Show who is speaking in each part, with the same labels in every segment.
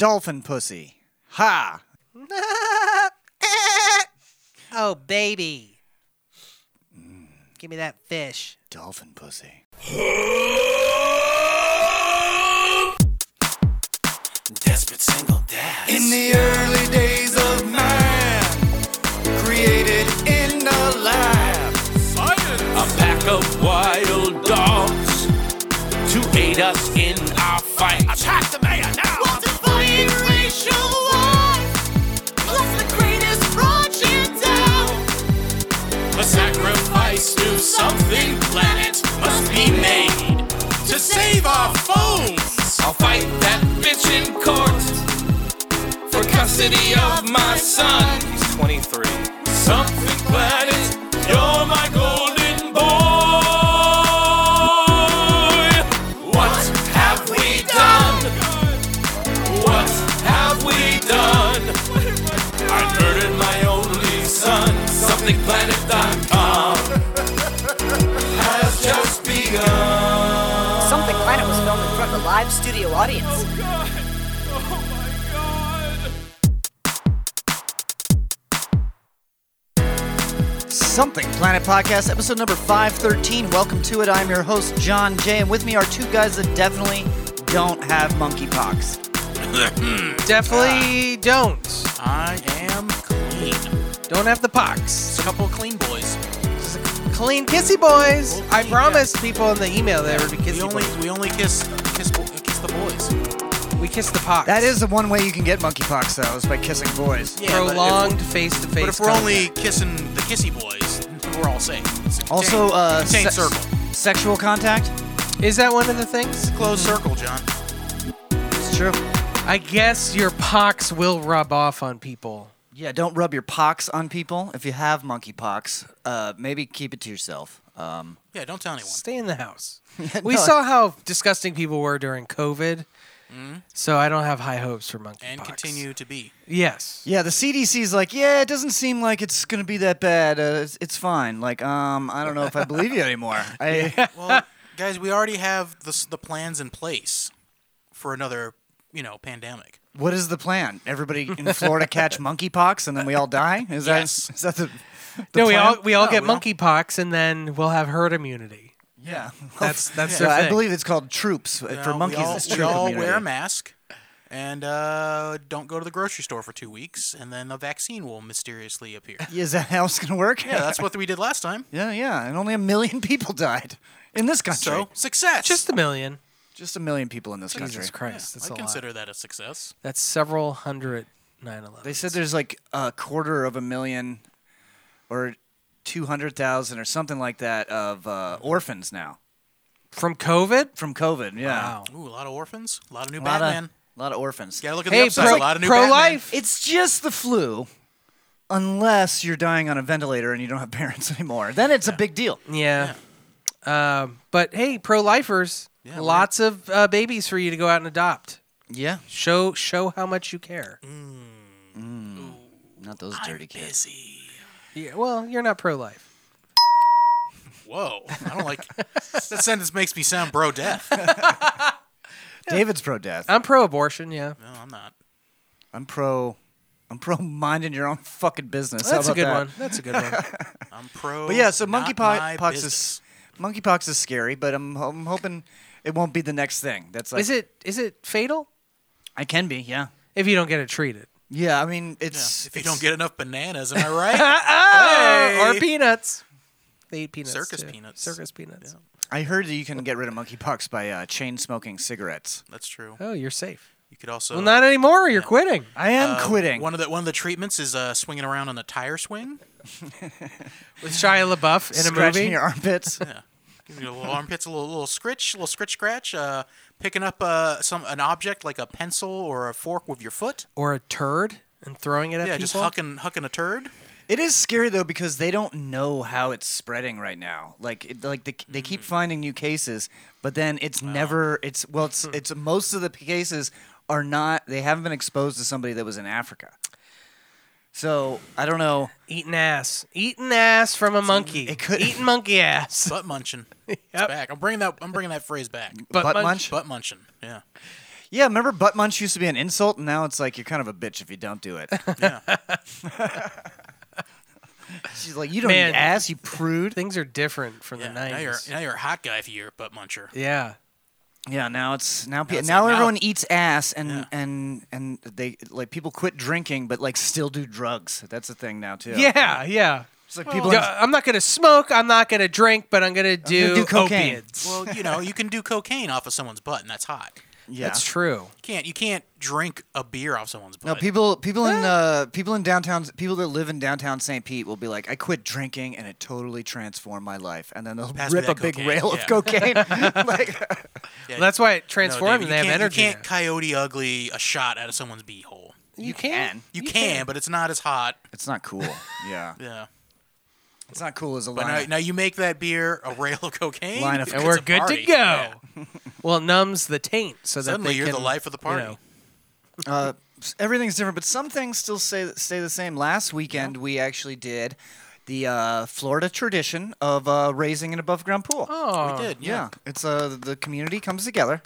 Speaker 1: Dolphin pussy. Ha!
Speaker 2: oh, baby. Give me that fish.
Speaker 1: Dolphin pussy.
Speaker 3: Desperate single dad.
Speaker 4: In the early days of man, created in the lab.
Speaker 3: A pack of wild dogs to aid us in our fight. Attack the mayor now!
Speaker 5: What's the fighting racial war? Plus the greatest project out.
Speaker 3: A sacrifice to something planet must be made to save our phones. I'll fight that bitch in court for custody of my son. He's 23. Something planet, you're my golden boy. What have we done? What have we done? I murdered my only son. Somethingplanet.com has just begun.
Speaker 6: Something Planet was filmed in front of a live studio audience.
Speaker 3: God. Oh my God.
Speaker 1: Something Planet Podcast, episode number 513. Welcome to it. I'm your host, John Jay, and with me are two guys that definitely don't have monkeypox.
Speaker 2: Definitely don't.
Speaker 3: I am clean.
Speaker 2: Don't have the pox.
Speaker 3: It's a couple of clean boys.
Speaker 2: Clean kissy boys.
Speaker 3: Well,
Speaker 2: I
Speaker 3: yeah.
Speaker 2: promised people in the email that it would be
Speaker 3: we
Speaker 2: kissy
Speaker 3: only
Speaker 2: boys.
Speaker 3: we only kiss kiss bo- kiss the boys.
Speaker 2: We kissed the pox.
Speaker 1: That is the one way you can get monkeypox, though, is by kissing boys.
Speaker 2: prolonged face-to-face.
Speaker 3: But if, we're only
Speaker 2: contact.
Speaker 3: kissing the kissy boys, we're all safe. It's a
Speaker 1: Also,
Speaker 3: contained-
Speaker 1: uh,
Speaker 3: contained
Speaker 1: sex-
Speaker 3: circle,
Speaker 1: sexual contact.
Speaker 2: is that one of the things?
Speaker 3: closed circle, John.
Speaker 1: It's true.
Speaker 2: I guess your pox will rub off on people.
Speaker 1: Yeah, don't rub your pox on people. If you have monkeypox, uh, maybe keep it to yourself. Um,
Speaker 3: Yeah, don't tell anyone.
Speaker 2: Stay in the house. we
Speaker 1: no.
Speaker 2: saw how disgusting people were during COVID, so I don't have high hopes for monkeypox.
Speaker 3: And continue to be.
Speaker 2: Yes.
Speaker 1: yeah, the CDC's like, yeah, it doesn't seem like it's gonna be that bad. Uh, it's, it's fine. Like, um, I don't know if I believe you anymore. I,
Speaker 7: Well, guys, we already have the, s- the plans in place for another, you know, pandemic.
Speaker 1: What is the plan? Everybody in Florida catch monkeypox and then we all die? Is
Speaker 7: Yes.
Speaker 1: that is that the, the
Speaker 2: No, we
Speaker 1: plan?
Speaker 2: all we all get
Speaker 7: we all-
Speaker 2: monkeypox, and then we'll have herd immunity.
Speaker 1: yeah.
Speaker 2: That's that's
Speaker 1: Yeah,
Speaker 2: their
Speaker 1: I
Speaker 2: thing.
Speaker 1: believe it's called troops Uh,
Speaker 7: You
Speaker 1: for
Speaker 7: know,
Speaker 1: monkeys.
Speaker 7: we all,
Speaker 1: it's
Speaker 7: we
Speaker 1: troop
Speaker 7: all
Speaker 1: immunity.
Speaker 7: wear a mask and uh, don't go to the grocery store for two weeks, and then a vaccine will mysteriously appear.
Speaker 1: Is that how it's gonna work?
Speaker 7: Yeah, that's what we did last time.
Speaker 1: yeah, yeah. And only a million people died in this country.
Speaker 7: So success.
Speaker 2: just a million.
Speaker 1: Just a million people in this country.
Speaker 2: Jesus Christ, that's
Speaker 7: I
Speaker 2: a
Speaker 7: consider
Speaker 2: lot.
Speaker 7: that a success.
Speaker 2: That's several hundred 9/11.
Speaker 1: They said there's like a quarter of a million or two hundred thousand or something like that of uh, orphans now
Speaker 2: from COVID.
Speaker 1: from COVID. Yeah.
Speaker 2: Wow.
Speaker 7: Ooh, a lot of orphans, a lot of new
Speaker 1: A lot
Speaker 7: Batman.
Speaker 1: of, lot of orphans.
Speaker 7: Gotta look at the
Speaker 2: Hey,
Speaker 7: upside.
Speaker 2: pro,
Speaker 7: a lot of new
Speaker 2: pro
Speaker 7: Batman.
Speaker 2: life.
Speaker 1: It's just the flu, unless you're dying on a ventilator and you don't have parents anymore. Then it's a big deal.
Speaker 2: Yeah. Um, but hey, pro lifers, lots of uh, babies for you to go out and adopt.
Speaker 1: Yeah,
Speaker 2: Show show how much you care.
Speaker 1: not those dirty kids.
Speaker 2: Yeah, well, you're not pro life.
Speaker 7: Whoa, I don't like that sentence. Makes me sound bro death.
Speaker 1: David's pro death.
Speaker 2: I'm pro abortion. Yeah,
Speaker 7: No, I'm not.
Speaker 1: I'm pro. I'm pro minding your own fucking business. How
Speaker 2: that's a
Speaker 1: about
Speaker 2: good
Speaker 1: that?
Speaker 2: one. That's a good one.
Speaker 7: I'm pro.
Speaker 1: But yeah, so
Speaker 7: not my
Speaker 1: monkeypox is
Speaker 7: business.
Speaker 1: monkeypox is scary, but I'm I'm hoping it won't be the next thing. That's like
Speaker 2: is it is it fatal
Speaker 1: I can be. Yeah.
Speaker 2: if you don't get it treated
Speaker 1: Yeah, I mean it's
Speaker 7: Yeah, if you
Speaker 1: it's-
Speaker 7: don't get enough bananas, am I right?
Speaker 2: Oh, or peanuts? They eat peanuts.
Speaker 7: Circus
Speaker 2: too.
Speaker 7: peanuts.
Speaker 2: Circus peanuts.
Speaker 1: I heard that you can get rid of monkeypox by uh, chain smoking cigarettes.
Speaker 7: That's true.
Speaker 2: Oh, you're safe.
Speaker 7: You could also
Speaker 2: Well, not anymore. You're quitting.
Speaker 1: I am quitting.
Speaker 7: Uh, one of the one of the treatments is uh, swinging around on the tire swing.
Speaker 2: With Shia LaBeouf in a
Speaker 1: Scratching
Speaker 2: movie.
Speaker 1: your armpits.
Speaker 7: Give you a little armpits, a little little scritch, little scritch scratch. Uh, picking up uh, some an object like a pencil or a fork with your foot.
Speaker 2: Or a turd and throwing it at
Speaker 7: Yeah,
Speaker 2: people.
Speaker 7: just hucking hucking a turd.
Speaker 1: It is scary though because they don't know how it's spreading right now. Like, it, like the, they
Speaker 7: Mm.
Speaker 1: keep finding new cases, but then it's never. It's well, it's
Speaker 7: Hmm.
Speaker 1: it's most of the cases are not. They haven't been exposed to somebody that was in Africa. So I don't know.
Speaker 2: Eating ass. Eating ass from a monkey.
Speaker 1: it could-
Speaker 2: Eating monkey ass.
Speaker 7: Butt munching. It's back. I'm bringing that. I'm bringing that phrase back.
Speaker 2: Butt
Speaker 1: butt
Speaker 2: munch-
Speaker 1: munch.
Speaker 7: Butt munching. Yeah.
Speaker 1: Yeah, remember butt munch used to be an insult, and now it's like you're kind of a bitch if you don't do it. She's like, you don't
Speaker 2: Man.
Speaker 1: eat ass, you prude.
Speaker 2: Things are different from
Speaker 7: Yeah,
Speaker 2: the
Speaker 7: now you're
Speaker 2: 90s.
Speaker 7: now you're a hot guy if you're a butt muncher.
Speaker 2: yeah.
Speaker 1: Yeah, now it's now pe-
Speaker 7: it's
Speaker 1: now
Speaker 7: like, now-
Speaker 1: everyone eats ass, and and and they like people quit drinking, but like still do drugs. That's a thing now too.
Speaker 2: Yeah, yeah.
Speaker 1: it's like people.
Speaker 2: Yeah, I'm not going to smoke. I'm not going to drink, but I'm going to do,
Speaker 1: do cocaine.
Speaker 2: opiates.
Speaker 7: Well, you know, you can do cocaine off of someone's butt, and that's hot.
Speaker 1: yeah.
Speaker 2: That's true.
Speaker 7: You can't you can't drink a beer off someone's
Speaker 1: No,
Speaker 7: butt.
Speaker 1: people people in uh, people in downtown people that live in downtown St. Pete will be like, I quit drinking and it totally transformed my life, and then they'll
Speaker 7: Pass me
Speaker 1: rip a
Speaker 7: that
Speaker 1: big
Speaker 7: cocaine,
Speaker 1: rail
Speaker 7: yeah.
Speaker 1: of cocaine. like,
Speaker 7: Yeah,
Speaker 2: That's why it
Speaker 7: no,
Speaker 2: transformed
Speaker 7: David,
Speaker 2: and they
Speaker 7: you
Speaker 2: have energy.
Speaker 7: can't- You can't coyote ugly a shot out of someone's beehole.
Speaker 2: now. You can.
Speaker 7: You, can, but it's not as hot.
Speaker 1: it's not cool. Yeah,
Speaker 7: Yeah.
Speaker 1: it's not cool as a
Speaker 7: But now,
Speaker 1: line.
Speaker 7: now you make that beer a rail of cocaine,
Speaker 1: Line of-
Speaker 7: it's
Speaker 2: and we're
Speaker 7: a
Speaker 2: good
Speaker 7: party.
Speaker 2: to go.
Speaker 7: Yeah.
Speaker 2: well, it numbs the taint, so that
Speaker 7: Suddenly
Speaker 2: they
Speaker 7: you're the
Speaker 2: can,
Speaker 7: life of the
Speaker 2: you know.
Speaker 7: party.
Speaker 1: uh, s- everything's different, but some things still stay stay the same. Last weekend we actually did the uh, Florida tradition of uh, raising an above ground pool.
Speaker 2: Oh,
Speaker 7: We did,
Speaker 1: yeah.
Speaker 7: yeah. Mm-hmm.
Speaker 1: it's uh, the community comes together,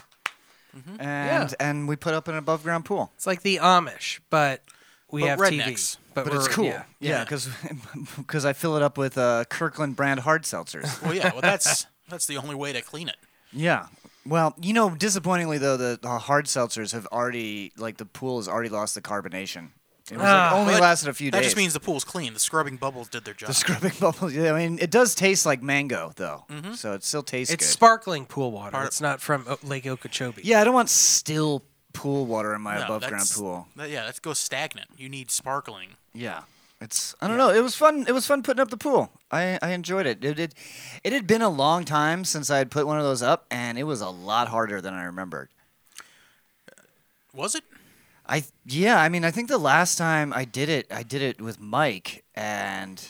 Speaker 1: and and we put up an above ground pool.
Speaker 2: It's like the Amish, but we
Speaker 7: But
Speaker 2: have
Speaker 7: rednecks.
Speaker 2: TV. But,
Speaker 1: but it's
Speaker 2: we're-
Speaker 1: cool.
Speaker 2: yeah.
Speaker 1: Yeah, because I fill it up with uh, Kirkland brand hard seltzers.
Speaker 7: Well, yeah. Well, that's that's the only way to clean it.
Speaker 1: yeah. Well, you know, disappointingly though, the, the hard seltzers have already like the pool has already lost the carbonation. It was like,
Speaker 2: Ah.
Speaker 1: only
Speaker 7: Well, that-
Speaker 1: lasted a few
Speaker 7: That
Speaker 1: days.
Speaker 7: just means the pool's clean. The scrubbing bubbles did their job.
Speaker 1: the scrubbing bubbles. Yeah, I mean, it does taste like mango though,
Speaker 7: Mm-hmm.
Speaker 1: so it still tastes
Speaker 2: It's
Speaker 1: good.
Speaker 2: sparkling pool water.
Speaker 7: Part-
Speaker 2: it's not from O- Lake Okeechobee.
Speaker 1: yeah, I don't want still pool water in my
Speaker 7: No,
Speaker 1: above ground
Speaker 7: that's-
Speaker 1: pool.
Speaker 7: that- yeah, that goes stagnant. You need sparkling.
Speaker 1: Yeah. It's I don't know. It was fun. It was fun putting up the pool. I, I enjoyed it. It, it. it had been a long time since I had put one of those up, and it was a lot harder than I remembered.
Speaker 7: Was it?
Speaker 1: I yeah. I mean, I think the last time I did it, I did it with Mike, and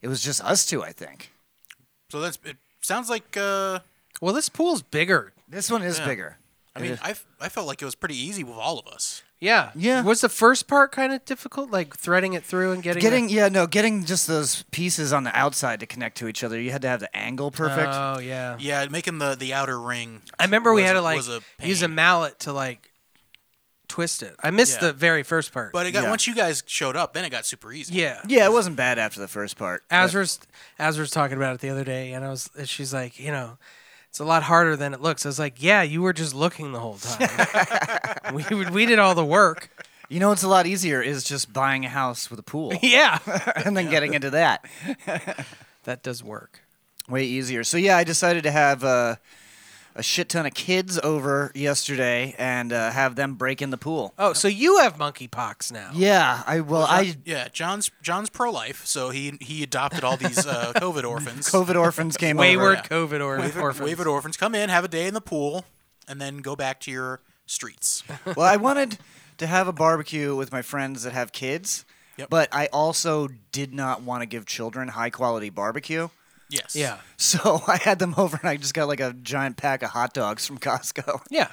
Speaker 1: it was just us two. I think
Speaker 7: So that's. It sounds like. Uh,
Speaker 2: Well, this pool's bigger.
Speaker 1: this one is
Speaker 7: Yeah.
Speaker 1: bigger.
Speaker 7: I
Speaker 1: It
Speaker 7: mean,
Speaker 1: is-
Speaker 7: I, f- I felt like it was pretty easy with all of us.
Speaker 2: Yeah.
Speaker 1: Yeah.
Speaker 2: Was the first part kind of difficult, like threading it through and getting
Speaker 1: getting
Speaker 2: it-
Speaker 1: yeah no getting just those pieces on the outside to connect to each other. You had to have the angle perfect.
Speaker 2: Oh yeah.
Speaker 7: Yeah, making the the outer ring.
Speaker 2: I remember we
Speaker 7: was
Speaker 2: had
Speaker 7: a-
Speaker 2: to like
Speaker 7: was a
Speaker 2: use a
Speaker 7: pain.
Speaker 2: mallet to like twist it. I missed
Speaker 7: Yeah.
Speaker 2: the very first part.
Speaker 7: But it got
Speaker 1: Yeah.
Speaker 7: once you guys showed up, then it got super easy.
Speaker 2: yeah.
Speaker 1: yeah, it wasn't bad after the first part. but-
Speaker 2: Azra's Azra's talking about it the other day, and I was and she's like, you know, it's a lot harder than it looks. I was like, yeah, you were just looking the whole time. we we did all the work.
Speaker 1: You know, what's a lot easier is just buying a house with a pool.
Speaker 2: Yeah,
Speaker 1: and then getting into that
Speaker 2: that does work.
Speaker 1: way easier. So yeah, I decided to have uh, a shit ton of kids over yesterday and uh, have them break in the pool.
Speaker 2: Oh, so you have monkeypox now?
Speaker 1: Yeah, I well I
Speaker 7: Yeah, John's John's pro life, so he he adopted all these uh, COVID orphans.
Speaker 1: COVID orphans came
Speaker 2: Wayward
Speaker 1: over.
Speaker 7: yeah.
Speaker 2: COVID or orphans.
Speaker 7: Wavered orphans come in, have a day in the pool, and then go back to your streets.
Speaker 1: Well, I wanted to have a barbecue with my friends that have kids,
Speaker 7: Yep.
Speaker 1: but I also did not want to give children high quality barbecue.
Speaker 7: Yes.
Speaker 2: Yeah,
Speaker 1: So I had them over and I just got like a giant pack of hot dogs from Costco.
Speaker 2: yeah.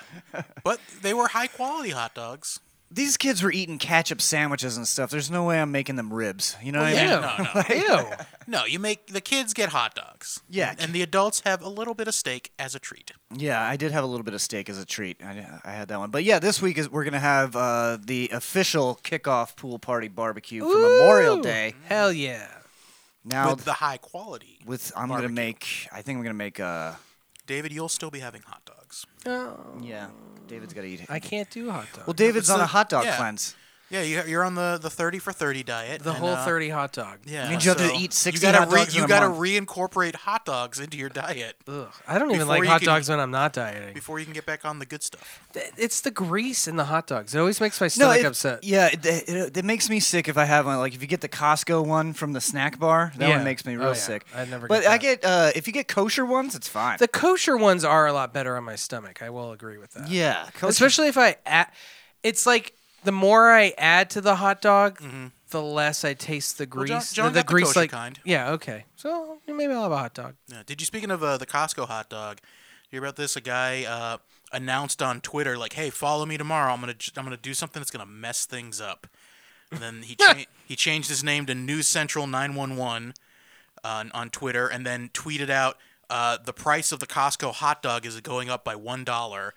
Speaker 7: But they were high quality hot dogs.
Speaker 1: These kids were eating ketchup sandwiches and stuff. There's no way I'm making them ribs. You know
Speaker 7: Oh,
Speaker 1: what I mean?
Speaker 7: no, no.
Speaker 2: Ew. Ew.
Speaker 7: No, you make the kids get hot dogs.
Speaker 1: Yeah.
Speaker 7: And the adults have a little bit of steak as a treat.
Speaker 1: Yeah, I did have a little bit of steak as a treat. I, I had that one, but yeah, this week is we're gonna have uh, the official kickoff pool party barbecue for Memorial
Speaker 2: Ooh.
Speaker 1: Day.
Speaker 2: Hell yeah.
Speaker 1: Now
Speaker 7: with the high quality.
Speaker 1: with I'm gonna make I think I'm gonna make uh
Speaker 7: David, you'll still be having hot dogs.
Speaker 1: yeah David's gotta eat it.
Speaker 2: I can't do hot dogs.
Speaker 1: well, David's on
Speaker 7: the-
Speaker 1: a hot dog
Speaker 7: yeah.
Speaker 1: cleanse.
Speaker 7: Yeah, you- you're on the, the 30 for 30 diet.
Speaker 2: the
Speaker 7: and,
Speaker 2: whole
Speaker 7: uh,
Speaker 2: 30 hot dog.
Speaker 7: Yeah.
Speaker 1: Means you have to
Speaker 7: so
Speaker 1: eat 60
Speaker 7: you gotta
Speaker 1: hot dogs
Speaker 7: Re, you
Speaker 1: in a
Speaker 7: gotta
Speaker 1: month.
Speaker 7: reincorporate hot dogs into your diet
Speaker 2: Ugh. I don't even
Speaker 7: Before
Speaker 2: like
Speaker 7: you
Speaker 2: hot
Speaker 7: can-
Speaker 2: dogs when I'm not dieting.
Speaker 7: before you can get back on the good stuff.
Speaker 2: Th- It's the grease in the hot dogs. It always makes my stomach
Speaker 1: it-
Speaker 2: upset.
Speaker 1: Yeah, it, it, it, it makes me sick if I have one. Like if you get the Costco one from the snack bar, that
Speaker 2: Yeah.
Speaker 1: one makes me real
Speaker 2: Oh, yeah.
Speaker 1: sick.
Speaker 2: I'd never
Speaker 1: But
Speaker 2: get
Speaker 1: I
Speaker 2: that.
Speaker 1: get uh, if you get kosher ones, it's fine.
Speaker 2: The kosher ones are a lot better on my stomach. I will agree with that.
Speaker 1: yeah, Uh, kosher.
Speaker 2: Especially if I add, it's like the more I add to the hot dog, the less I taste the
Speaker 7: John-
Speaker 2: grease.
Speaker 7: John
Speaker 2: the, the
Speaker 7: got the
Speaker 2: grease
Speaker 7: kosher
Speaker 2: like
Speaker 7: kind.
Speaker 2: Yeah, okay. So maybe I'll have a hot dog.
Speaker 7: Yeah. Did you speaking of uh, the Costco hot dog? You hear about this? A guy uh, announced on Twitter like, "Hey, follow me tomorrow. I'm gonna j- I'm gonna do something that's gonna mess things up." And then he cha- he changed his name to News Central 911 on on Twitter, and uh, then tweeted out, uh, "The price of the Costco hot dog is going up by one dollar."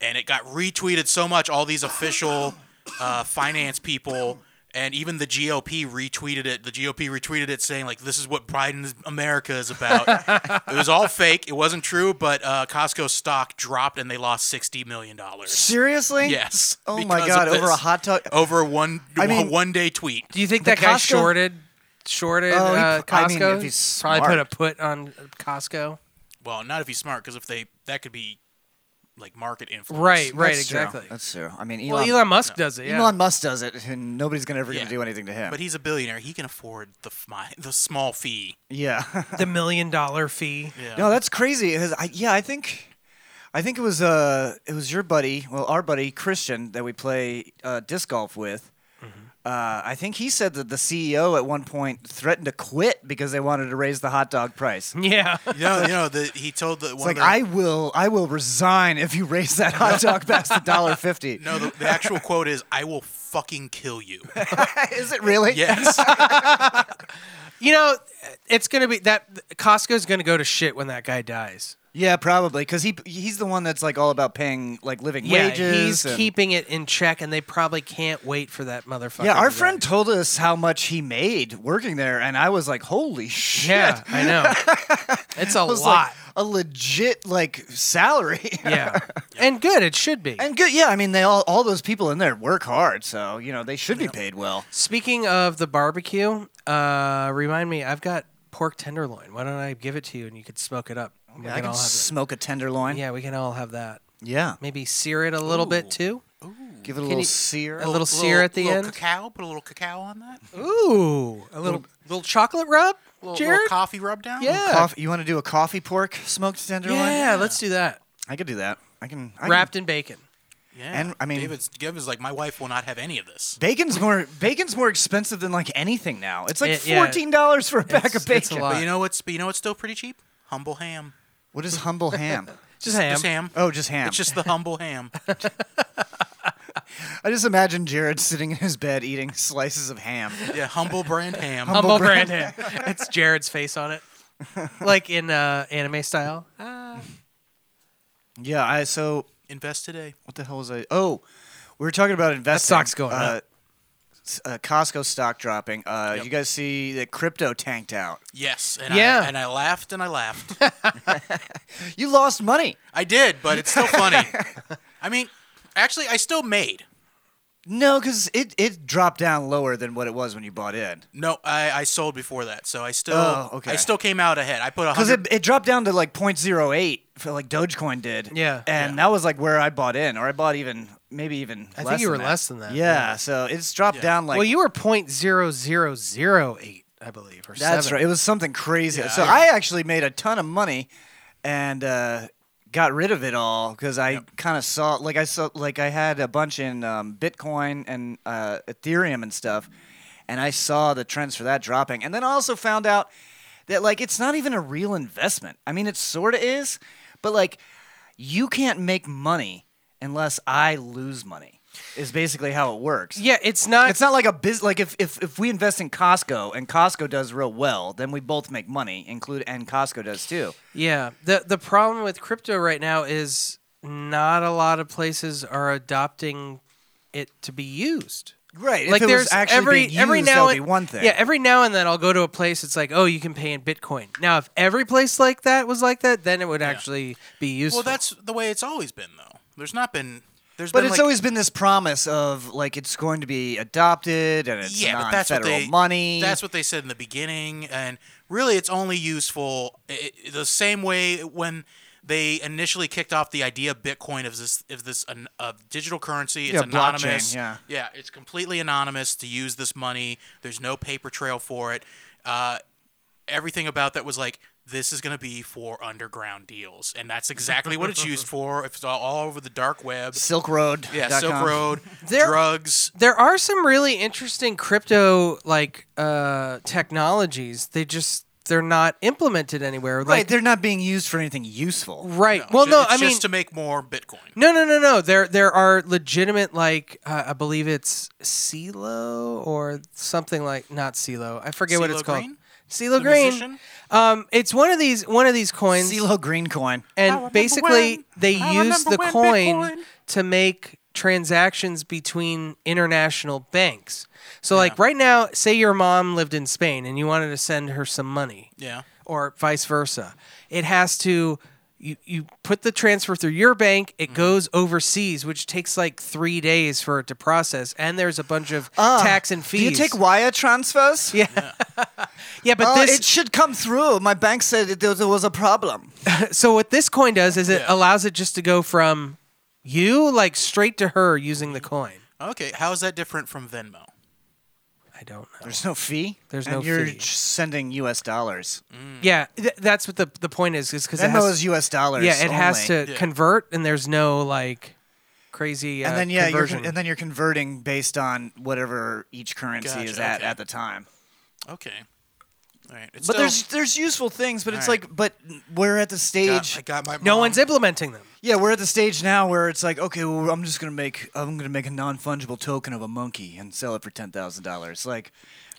Speaker 7: and it got retweeted so much. All these official uh, finance people and even the GOP retweeted it. The GOP retweeted it saying like, "This is what Biden's America is about." it was all fake. It wasn't true. But uh, Costco stock dropped, and they lost sixty million dollars.
Speaker 1: Seriously?
Speaker 7: Yes.
Speaker 1: Oh my
Speaker 7: because of
Speaker 1: god! Over a
Speaker 7: this.
Speaker 1: hot dog.
Speaker 7: Over one
Speaker 1: I mean-
Speaker 7: one day tweet.
Speaker 2: Do you think
Speaker 1: The
Speaker 2: that guy
Speaker 1: Costco-
Speaker 2: shorted shorted
Speaker 1: Oh, he
Speaker 2: uh,
Speaker 1: pr- I mean,
Speaker 2: Costco?
Speaker 1: if he's
Speaker 2: Probably put a
Speaker 1: smart.
Speaker 2: put on Costco.
Speaker 7: Well, not if he's smart, because if they that could be like market influence.
Speaker 2: Right, right,
Speaker 1: That's true.
Speaker 2: exactly.
Speaker 1: That's true. I mean, Elon,
Speaker 2: well, Elon Musk does it. Yeah.
Speaker 1: Elon Musk does it, and nobody's gonna ever
Speaker 7: Yeah.
Speaker 1: gonna do anything to him.
Speaker 7: But he's a billionaire. He can afford the f- my, the small fee.
Speaker 1: yeah.
Speaker 2: the million dollar fee. Yeah.
Speaker 1: No, that's crazy. 'cause I, yeah, I think, I think it was uh, it was your buddy, well, our buddy Christian that we play uh, disc golf with.
Speaker 2: Mm-hmm.
Speaker 1: Uh, I think he said that the CEO at one point threatened to quit because they wanted to raise the hot dog price.
Speaker 2: Hmm.
Speaker 1: It's
Speaker 7: You know, you know, the, he told the one
Speaker 1: like
Speaker 7: of the,
Speaker 1: I will, I will resign if you raise that hot dog past a dollar fifty.
Speaker 7: no, the, the actual quote is, "I will fucking kill you."
Speaker 1: Is it really?
Speaker 7: yes,
Speaker 2: You know, it's gonna be that Costco's gonna go to shit when that guy dies.
Speaker 1: Yeah, probably because he he's the one that's like all about paying like living wages.
Speaker 2: yeah, he's
Speaker 1: and-
Speaker 2: keeping it in check, and they probably can't wait for that motherfucker.
Speaker 1: Yeah, our
Speaker 2: to die.
Speaker 1: friend told us how much he made working there, and I was like, "Holy shit!"
Speaker 2: Yeah, I know. It's a
Speaker 1: It was
Speaker 2: lot.
Speaker 1: like a legit like salary.
Speaker 2: yeah, and good. It should be.
Speaker 1: and good. Yeah, I mean, they all all those people in there work hard, so you know they should be paid well.
Speaker 2: Speaking of the barbecue, uh, remind me, I've got pork tenderloin. Why don't I give it to you and you could smoke it up? We
Speaker 1: I can
Speaker 2: all have it.
Speaker 1: smoke a tenderloin.
Speaker 2: Yeah, we can all have that.
Speaker 1: yeah.
Speaker 2: Maybe sear it a little bit too.
Speaker 1: Give it a little
Speaker 2: you-
Speaker 1: sear.
Speaker 2: a little sear at the
Speaker 7: little
Speaker 2: end.
Speaker 7: Cacao, put a little cacao on that.
Speaker 2: Ooh, a little little chocolate rub,
Speaker 7: Little,
Speaker 2: Jared.
Speaker 7: little coffee rub down.
Speaker 2: yeah,
Speaker 1: Coffee, you want to do a coffee pork smoked tenderloin?
Speaker 2: yeah, Let's do that.
Speaker 1: I could do that. I can. I
Speaker 2: Wrapped
Speaker 1: Can,
Speaker 2: in bacon.
Speaker 7: yeah.
Speaker 1: And, I mean-
Speaker 7: David's, David's like, my wife will not have any of this.
Speaker 1: bacon's more bacon's more expensive than like anything now. It's like
Speaker 2: It- yeah.
Speaker 1: fourteen dollars for a pack
Speaker 2: It's-
Speaker 1: of bacon.
Speaker 2: it's a lot.
Speaker 7: But you know what's but you know what's still pretty cheap? Humble ham.
Speaker 1: What is humble ham?
Speaker 2: Just ham.
Speaker 7: Just ham.
Speaker 1: Oh, just ham.
Speaker 7: It's just the humble ham.
Speaker 1: I just imagine Jared sitting in his bed eating slices of ham.
Speaker 7: Yeah, humble brand ham.
Speaker 2: Humble brand ham. it's Jared's face on it, like in uh, anime style.
Speaker 1: Yeah, I so
Speaker 7: Invest today.
Speaker 1: what the hell was I? Oh, we were talking about investing. Uh,
Speaker 2: stock's going up.
Speaker 1: s- Uh, Costco stock dropping. Uh,
Speaker 7: Yep.
Speaker 1: You guys see that crypto tanked out.
Speaker 7: Yes. And
Speaker 2: Yeah.
Speaker 7: I, and I laughed and I laughed.
Speaker 1: You lost money.
Speaker 7: I did, but it's still funny. I mean, actually, I still made.
Speaker 1: No, because it, it dropped down lower than what it was when you bought in.
Speaker 7: No, I, I sold before that, so I still
Speaker 1: Oh, okay.
Speaker 7: I still came out ahead. I put a
Speaker 1: Because
Speaker 7: hundred.
Speaker 1: it, it dropped down to like 0.08 for like Dogecoin did.
Speaker 2: Yeah.
Speaker 1: And that was like where I bought in, or I bought even, maybe even
Speaker 2: I
Speaker 1: less
Speaker 2: think you
Speaker 1: than
Speaker 2: were
Speaker 1: that.
Speaker 2: less than that.
Speaker 1: Yeah, so it's dropped down like.
Speaker 2: well, you were point zero zero zero eight, I believe, or
Speaker 1: That's
Speaker 2: seven.
Speaker 1: right. It was something crazy. so
Speaker 7: Yeah.
Speaker 1: I actually made a ton of money, and uh, got rid of it all because I kind of saw like I saw like I had a bunch in um, Bitcoin and uh, Ethereum and stuff, and I saw the trends for that dropping, and then I also found out that like it's not even a real investment. I mean, it sort of is, but like you can't make money unless I lose money. Is basically how it works.
Speaker 2: Yeah, it's not.
Speaker 1: It's not like a biz. Like if, if if we invest in Costco and Costco does real well, then we both make money. Include and Costco does too.
Speaker 2: Yeah. The the problem with crypto right now is not a lot of places are adopting it to be used.
Speaker 1: Right.
Speaker 2: like there's every every now
Speaker 1: that
Speaker 2: and,
Speaker 1: one thing.
Speaker 2: Yeah, every now and then I'll go to a place it's like, "Oh, you can pay in Bitcoin." Now, if every place like that was like that, then it would actually be useful.
Speaker 7: well, that's the way it's always been, though. The's not been. There's
Speaker 1: but
Speaker 7: been
Speaker 1: it's
Speaker 7: like,
Speaker 1: always been this promise of like it's going to be adopted and it's
Speaker 7: yeah, but that's what
Speaker 1: non-federal
Speaker 7: they,
Speaker 1: money.
Speaker 7: That's what they said in the beginning, and really, it's only useful i i- the same way when they initially kicked off the idea of Bitcoin of this of this an, of digital currency. It's
Speaker 1: Yeah, blockchain,
Speaker 7: anonymous.
Speaker 1: yeah.
Speaker 7: yeah, it's completely anonymous to use this money. There's no paper trail for it. Uh, everything about that was like this is going to be for underground deals, and that's exactly what it's used for. If it's all, all over the dark web.
Speaker 1: Silk Road.
Speaker 7: Yeah,
Speaker 1: dot
Speaker 7: Silk
Speaker 1: com.
Speaker 7: Road,
Speaker 2: There-
Speaker 7: drugs.
Speaker 2: there are some really interesting crypto like uh, technologies. They just they're not implemented anywhere.
Speaker 1: Right.
Speaker 2: Like
Speaker 1: they're not being used for anything useful.
Speaker 2: right. well,
Speaker 7: Ju-
Speaker 2: no,
Speaker 7: it's
Speaker 2: I
Speaker 7: just
Speaker 2: mean
Speaker 7: to make more Bitcoin.
Speaker 2: No, no, no, no. There, there are legitimate, like uh, I believe it's CeeLo or something like not CeeLo. I forget what
Speaker 7: CeeLo
Speaker 2: it's called.
Speaker 7: Green?
Speaker 2: CeeLo
Speaker 7: The
Speaker 2: Green.
Speaker 7: musician?
Speaker 2: Um, it's one of these one of these coins,
Speaker 1: CeeLo Green coin.
Speaker 2: and basically
Speaker 7: when-
Speaker 2: they
Speaker 7: I
Speaker 2: use
Speaker 7: remember
Speaker 2: the
Speaker 7: when
Speaker 2: coin
Speaker 7: Bitcoin-
Speaker 2: to make transactions between international banks. So, like right now, say your mom lived in Spain and you wanted to send her some money
Speaker 7: Yeah.
Speaker 2: or vice versa. It has to you, you put the transfer through your bank,
Speaker 1: Mm-hmm.
Speaker 2: it goes overseas, which takes like three days for it to process, and there's a bunch of tax and
Speaker 1: Ah, Do you
Speaker 2: fees.
Speaker 1: take wire transfers? Yeah,
Speaker 2: yeah, but
Speaker 1: it
Speaker 2: this
Speaker 1: should come through. My bank said it, there, there was a problem.
Speaker 2: so what this coin does is it allows it just to go from you like straight to her using the coin.
Speaker 7: Okay. How is that different from Venmo?
Speaker 2: I don't know.
Speaker 1: There's no fee.
Speaker 2: There's
Speaker 1: and
Speaker 2: no
Speaker 1: you're
Speaker 2: fee.
Speaker 1: j- sending U.S. dollars.
Speaker 2: Yeah, th- that's what the the point is, is because it
Speaker 1: Venmo
Speaker 2: has
Speaker 1: is U.S. dollars.
Speaker 2: yeah, it has
Speaker 1: only.
Speaker 2: to convert, and there's no like crazy uh,
Speaker 1: And then yeah, you're
Speaker 2: conversion.
Speaker 1: con- and then you're converting based on whatever each currency
Speaker 7: Gotcha,
Speaker 1: is at
Speaker 7: okay.
Speaker 1: at the time.
Speaker 7: Okay. All right. It's
Speaker 1: But
Speaker 7: still-
Speaker 1: there's there's useful things, but it's
Speaker 7: Alright.
Speaker 1: like but we're at the stage.
Speaker 7: God, I got my.
Speaker 2: no
Speaker 7: mom.
Speaker 2: one's implementing them.
Speaker 1: yeah, we're at the stage now where it's like okay, well, I'm just gonna make I'm gonna make a non fungible token of a monkey and sell it for ten thousand dollars. Like,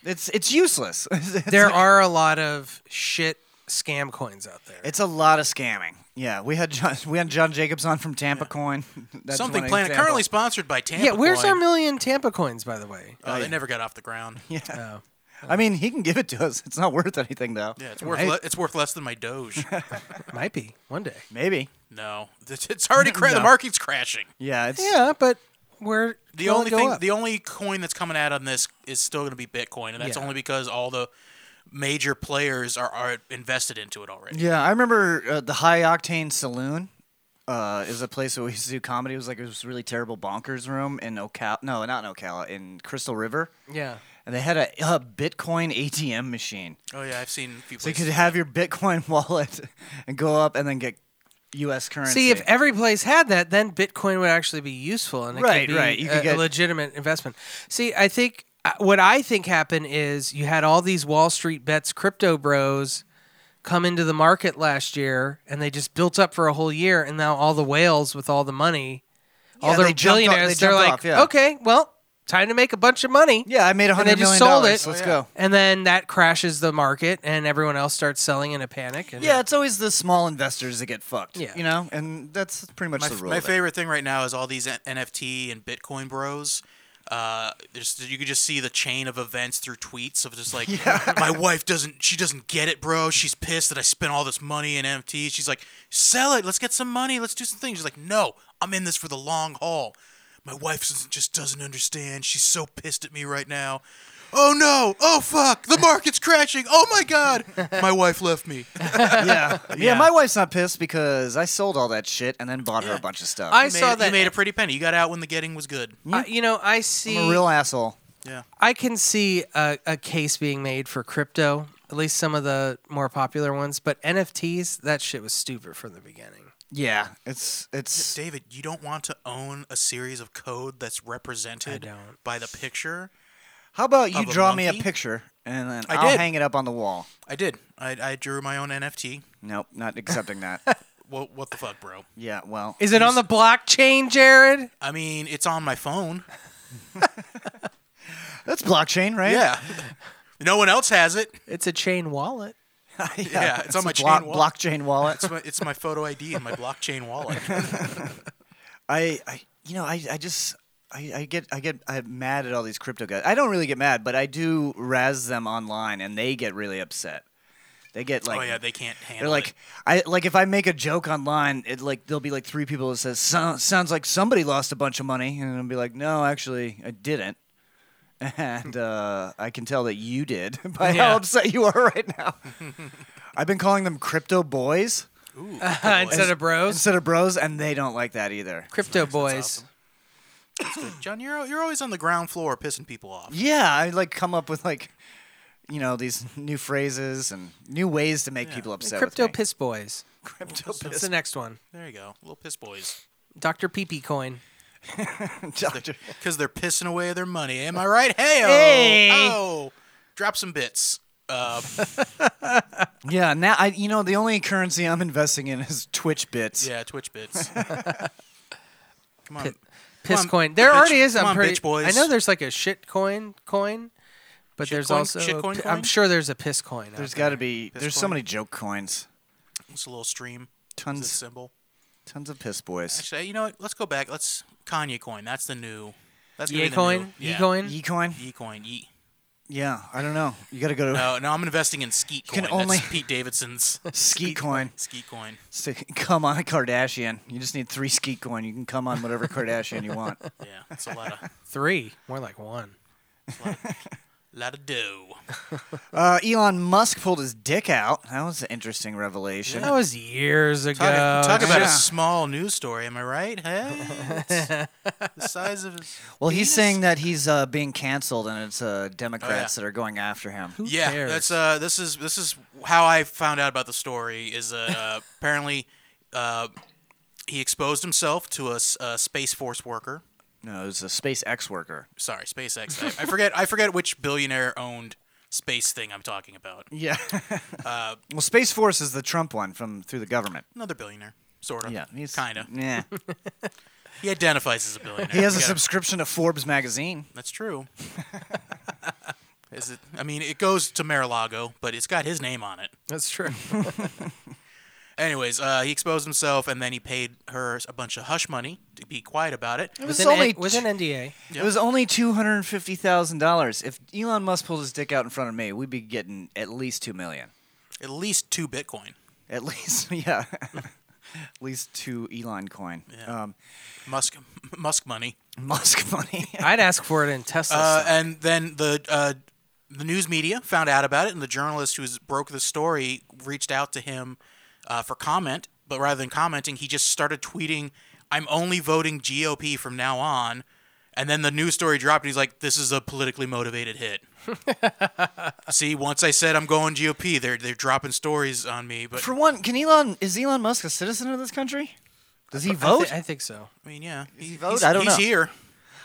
Speaker 1: it's it's useless. It's
Speaker 2: There
Speaker 1: like-
Speaker 2: are a lot of shit scam coins out there.
Speaker 1: It's a lot of scamming. Yeah, we had John, we had John Jacobs on from Tampa Coin. That's
Speaker 7: Something
Speaker 1: one
Speaker 7: Planet
Speaker 1: example.
Speaker 7: currently sponsored by Tampa.
Speaker 2: yeah, where's
Speaker 7: Coin.
Speaker 2: our million Tampa coins, by the way?
Speaker 7: Oh, they never got off the ground. Yeah,
Speaker 2: Oh.
Speaker 1: I mean, he can give it to us. It's not worth anything though.
Speaker 7: it's worth
Speaker 1: Right?
Speaker 7: le- it's worth less than my Doge.
Speaker 2: Might be one day.
Speaker 1: Maybe.
Speaker 7: no, it's, it's already cra- the
Speaker 1: No.
Speaker 7: market's crashing.
Speaker 1: Yeah, it's
Speaker 2: Yeah, but we're
Speaker 7: The
Speaker 2: will it
Speaker 7: only
Speaker 2: go
Speaker 7: thing,
Speaker 2: up?
Speaker 7: the only coin that's coming out on this is still going to be Bitcoin, and that's
Speaker 2: Yeah.
Speaker 7: only because all the major players are, are invested into it already.
Speaker 1: Yeah, I remember uh, the High Octane Saloon. Uh, is a place where we used to do comedy. It was like it was really terrible bonkers room in Ocala. No, not in Ocala, in Crystal River.
Speaker 2: yeah.
Speaker 1: And they had a, a Bitcoin ATM machine,
Speaker 7: Oh yeah, I've seen a few
Speaker 1: so you
Speaker 7: places.
Speaker 1: could have your Bitcoin wallet and go up and then get U.S. currency.
Speaker 2: See, if every place had that, then Bitcoin would actually be useful and it
Speaker 1: Right,
Speaker 2: could be
Speaker 1: right, you
Speaker 2: a,
Speaker 1: could
Speaker 2: a
Speaker 1: get-
Speaker 2: legitimate investment. See, I think uh, what I think happened is you had all these Wall Street bets, crypto bros come into the market last year and they just built up for a whole year and now all the whales with all the money, all
Speaker 1: Yeah,
Speaker 2: the
Speaker 1: they jumped off- they
Speaker 2: billionaires, are
Speaker 1: jumped
Speaker 2: like,
Speaker 1: off, yeah.
Speaker 2: okay, well, time to make a bunch of money.
Speaker 1: yeah, I made a
Speaker 2: And they
Speaker 1: hundred
Speaker 2: just
Speaker 1: million
Speaker 2: sold
Speaker 1: dollars.
Speaker 2: it. Oh,
Speaker 1: Let's go.
Speaker 2: And then that crashes the market and everyone else starts selling in a panic. And
Speaker 1: Yeah, it's always the small investors that get fucked.
Speaker 2: Yeah.
Speaker 1: You know? And that's pretty much
Speaker 7: my
Speaker 1: the rule.
Speaker 7: my
Speaker 1: of it.
Speaker 7: favorite thing right now is all these N- NFT and Bitcoin bros. Uh, there's, you could just see the chain of events through tweets of just like, my wife doesn't, she doesn't get it, bro. She's pissed that I spent all this money in NFTs. She's like, sell it, let's get some money, let's do some things. She's like, no, I'm in this for the long haul. My wife s- just doesn't understand. She's so pissed at me right now. Oh no! Oh fuck! The market's crashing! Oh my god! My wife left me.
Speaker 1: yeah. yeah. my wife's not pissed because I sold all that shit and then bought her a bunch of stuff.
Speaker 2: I
Speaker 7: You
Speaker 2: saw
Speaker 7: made-
Speaker 2: that.
Speaker 7: You made a pretty penny. You got out when the getting was good.
Speaker 2: I- you know, I see.
Speaker 1: am a real asshole.
Speaker 7: Yeah.
Speaker 2: I can see a, a case being made for crypto, at least some of the more popular ones, but NFTs, that shit was stupid from the beginning.
Speaker 1: Yeah. It's it's
Speaker 7: David, you don't want to own a series of code that's represented
Speaker 2: don't.
Speaker 7: by the picture.
Speaker 1: How about you
Speaker 7: Of a
Speaker 1: draw me a
Speaker 7: monkey?
Speaker 1: picture and then
Speaker 7: I
Speaker 1: will
Speaker 7: did.
Speaker 1: hang it up on the wall.
Speaker 7: I did. I, I drew my own NFT.
Speaker 1: Nope, not accepting that.
Speaker 7: What what the fuck, bro?
Speaker 1: yeah, well.
Speaker 2: Is it on the blockchain, Jared?
Speaker 7: I mean, it's on my phone.
Speaker 1: That's blockchain, right?
Speaker 7: Yeah. no one else has it.
Speaker 2: It's a chain wallet.
Speaker 1: yeah,
Speaker 7: it's on my
Speaker 1: a blo-
Speaker 7: chain wallet.
Speaker 1: blockchain wallet.
Speaker 7: It's my, it's my photo ID and my blockchain wallet.
Speaker 1: I, I you know I, I just I, I get I get I'm mad at all these crypto guys. I don't really get mad, but I do razz them online, and they get really upset. They get like
Speaker 7: oh yeah, they can't handle
Speaker 1: they're like
Speaker 7: it.
Speaker 1: I like if I make a joke online, it like there'll be like three people that says "So- sounds like somebody lost a bunch of money, and I'll be like, no, actually I didn't. And uh, I can tell that you did by
Speaker 2: Yeah.
Speaker 1: how upset you are right now. I've been calling them crypto boys
Speaker 2: Instead of bros,
Speaker 1: instead of bros, and they don't like that either.
Speaker 2: crypto boys.
Speaker 7: John, you're you're always on the ground floor pissing people off.
Speaker 1: Yeah, I like come up with like, you know, these new phrases and new ways to make people upset.
Speaker 2: Crypto
Speaker 1: with me.
Speaker 2: piss boys.
Speaker 1: crypto
Speaker 2: What's the next one?
Speaker 7: There you go, little piss boys.
Speaker 2: Dr. PP coin.
Speaker 1: doctor.
Speaker 7: because they're pissing away their money. Am I right? Hey,
Speaker 2: Hey.
Speaker 7: oh, drop some bits. Uh,
Speaker 1: Yeah, now I, you know, the only currency I'm investing in is Twitch bits.
Speaker 7: yeah, Twitch bits. Come on,
Speaker 2: Piss
Speaker 7: on,
Speaker 2: coin. There
Speaker 7: bitch-
Speaker 2: already is.
Speaker 7: come
Speaker 2: I'm
Speaker 7: on,
Speaker 2: pretty.
Speaker 7: bitch boys.
Speaker 2: I know there's like a shit coin coin, But there's
Speaker 7: Shitcoin-
Speaker 2: also
Speaker 7: shitcoin
Speaker 2: i I'm
Speaker 7: coin?
Speaker 2: sure there's a piss coin. Uh,
Speaker 1: There's
Speaker 2: got
Speaker 1: got to be. There's so
Speaker 7: coin.
Speaker 1: many joke coins.
Speaker 7: It's a little stream. It's a
Speaker 1: Tons,
Speaker 7: symbol.
Speaker 1: tons of piss boys.
Speaker 7: Actually, you know what? Let's go back. Let's Kanye coin. That's the new. That's gonna
Speaker 2: Ye
Speaker 7: be the
Speaker 2: coin,
Speaker 7: New,
Speaker 2: Ye
Speaker 7: yeah.
Speaker 2: coin.
Speaker 1: Ye E coin.
Speaker 7: Ye coin. Ye.
Speaker 1: Yeah, I don't know. You got to go to
Speaker 7: No, no, I'm investing in Skeet coin.
Speaker 1: can only-
Speaker 7: That's Pete Davidson's
Speaker 1: ski coin.
Speaker 7: Skeet coin.
Speaker 1: So come on, Kardashian. You just need three ski coin. You can come on whatever Kardashian you want.
Speaker 7: Yeah, it's a lot of,
Speaker 2: Three, more like one.
Speaker 7: lot of dough.
Speaker 1: Uh, Elon Musk pulled his dick out. That was an interesting revelation.
Speaker 2: That was years ago.
Speaker 7: Talk, talk about
Speaker 1: yeah.
Speaker 7: a small news story. Am I right? Hey, it's the size of his.
Speaker 1: Well, he's
Speaker 7: penis.
Speaker 1: saying that he's uh, being canceled, and it's uh, Democrats
Speaker 7: yeah.
Speaker 1: that are going after him.
Speaker 2: Who
Speaker 7: Yeah,
Speaker 2: cares?
Speaker 7: that's uh, this is this is how I found out about the story. Is that uh, apparently uh, he exposed himself to a, s- a space force worker.
Speaker 1: No, it was a SpaceX worker.
Speaker 7: Sorry, SpaceX. I, I forget. I forget which billionaire owned space thing I'm talking about.
Speaker 1: Yeah. Uh, well, Space Force is the Trump one from through the government.
Speaker 7: Another billionaire, sort of.
Speaker 1: Yeah, he's
Speaker 7: kind of.
Speaker 1: Yeah,
Speaker 7: He identifies as a billionaire.
Speaker 1: he has a
Speaker 7: We gotta-
Speaker 1: subscription to Forbes magazine.
Speaker 7: That's true. Is it? I mean, it goes to Mar-a-Lago, but it's got his name on it.
Speaker 2: That's true.
Speaker 7: Anyways, uh, he exposed himself, and then he paid her a bunch of hush money to be quiet about it.
Speaker 1: It
Speaker 2: With
Speaker 1: was
Speaker 2: an,
Speaker 1: only
Speaker 2: N- with an NDA.
Speaker 1: it was only two hundred and fifty thousand dollars. If Elon Musk pulled his dick out in front of me, we'd be getting at least two million.
Speaker 7: At least two Bitcoin.
Speaker 1: At least, yeah. At least two Elon coin. Um,
Speaker 7: Musk, Musk money.
Speaker 1: Musk money.
Speaker 2: I'd ask for it in Tesla.
Speaker 7: Uh,
Speaker 2: stock.
Speaker 7: and then the uh, the news media found out about it, and the journalist who broke the story reached out to him uh, for comment. But rather than commenting, he just started tweeting, "I'm only voting GOP from now on." And then the news story dropped, and he's like, "This is a politically motivated hit." See, once I said I'm going GOP, they're they're dropping stories on me. But
Speaker 1: For one, can Elon is Elon Musk a citizen of this country? Does he
Speaker 2: I, thi-
Speaker 1: vote? I,
Speaker 2: I think so.
Speaker 7: I mean, yeah, he,
Speaker 1: vote?
Speaker 7: he's,
Speaker 1: I don't
Speaker 7: he's
Speaker 1: know.
Speaker 7: here.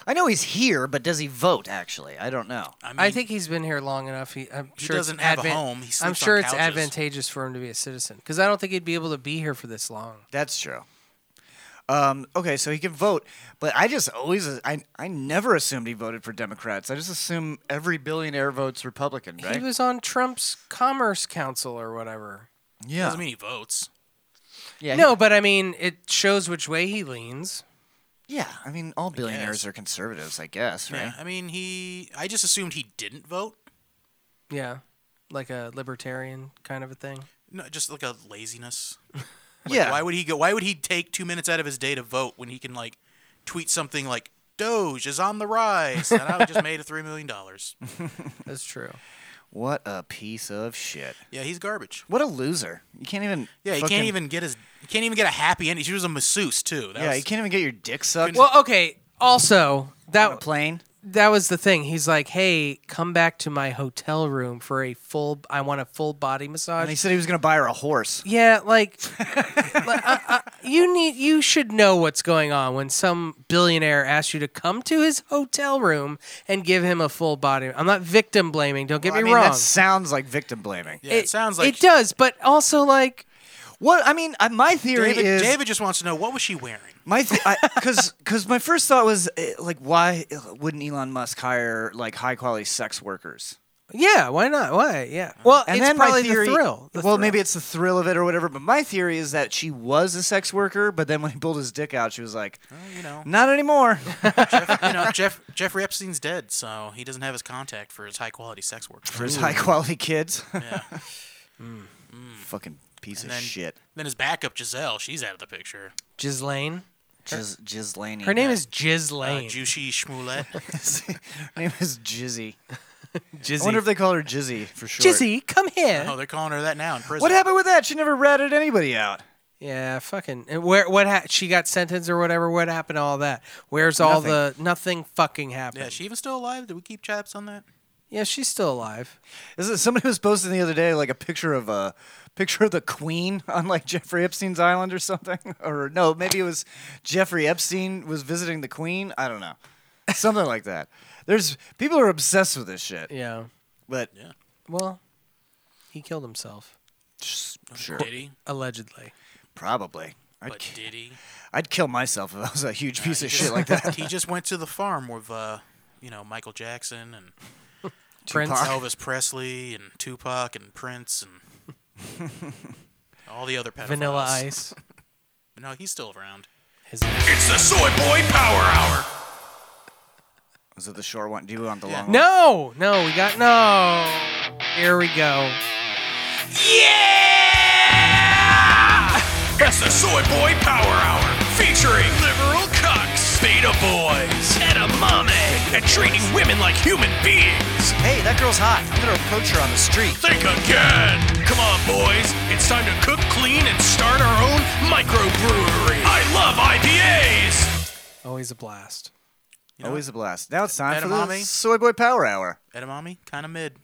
Speaker 1: know he's here, but does he vote? Actually, I don't know.
Speaker 7: I mean,
Speaker 2: I think he's been here long enough. He, I'm
Speaker 7: He
Speaker 2: sure it's
Speaker 7: doesn't have a
Speaker 2: advan-
Speaker 7: home. He
Speaker 2: I'm
Speaker 7: sleeps on
Speaker 2: sure it's
Speaker 7: couches.
Speaker 2: advantageous for him to be a citizen because I don't think he'd be able to be here for this long.
Speaker 1: That's true. Um, okay, so he can vote, but I just always I I never assumed he voted for Democrats. I just assume every billionaire votes Republican, right?
Speaker 2: He was on Trump's Commerce Council or whatever.
Speaker 1: yeah,
Speaker 7: doesn't mean he votes.
Speaker 1: yeah, he-
Speaker 2: No, but I mean, it shows which way he leans.
Speaker 1: yeah. I mean, all billionaires
Speaker 7: guess.
Speaker 1: are conservatives, I guess, right?
Speaker 7: Yeah, I mean, he. I just assumed he didn't vote.
Speaker 2: Yeah, like a libertarian kind of a thing.
Speaker 7: No, just like a laziness. Like,
Speaker 1: yeah.
Speaker 7: Why would he go? Why would he take two minutes out of his day to vote when he can like tweet something like Doge is on the rise and I just made a three million dollars?
Speaker 2: That's true.
Speaker 1: what a piece of shit!
Speaker 7: Yeah, he's garbage.
Speaker 1: What a loser! You can't even.
Speaker 7: Yeah, he
Speaker 1: fucking-
Speaker 7: can't even get his. He can't even get a happy ending. She was a masseuse too. That
Speaker 1: Yeah,
Speaker 7: was,
Speaker 1: you can't even get your dick sucked
Speaker 2: Well, okay. Also,
Speaker 1: on a
Speaker 2: that
Speaker 1: plane.
Speaker 2: that was the thing. He's like, "Hey, come back to my hotel room for a full. I want a full body massage."
Speaker 1: And he said he was gonna buy her a horse.
Speaker 2: Yeah, like, like, uh, uh, you need you should know what's going on when some billionaire asks you to come to his hotel room and give him a full body. I'm not victim blaming. Don't get
Speaker 1: Well, I
Speaker 2: me
Speaker 1: mean,
Speaker 2: wrong.
Speaker 1: that sounds like victim blaming.
Speaker 7: yeah, it, sounds like
Speaker 2: it does, but also like
Speaker 1: What I mean, I, my theory
Speaker 7: David,
Speaker 1: is
Speaker 7: David just wants to know what was she wearing.
Speaker 1: my because because my first thought was eh, like, why wouldn't Elon Musk hire like high quality sex workers?
Speaker 2: yeah, why not? Why? Yeah. Well,
Speaker 1: And
Speaker 2: it's
Speaker 1: then
Speaker 2: probably
Speaker 1: my theory,
Speaker 2: the thrill. the
Speaker 1: well,
Speaker 2: thrill.
Speaker 1: maybe it's the thrill of it or whatever. But my theory is that she was a sex worker, but then when he pulled his dick out, she was like,
Speaker 7: You know,
Speaker 1: not anymore.
Speaker 7: Jeff, you know, Jeff Jeffrey Epstein's dead, so he doesn't have his contact for his high quality sex work.
Speaker 1: For his high quality kids,
Speaker 7: Yeah.
Speaker 2: Mm.
Speaker 1: fucking piece
Speaker 7: And
Speaker 1: of
Speaker 7: then-
Speaker 1: shit.
Speaker 7: Then his backup Giselle, she's out of the picture.
Speaker 2: Ghislaine.
Speaker 1: Jiz, Jizlaney.
Speaker 2: Her name is
Speaker 7: Uh,
Speaker 2: Ghislaine.
Speaker 7: Juicy Schmoulet.
Speaker 1: Her name is Jizzy.
Speaker 2: Jizzy.
Speaker 1: I wonder if they call her Jizzy for sure.
Speaker 2: Jizzy, come
Speaker 1: Uh-huh.
Speaker 2: here.
Speaker 7: oh, they're calling her that now in prison.
Speaker 1: What happened with that? She never ratted anybody out.
Speaker 2: Yeah, fucking. And where what ha- she got sentenced or whatever? What happened to all that? Where's all the nothing fucking happened?
Speaker 7: Yeah, she even still alive? Did we keep chaps on that?
Speaker 2: Yeah, she's still alive.
Speaker 1: Is it somebody was posting the other day like a picture of a picture of the Queen on like Jeffrey Epstein's island or something? Or no, maybe it was Jeffrey Epstein was visiting the Queen. I don't know, something like that. There's people are obsessed with this shit,
Speaker 2: Yeah.
Speaker 1: but
Speaker 2: Well, he killed himself
Speaker 1: sure,
Speaker 7: Did he?
Speaker 2: allegedly.
Speaker 1: probably. I'd,
Speaker 7: But
Speaker 1: ki-
Speaker 7: did he?
Speaker 1: I'd kill myself if I was a huge piece of
Speaker 7: he
Speaker 1: shit like that.
Speaker 7: He just went to the farm with, uh, you know, Michael Jackson and
Speaker 2: Prince.
Speaker 7: Elvis Presley and Tupac and Prince and all the other pedophiles.
Speaker 2: Vanilla Ice.
Speaker 7: No, he's still around.
Speaker 3: It's the Soy Boy Power Hour.
Speaker 1: Was it the short one? Do you want the long one?
Speaker 2: No, no, we got no. Here we go.
Speaker 3: It's the Soy Boy Power Hour, featuring liberal cucks, beta boys, edamame, and treating women like human beings.
Speaker 1: Hey, that girl's hot. I'm gonna approach her on the street.
Speaker 3: Think again. Come on, boys. It's time to cook clean and start our own microbrewery. I love IPAs.
Speaker 2: Always Oh, a blast.
Speaker 7: You know,
Speaker 1: Always a blast. Now it's time for the
Speaker 7: Edamame?
Speaker 1: Soy Boy Power Hour.
Speaker 7: Edamame, kind of mid.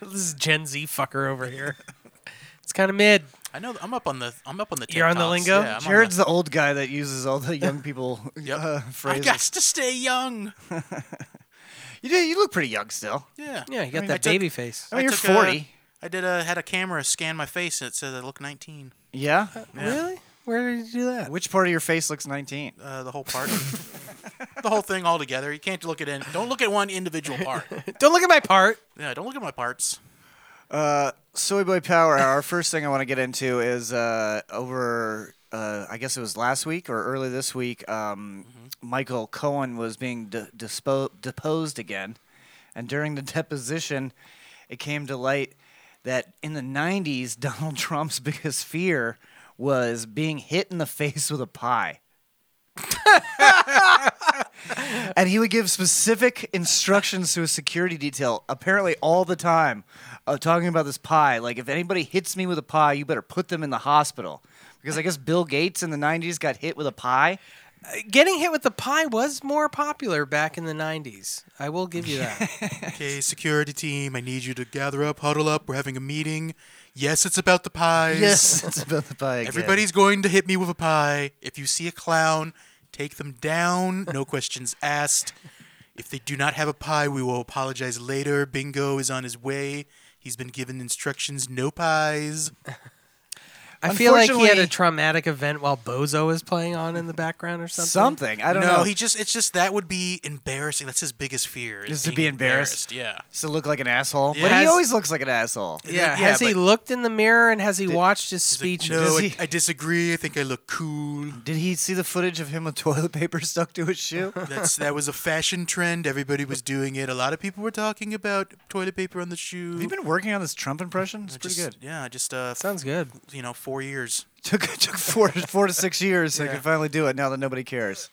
Speaker 2: This is Gen Z fucker over here. It's kind of mid.
Speaker 7: I know. I'm up on the. I'm up on the.
Speaker 2: You're on the
Speaker 7: TikToks.
Speaker 2: lingo?
Speaker 7: Yeah, I'm
Speaker 1: Jared's
Speaker 7: on
Speaker 1: the old guy that uses all the young people uh,
Speaker 7: the, I
Speaker 1: phrases.
Speaker 7: got to stay young.
Speaker 1: You do. You look pretty young still.
Speaker 7: Yeah.
Speaker 2: Yeah, you got
Speaker 7: I
Speaker 2: that
Speaker 7: took-
Speaker 2: baby face.
Speaker 1: I mean, you're
Speaker 7: took
Speaker 1: 40.
Speaker 7: A, I did a had a camera scan my face and it said I look 19.
Speaker 1: Yeah.
Speaker 2: Really? Where did you do that?
Speaker 1: Which part of your face looks 19?
Speaker 7: Uh, the whole part, the whole thing all together. You can't look at in. Don't look at one individual part.
Speaker 2: Don't look at my part.
Speaker 7: Yeah, don't look at my parts.
Speaker 1: Soy Boy Power Hour. First thing I want to get into is uh, over. Uh, I guess it was last week or early this week. Um, Michael Cohen was being d- dispo- deposed again, and during the deposition, it came to light that in the '90s, Donald Trump's biggest fear was being hit in the face with a pie. and he would give specific instructions to his security detail, apparently all the time, uh, talking about this pie. Like, if anybody hits me with a pie, you better put them in the hospital. Because I guess Bill Gates in the 90s got hit with a pie.
Speaker 2: Getting hit with the pie was more popular back in the 90s. I will give you that.
Speaker 7: Okay, security team, I need you to gather up, huddle up. We're having a meeting. Yes, it's about the pies.
Speaker 1: it's about the pie. Again.
Speaker 7: Everybody's going to hit me with a pie. If you see a clown, take them down. No questions asked. If they do not have a pie, we will apologize later. Bingo is on his way. He's been given instructions no pies.
Speaker 2: I feel like he had a
Speaker 1: Unfortunately-
Speaker 2: traumatic event while Bozo was playing on in the background or something.
Speaker 1: something. I don't
Speaker 7: no,
Speaker 1: know.
Speaker 7: he just it's just that would be embarrassing. That's his biggest fear.
Speaker 1: Is to be embarrassed.
Speaker 7: Yeah.
Speaker 1: Just to look like an asshole.
Speaker 7: Yeah.
Speaker 1: But he
Speaker 2: Has-
Speaker 1: always looks like an asshole.
Speaker 2: Yeah.
Speaker 7: Yeah,
Speaker 2: has he
Speaker 7: but-
Speaker 2: looked in the mirror and has he watched his
Speaker 7: He's like,
Speaker 2: speech?
Speaker 7: no,
Speaker 1: Does
Speaker 7: I,
Speaker 1: he-
Speaker 7: I disagree. I think I look cool.
Speaker 1: Did he see the footage of him with toilet paper stuck to his shoe?
Speaker 7: That's that was a fashion trend. Everybody was doing it. A lot of people were talking about toilet paper on the shoe.
Speaker 1: Have you been working on this Trump impression? It's
Speaker 7: I
Speaker 1: pretty
Speaker 7: just-
Speaker 1: good.
Speaker 7: Yeah, I just uh,
Speaker 2: Sounds good.
Speaker 7: you know, four years.
Speaker 1: Took took four four to six years so I could finally do it now that nobody cares.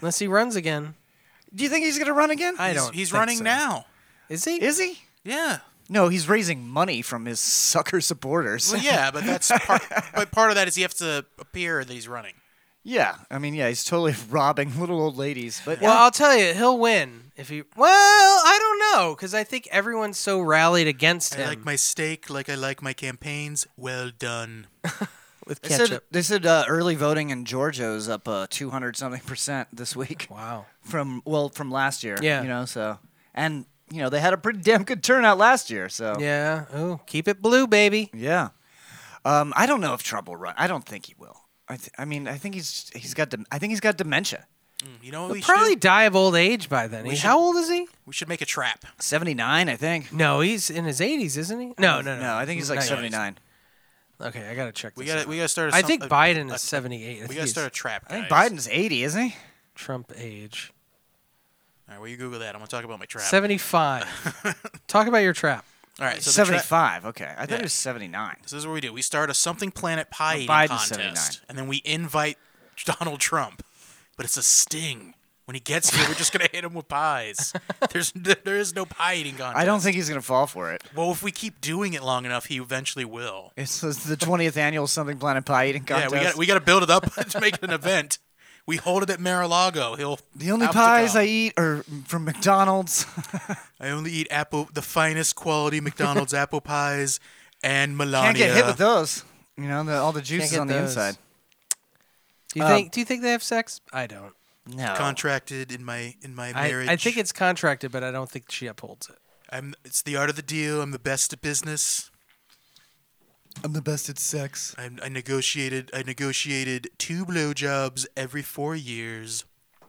Speaker 2: Unless he runs again.
Speaker 1: Do you think he's gonna run again?
Speaker 2: I
Speaker 7: He's-
Speaker 2: don't.
Speaker 7: He's
Speaker 2: think
Speaker 7: running
Speaker 2: so.
Speaker 7: now.
Speaker 2: Is he?
Speaker 1: Is he?
Speaker 7: Yeah.
Speaker 1: No, he's raising money from his sucker supporters.
Speaker 7: Well, yeah, but that's part, but part of that is he has to appear that he's running.
Speaker 1: yeah, I mean, yeah, he's totally robbing little old ladies. But
Speaker 2: Well, I'll tell you, he'll win if he. Well, I don't know because I think everyone's so rallied against
Speaker 7: I
Speaker 2: him
Speaker 7: like my steak like I like my campaigns. Well done.
Speaker 2: with
Speaker 1: they said,
Speaker 2: ketchup.
Speaker 1: they said uh, early voting in Georgia was up uh, two hundred something percent this week
Speaker 2: wow.
Speaker 1: from well from last year.
Speaker 2: Yeah.
Speaker 1: you know, so and you know they had a pretty damn good turnout last year. So
Speaker 2: Yeah. Oh, keep it blue, baby.
Speaker 1: Yeah. Um, I don't know if Trump will run. I don't think he will. I, th- I mean, I think he's he's got dem- I think he's got dementia.
Speaker 7: Hmm, You know what we
Speaker 2: He'll probably
Speaker 7: should do?
Speaker 2: die of old age by then.
Speaker 7: should-
Speaker 2: How old is he?
Speaker 7: We should make a trap.
Speaker 1: Seventy nine, I think.
Speaker 2: No, he's in his 80s, isn't he? No, no, no.
Speaker 1: No, I think he's like
Speaker 2: Not yet.
Speaker 1: seventy nine.
Speaker 2: Okay, I gotta check. This
Speaker 7: We got
Speaker 2: out.
Speaker 7: to we got to start. A
Speaker 2: I
Speaker 7: some-
Speaker 2: think
Speaker 7: a-
Speaker 2: Biden is
Speaker 7: a-
Speaker 2: 78. I
Speaker 7: We
Speaker 2: think
Speaker 7: got to
Speaker 2: he's
Speaker 7: start a trap.
Speaker 1: I think
Speaker 7: guys.
Speaker 1: Biden's eighty, isn't he?
Speaker 2: Trump age.
Speaker 7: All right, well, you Google that. I'm gonna talk about my trap.
Speaker 2: 75. Talk about your trap.
Speaker 7: All right, so the
Speaker 1: seventy
Speaker 7: trap-
Speaker 1: five. Okay, I thought
Speaker 7: Yeah.
Speaker 1: it was seventy nine.
Speaker 7: So this is what we do. We start a something planet pie eating
Speaker 1: Biden's
Speaker 7: contest,
Speaker 1: 79.
Speaker 7: and then we invite Donald Trump. But it's a sting. When he gets here, we're just gonna hit him with pies. There's there is no pie eating contest.
Speaker 1: I don't think he's gonna fall for it.
Speaker 7: Well, if we keep doing it long enough, he eventually will.
Speaker 1: It's it's the twentieth annual something planet pie eating contest.
Speaker 7: Yeah, we got we got to build it up to make it an event. We hold it at Mar-a-Lago. He'll
Speaker 1: the only
Speaker 7: have to
Speaker 1: pies
Speaker 7: come.
Speaker 1: I eat are from McDonald's.
Speaker 7: I only eat apple the finest quality McDonald's apple pies and Melania.
Speaker 1: Can't get hit with those. You know, the, all the juice is
Speaker 2: Can't get
Speaker 1: on the
Speaker 2: those.
Speaker 1: inside.
Speaker 2: Do you
Speaker 1: Um,
Speaker 2: think? Do you think they have sex? I don't.
Speaker 1: No.
Speaker 7: Contracted in my in my
Speaker 2: I,
Speaker 7: marriage.
Speaker 2: I think it's contracted, but I don't think she upholds it.
Speaker 7: I'm it's the art of the deal. I'm the best at business.
Speaker 1: I'm the best at sex.
Speaker 7: I'm, I negotiated I negotiated two blowjobs every four years.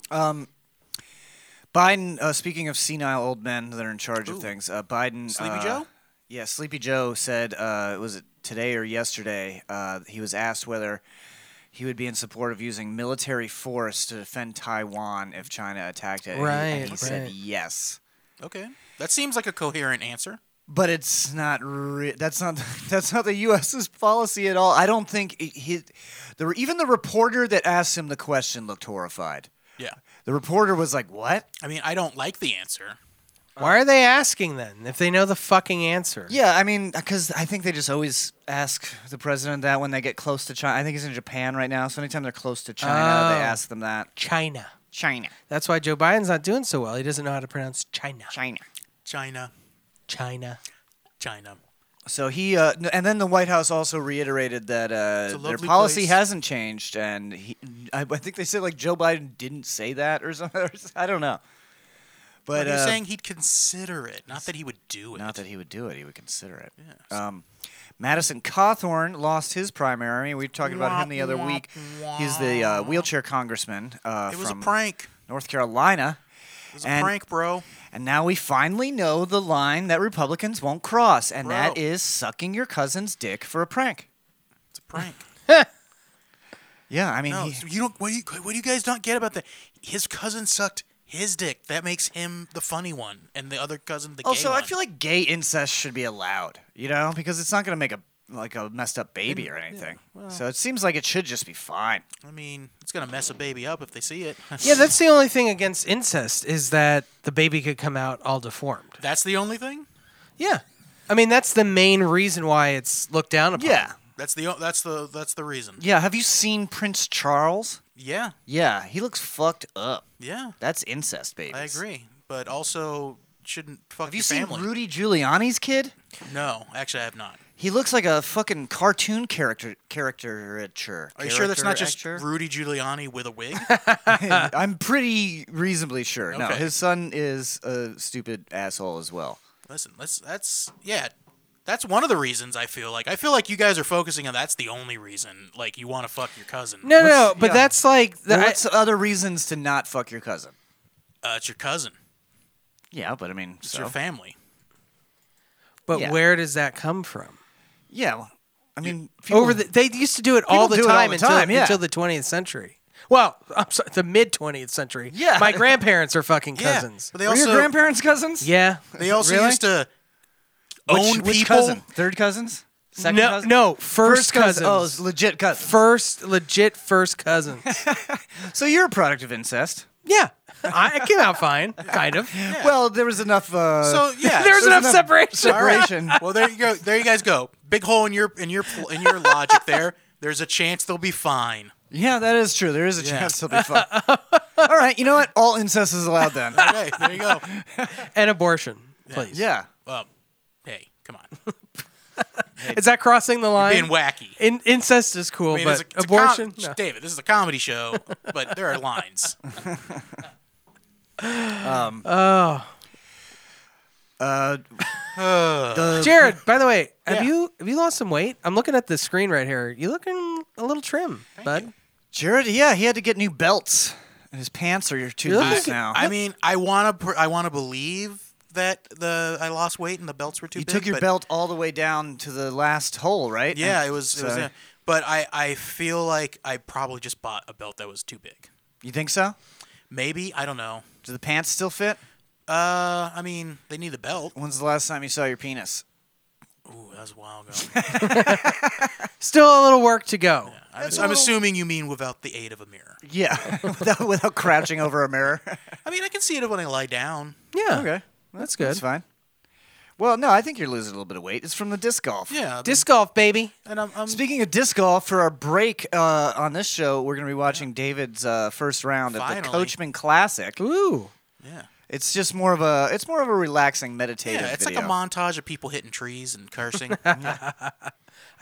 Speaker 1: Biden. Uh, speaking of senile old men that are in charge of things, uh, Biden.
Speaker 7: Sleepy
Speaker 1: uh,
Speaker 7: Joe?
Speaker 1: Yeah, Sleepy Joe said, uh, was it today or yesterday? Uh, he was asked whether he would be in support of using military force to defend Taiwan if China attacked it. And he- and
Speaker 2: Right,
Speaker 1: he said
Speaker 2: right.
Speaker 1: yes.
Speaker 7: Okay. That seems like a coherent answer.
Speaker 1: But it's not. Re- that's not. That's not the U.S.'s policy at all. I don't think he. he- the, even the reporter that asked him the question looked horrified.
Speaker 7: Yeah.
Speaker 1: The reporter was like, "What?
Speaker 7: I mean, I don't like the answer.
Speaker 2: Why are they asking then if they know the fucking answer?
Speaker 1: Uh, Yeah, I mean, because I think they just always ask the president that when they get close to China. I think he's in Japan right now, so anytime they're close to China, they
Speaker 2: Oh.
Speaker 1: ask them that.
Speaker 2: China.
Speaker 1: China,
Speaker 2: That's why Joe Biden's not doing so well. He doesn't know how to pronounce China.
Speaker 1: China.
Speaker 7: China.
Speaker 2: China.
Speaker 7: China.
Speaker 1: So he, uh, n- and then the White House also reiterated that uh,
Speaker 7: a
Speaker 1: their
Speaker 7: lovely
Speaker 1: policy
Speaker 7: place.
Speaker 1: hasn't changed, and he, I, I think they said like Joe Biden didn't say that or something. or s- I don't know,
Speaker 7: But
Speaker 1: but
Speaker 7: he was
Speaker 1: uh,
Speaker 7: saying he'd consider it, not that he would do it.
Speaker 1: not that he would do it, he would consider it. Um, Madison Cawthorn lost his primary. We were talking about him the other week. He's the uh, wheelchair congressman uh,
Speaker 7: it was a
Speaker 1: from
Speaker 7: prank.
Speaker 1: North Carolina.
Speaker 7: It was a
Speaker 1: and-
Speaker 7: prank, bro.
Speaker 1: And now we finally know the line that Republicans won't cross, and that
Speaker 7: Bro.
Speaker 1: is sucking your cousin's dick for a prank.
Speaker 7: It's a prank.
Speaker 1: Yeah, I mean,
Speaker 7: No,
Speaker 1: he-
Speaker 7: so you don't. What do you, what do you guys not get about that? His cousin sucked his dick. That makes him the funny one, and the other cousin the gay
Speaker 1: also, Oh, I
Speaker 7: one.
Speaker 1: feel like gay incest should be allowed, you know, because it's not going to make a like a messed up baby or anything. so it seems like it should just be fine.
Speaker 7: I mean, it's gonna mess a baby up if they see it.
Speaker 2: Yeah, that's the only thing against incest is that the baby could come out all deformed.
Speaker 7: That's the only thing.
Speaker 2: Yeah. I mean, that's the main reason why it's looked down upon.
Speaker 1: Yeah,
Speaker 7: That's the o- that's the that's the reason.
Speaker 1: yeah. Have you seen Prince Charles?
Speaker 7: Yeah,
Speaker 1: Yeah, he looks fucked up.
Speaker 7: yeah,
Speaker 1: That's incest, baby.
Speaker 7: I agree. But also, shouldn't fuck
Speaker 1: Have you
Speaker 7: your
Speaker 1: seen
Speaker 7: family.
Speaker 1: Rudy Giuliani's kid?
Speaker 7: No, actually, I have not.
Speaker 1: He looks like a fucking cartoon character caricature.
Speaker 7: Are you sure that's not just
Speaker 1: Character-acture?
Speaker 7: Rudy Giuliani with a wig?
Speaker 1: I'm pretty reasonably sure. No,
Speaker 7: Okay.
Speaker 1: his son is a stupid asshole as well.
Speaker 7: Listen, let's, that's yeah. That's one of the reasons I feel like I feel like you guys are focusing on that's the only reason like you want to fuck your cousin.
Speaker 2: No, no, no,
Speaker 1: What's-
Speaker 2: but
Speaker 1: yeah.
Speaker 2: that's like the,
Speaker 1: Well,
Speaker 2: I-
Speaker 1: what's other reasons to not fuck your cousin?
Speaker 7: Uh, it's your cousin.
Speaker 1: Yeah, but I mean,
Speaker 7: It's
Speaker 1: so.
Speaker 7: your family.
Speaker 2: but
Speaker 1: yeah.
Speaker 2: where does that come from?
Speaker 1: yeah, well, I mean, people-
Speaker 2: Over the, they used to do it all the
Speaker 1: do it all
Speaker 2: time,
Speaker 1: the
Speaker 2: until,
Speaker 1: time, yeah.
Speaker 2: until the 20th century. Well, I'm sorry, the mid 20th century.
Speaker 1: Yeah.
Speaker 2: My grandparents are fucking
Speaker 7: Yeah,
Speaker 2: cousins.
Speaker 7: but they
Speaker 1: were
Speaker 7: also
Speaker 1: your grandparents cousins?
Speaker 2: Yeah.
Speaker 7: they also
Speaker 2: Really?
Speaker 7: used to
Speaker 1: Which,
Speaker 7: own
Speaker 1: which
Speaker 7: people.
Speaker 1: cousin? Third cousins? Second
Speaker 2: no,
Speaker 1: cousin?
Speaker 2: no, first, cousins.
Speaker 1: Oh, it's legit cousin.
Speaker 2: first, legit first cousins.
Speaker 1: So you're a product of incest.
Speaker 2: yeah. I, I came out fine, kind of.
Speaker 1: Well, there was enough. Uh,
Speaker 7: So yeah,
Speaker 2: There's enough separation.
Speaker 1: separation.
Speaker 7: well there you go. There you guys go. Big hole in your in your pl- in your logic there. There's a chance they'll be fine.
Speaker 1: yeah, that is true. There is a chance it'll be fun. all right, you know what? All incest is allowed then.
Speaker 7: Okay, there you go.
Speaker 2: And abortion, please.
Speaker 1: Yeah.
Speaker 7: Well, hey, come on.
Speaker 2: Is that crossing the line?
Speaker 7: Being wacky.
Speaker 2: In, incest is cool,
Speaker 7: I mean,
Speaker 2: but
Speaker 7: it's a- it's a com-
Speaker 2: abortion. no.
Speaker 7: David, this is a comedy show, but there are lines.
Speaker 2: Jared, by the way, have
Speaker 7: Yeah.
Speaker 2: you have you lost some weight? I'm looking at the screen right here. You looking a little trim, bud.
Speaker 1: Jared, yeah, he had to get new belts, and his pants are too
Speaker 2: Really?
Speaker 1: loose now.
Speaker 7: I mean, I wanna, pr- I wanna believe that the I lost weight and the belts were too
Speaker 1: you
Speaker 7: big.
Speaker 1: took your
Speaker 7: but
Speaker 1: belt all the way down to the last hole, right?
Speaker 7: Yeah,
Speaker 1: And
Speaker 7: it was. It was
Speaker 1: so-
Speaker 7: yeah. But I, I feel like I probably just bought a belt that was too big.
Speaker 1: You think so?
Speaker 7: Maybe I don't know.
Speaker 1: Do the pants still fit?
Speaker 7: Uh, I mean, they need a belt.
Speaker 1: When's the last time you saw your penis?
Speaker 7: Ooh, that was a while ago.
Speaker 2: Still a little work to go.
Speaker 7: I'm, I'm assuming you mean without the aid of a mirror.
Speaker 1: Yeah, without, without crouching over a mirror.
Speaker 7: I mean, I can see it when I lie down.
Speaker 2: Yeah.
Speaker 1: okay,
Speaker 2: That's good.
Speaker 1: that's fine. Well, no, I think you're losing a little bit of weight. It's from the disc golf.
Speaker 7: Yeah, I mean,
Speaker 2: Disc golf, baby.
Speaker 7: and I'm, I'm
Speaker 1: Speaking of disc golf, for our break uh, on this show, we're going to be watching David's uh, first round at the
Speaker 7: Finally.
Speaker 1: Coachman Classic.
Speaker 2: Ooh.
Speaker 7: yeah,
Speaker 1: It's just more of a it's more of a relaxing meditative.
Speaker 7: yeah. It's like a
Speaker 1: video.
Speaker 7: montage of people hitting trees and cursing.
Speaker 2: I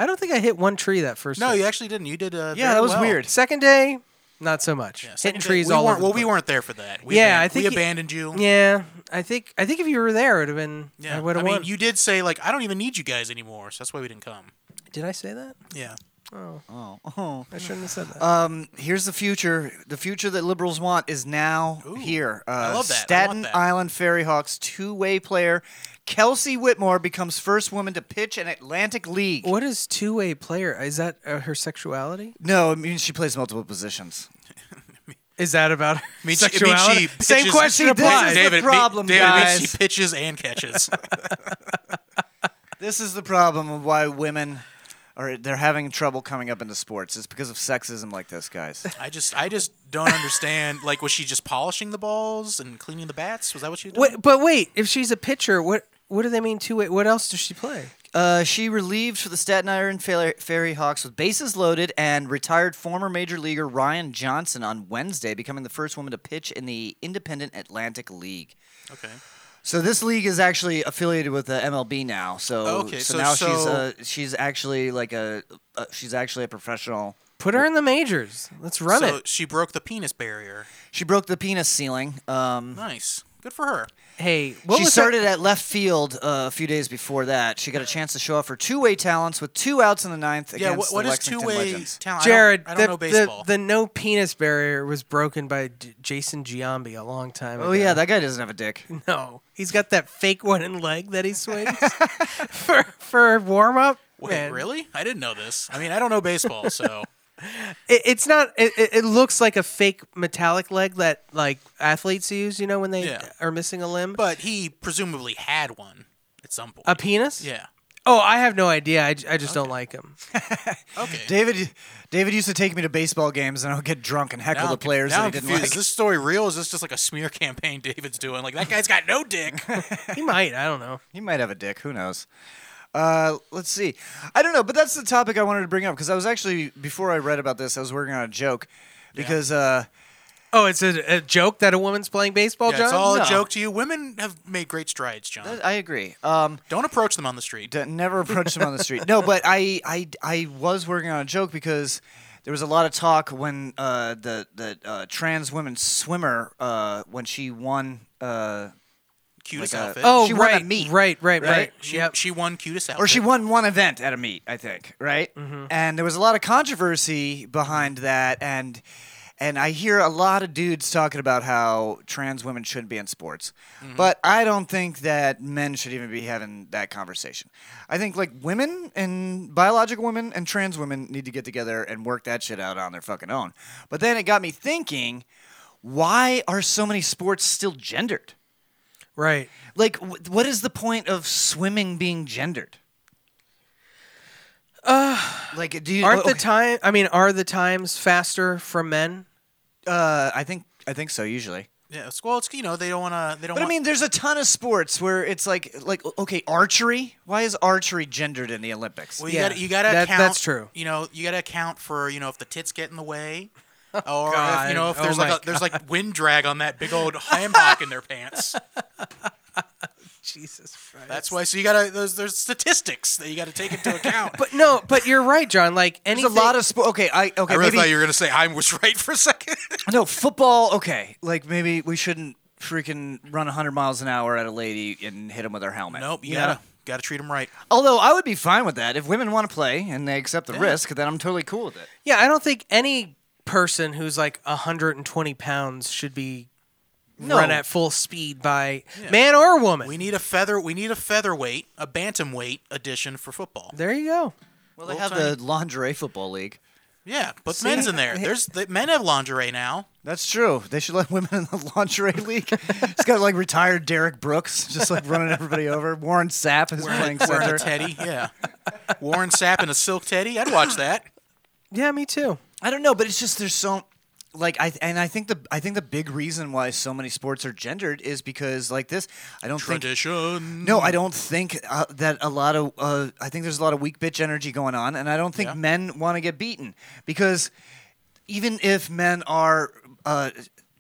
Speaker 2: don't think I hit one tree that first
Speaker 7: no,
Speaker 2: day.
Speaker 7: you actually didn't. You did. Uh,
Speaker 1: Yeah,
Speaker 7: very
Speaker 1: that was
Speaker 7: well.
Speaker 1: weird.
Speaker 2: Second day, not so much.
Speaker 7: Yeah,
Speaker 2: Hitting
Speaker 7: second day-
Speaker 2: trees
Speaker 7: we
Speaker 2: all
Speaker 7: weren't-
Speaker 2: over.
Speaker 7: Well,
Speaker 2: the
Speaker 7: we
Speaker 2: place.
Speaker 7: weren't there for that. We
Speaker 2: Yeah,
Speaker 7: aban-
Speaker 2: I think
Speaker 7: we
Speaker 2: you-
Speaker 7: abandoned you.
Speaker 2: Yeah, I think I think if you were there, it would have been.
Speaker 7: Yeah.
Speaker 2: I would
Speaker 7: I
Speaker 2: have
Speaker 7: mean,
Speaker 2: won.
Speaker 7: you did say like I don't even need you guys anymore, so that's why we didn't come.
Speaker 2: Did I say that?
Speaker 7: Yeah.
Speaker 2: I shouldn't have said that.
Speaker 1: Here's the future. The future that liberals want is now here. Uh,
Speaker 7: love that. I
Speaker 1: Staten
Speaker 7: want that.
Speaker 1: Island Ferry Hawks two-way player Kelsey Whitmore becomes first woman to pitch an Atlantic League.
Speaker 2: what is two-way player? Is that uh, her sexuality?
Speaker 1: No, it means she plays multiple positions.
Speaker 2: Is that about her
Speaker 7: Means she- it means she
Speaker 2: sexuality? Same
Speaker 7: pitches-
Speaker 2: question
Speaker 1: See, this
Speaker 2: applies.
Speaker 1: is-
Speaker 7: David,
Speaker 1: the problem,
Speaker 7: David,
Speaker 1: guys.
Speaker 7: She pitches and catches.
Speaker 1: This is the problem of why women are they're having trouble coming up into sports. It's because of sexism like this, guys.
Speaker 7: I just, I just don't understand. Like, was she just polishing the balls and cleaning the bats? Was that what she did?
Speaker 2: Wait, but wait, if she's a pitcher, what what do they mean two-way? What else does she play?
Speaker 1: Uh, she relieved for the Staten Island Fer- Ferry Hawks with bases loaded and retired former major leaguer Ryan Johnson on Wednesday, becoming the first woman to pitch in the Independent Atlantic League.
Speaker 7: Okay.
Speaker 1: So this league is actually affiliated with the MLB now. So,
Speaker 7: Okay,
Speaker 1: so,
Speaker 7: so-
Speaker 1: now she's
Speaker 7: so-
Speaker 1: uh, she's actually like a uh, she's actually a professional.
Speaker 2: Put her in the majors. Let's run
Speaker 7: so
Speaker 2: it.
Speaker 7: she broke the penis barrier.
Speaker 1: She broke the penis ceiling. Um,
Speaker 7: Nice. Good for her.
Speaker 2: Hey, what
Speaker 1: she
Speaker 2: was
Speaker 1: started at left field uh, a few days before that. She got a chance to show off her two-way talents with two outs in the ninth
Speaker 7: Yeah.
Speaker 1: against
Speaker 7: What, what
Speaker 1: the
Speaker 7: is
Speaker 1: Lexington
Speaker 7: two way
Speaker 1: Legends.
Speaker 7: talent?
Speaker 2: that? Jared?
Speaker 7: I
Speaker 2: the,
Speaker 7: don't, I don't
Speaker 2: the-
Speaker 7: know baseball.
Speaker 2: The, no penis barrier was broken by D- Jason Giambi a long time ago.
Speaker 1: Oh yeah, that guy doesn't have a dick.
Speaker 2: no, he's got that fake one in leg that he swings for for warm up.
Speaker 7: Wait, really? I didn't know this. I mean, I don't know baseball, so
Speaker 2: It, it's not. It, it- it looks like a fake metallic leg that like athletes use. You know when they
Speaker 7: Yeah.
Speaker 2: are missing a limb.
Speaker 7: but he presumably had one at some point.
Speaker 2: a penis.
Speaker 7: yeah.
Speaker 2: Oh, I have no idea. I, j- I just don't like him.
Speaker 7: Okay.
Speaker 1: David, David used to take me to baseball games, and I would get drunk and heckle
Speaker 7: Now
Speaker 1: the
Speaker 7: I'm-
Speaker 1: players
Speaker 7: now
Speaker 1: that I
Speaker 7: I'm
Speaker 1: didn't
Speaker 7: confused.
Speaker 1: like.
Speaker 7: Is this story real? Or is this just like a smear campaign David's doing? Like that guy's got no dick.
Speaker 2: He might. I don't know.
Speaker 1: He might have a dick. Who knows? Uh, let's see. I don't know, but that's the topic I wanted to bring up because I was actually before I read about this, I was working on a joke because uh,
Speaker 2: Oh, it's a, a joke that a woman's playing baseball,
Speaker 7: Yeah,
Speaker 2: John.
Speaker 7: it's all
Speaker 1: No.
Speaker 7: a joke to you. Women have made great strides, John.
Speaker 1: I agree. Um,
Speaker 7: Don't approach them on the street.
Speaker 1: d- never approach him on the street. No, but I, I, I was working on a joke because there was a lot of talk when uh, the the uh, trans women swimmer uh, when she won. Uh,
Speaker 7: Cutest
Speaker 1: like a-
Speaker 7: outfit.
Speaker 2: oh,
Speaker 1: She won a
Speaker 2: right,
Speaker 1: meet,
Speaker 2: right, right, right,
Speaker 1: right?
Speaker 7: she,
Speaker 2: Yep.
Speaker 7: she won cutest outfit.
Speaker 1: or she won one event at a meet, I think, right? And there was a lot of controversy behind that, and and I hear a lot of dudes talking about how trans women shouldn't be in sports, but I don't think that men should even be having that conversation. I think like women and biological women and trans women need to get together and work that shit out on their fucking own. But then it got me thinking, why are so many sports still gendered?
Speaker 2: right.
Speaker 1: Like, w- what is the point of swimming being gendered? Uh, like, do you?
Speaker 2: Aren't the
Speaker 1: okay,
Speaker 2: time? I mean, are the times faster for men?
Speaker 1: uh, I think I think so usually.
Speaker 7: Yeah, it's- well, it's you know they don't want to. They don't.
Speaker 1: But I
Speaker 7: want,
Speaker 1: mean, there's a ton of sports where it's like, like, okay, archery. Why is archery gendered in the Olympics?
Speaker 7: well, you
Speaker 2: yeah,
Speaker 7: gotta you gotta
Speaker 2: that-
Speaker 7: account.
Speaker 2: that's true.
Speaker 7: You know you gotta account for you know if the tits get in the way, or if,
Speaker 2: God.
Speaker 7: you know if
Speaker 2: Oh
Speaker 7: there's
Speaker 2: my
Speaker 7: like a, there's like wind drag on that big old ham hock in their pants.
Speaker 2: Jesus Christ.
Speaker 7: That's why. So you gotta there's there's statistics that you gotta take into account.
Speaker 2: But no, but you're right, John. Like
Speaker 1: there's a
Speaker 2: anything.
Speaker 1: lot of sport. Okay, I okay.
Speaker 7: I really
Speaker 1: maybe,
Speaker 7: thought you were gonna say I was right for a second.
Speaker 1: no football. Okay, like maybe we shouldn't freaking run 100 miles an hour at a lady and hit them with her helmet.
Speaker 7: nope, you
Speaker 1: know?
Speaker 7: gotta gotta treat them right.
Speaker 1: Although I would be fine with that if women want to play and they accept the risk, then I'm totally cool with it.
Speaker 2: Yeah, I don't think any person who's like 120 pounds should be run at full speed by man or woman.
Speaker 7: We need a feather. We need a featherweight, a bantamweight edition for football.
Speaker 2: there you go.
Speaker 1: Well, they have the lingerie football league.
Speaker 7: Yeah, put men's in there. There's the, men have lingerie now.
Speaker 1: That's true. They should let women in the lingerie league. it's got like retired Derek Brooks just like running everybody over. Warren Sapp is playing
Speaker 7: Wearing
Speaker 1: center.
Speaker 7: a teddy, yeah. Warren Sapp in a silk teddy. I'd watch that.
Speaker 2: Yeah, me too.
Speaker 1: I don't know, but it's just there's so like I and I think the I think the big reason why so many sports are gendered is because like this I don't think
Speaker 7: Tradition.
Speaker 2: Mm-hmm.
Speaker 1: No, I don't think uh, that a lot of. Uh, I think there's a lot of weak bitch energy going on, and I don't think
Speaker 7: Yeah.
Speaker 1: men want to get beaten because even if men are uh,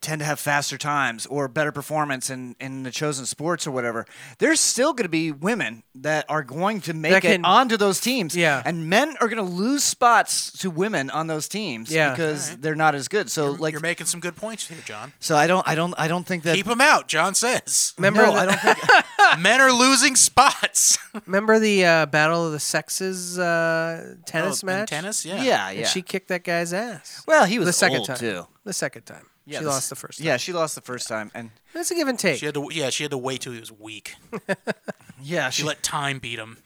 Speaker 1: tend to have faster times or better performance in, in the chosen sports or whatever, there's still going to be women that are going to make
Speaker 2: That can-
Speaker 1: it onto those teams.
Speaker 2: Yeah.
Speaker 1: And men are going to lose spots to women on those teams
Speaker 2: Yeah.
Speaker 1: because they're not as good. So like
Speaker 7: You're making some good points here, John.
Speaker 1: so I don't I don't I don't think that
Speaker 7: Keep them out, John says.
Speaker 2: Remember
Speaker 1: No,
Speaker 2: the,
Speaker 1: I don't think
Speaker 7: Men are losing spots.
Speaker 2: remember the uh, battle of the sexes uh, tennis
Speaker 7: Oh, in
Speaker 2: match?
Speaker 7: Tennis, yeah.
Speaker 1: Yeah,
Speaker 2: And
Speaker 1: yeah.
Speaker 2: she kicked that guy's ass.
Speaker 1: well, he was
Speaker 2: the second
Speaker 1: old
Speaker 2: time
Speaker 1: too.
Speaker 2: The second time.
Speaker 1: Yeah,
Speaker 2: she
Speaker 1: this-
Speaker 2: lost the first time.
Speaker 1: Yeah, she lost the first time and
Speaker 2: It's a give and take.
Speaker 7: She had to, yeah, she had to wait till he was weak.
Speaker 1: yeah,
Speaker 7: She
Speaker 1: she,
Speaker 7: let time beat him.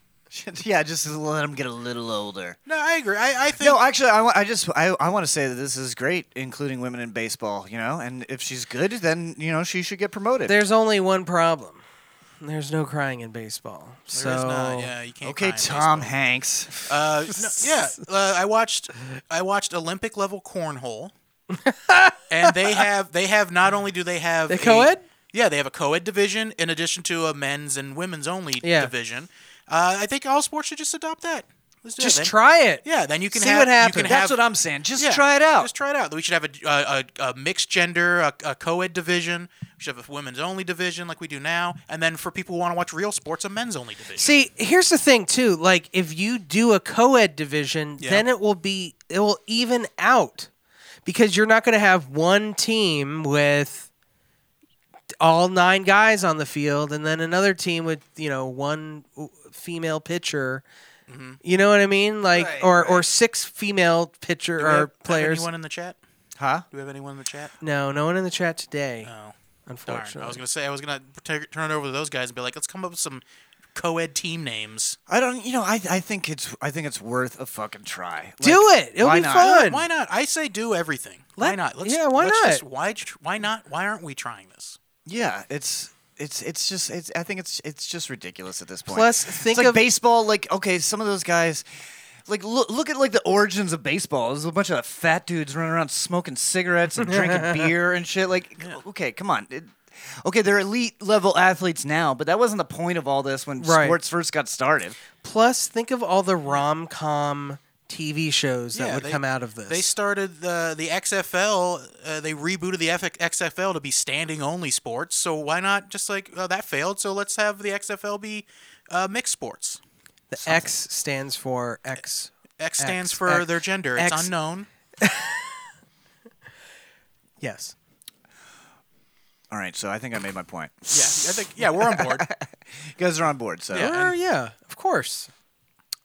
Speaker 1: yeah, just to let him get a little older.
Speaker 7: No, I agree. I, I think
Speaker 1: No, actually, I, wa- I just I, I want to say that this is great, including women in baseball. You know, and if she's good, then you know she should get promoted.
Speaker 2: There's only one problem. There's no crying in baseball. so
Speaker 7: There is
Speaker 2: Oh.
Speaker 7: not- yeah, you can't.
Speaker 1: okay,
Speaker 7: cry in
Speaker 1: Tom
Speaker 7: baseball.
Speaker 1: Hanks.
Speaker 7: Uh, no, yeah, uh, I watched. I watched Olympic level cornhole, and they have they have not only do they have
Speaker 2: They
Speaker 7: a-
Speaker 2: co-ed?
Speaker 7: Yeah, they have a co-ed division in addition to a men's and women's only
Speaker 2: Yeah.
Speaker 7: division. Uh, I think all sports should just adopt that. Let's do it.
Speaker 2: just
Speaker 7: Then-
Speaker 2: try it.
Speaker 7: Yeah, then you can
Speaker 2: See
Speaker 7: have,
Speaker 2: what
Speaker 7: You
Speaker 2: happens.
Speaker 7: can
Speaker 1: That's
Speaker 7: have,
Speaker 1: what I'm saying. Just
Speaker 7: yeah,
Speaker 1: try it out.
Speaker 7: Just try it out. We should have a, a, a, a mixed gender, a, a co-ed division. We should have a women's only division like we do now, and then for people who want to watch real sports, a men's only division.
Speaker 2: See, here's the thing too. Like, if you do a co-ed division,
Speaker 7: Yeah.
Speaker 2: then it will be it will even out because you're not going to have one team with all nine guys on the field, and then another team with you know one w- female pitcher.
Speaker 7: Mm-hmm.
Speaker 2: You know what I mean? Like,
Speaker 1: Right,
Speaker 2: or or six female pitcher
Speaker 7: Do we
Speaker 2: or
Speaker 7: have- have
Speaker 2: players.
Speaker 7: Anyone in the chat?
Speaker 1: huh?
Speaker 7: Do we have anyone in the chat?
Speaker 2: No, no one in the chat today.
Speaker 7: Oh, darn.
Speaker 2: unfortunately.
Speaker 7: I was gonna say I was gonna t- turn it over to those guys and be like, let's come up with some co-ed team names.
Speaker 1: I don't. You know, I I think it's I think it's worth a fucking try. Like,
Speaker 2: do it. It'll
Speaker 1: why
Speaker 2: be
Speaker 1: not?
Speaker 2: fun.
Speaker 7: Why not? I say do everything. why
Speaker 2: Let-
Speaker 7: not?
Speaker 2: yeah, why
Speaker 7: let's
Speaker 2: not?
Speaker 7: Just, why? tr- Why not? Why aren't we trying this?
Speaker 1: Yeah, it's. It's it's just it's I think it's it's just ridiculous at this point.
Speaker 2: Plus,
Speaker 1: It's
Speaker 2: think
Speaker 1: like
Speaker 2: of-
Speaker 1: baseball. Like okay, some of those guys, like look look at like the origins of baseball. There's a bunch of fat dudes running around smoking cigarettes and drinking beer and shit. Like okay, come on. It- okay, they're elite level athletes now, but that wasn't the point of all this when
Speaker 2: Right.
Speaker 1: sports first got started.
Speaker 2: Plus, think of all the rom com TV shows that
Speaker 7: Yeah,
Speaker 2: would
Speaker 7: they-
Speaker 2: come out of this.
Speaker 7: They started the the XFL. Uh, they rebooted the F- XFL to be standing only sports. So why not just like oh, that failed? So let's have the XFL be uh, mixed sports.
Speaker 2: the X stands for X.
Speaker 7: X stands
Speaker 2: X-
Speaker 7: for
Speaker 2: X-
Speaker 7: their gender. It's
Speaker 2: X-
Speaker 7: unknown.
Speaker 2: Yes.
Speaker 1: All right, so I think I made my point.
Speaker 7: Yeah, I think yeah we're on board.
Speaker 1: You guys are on board, so
Speaker 7: Yeah.
Speaker 2: Or, yeah, of course.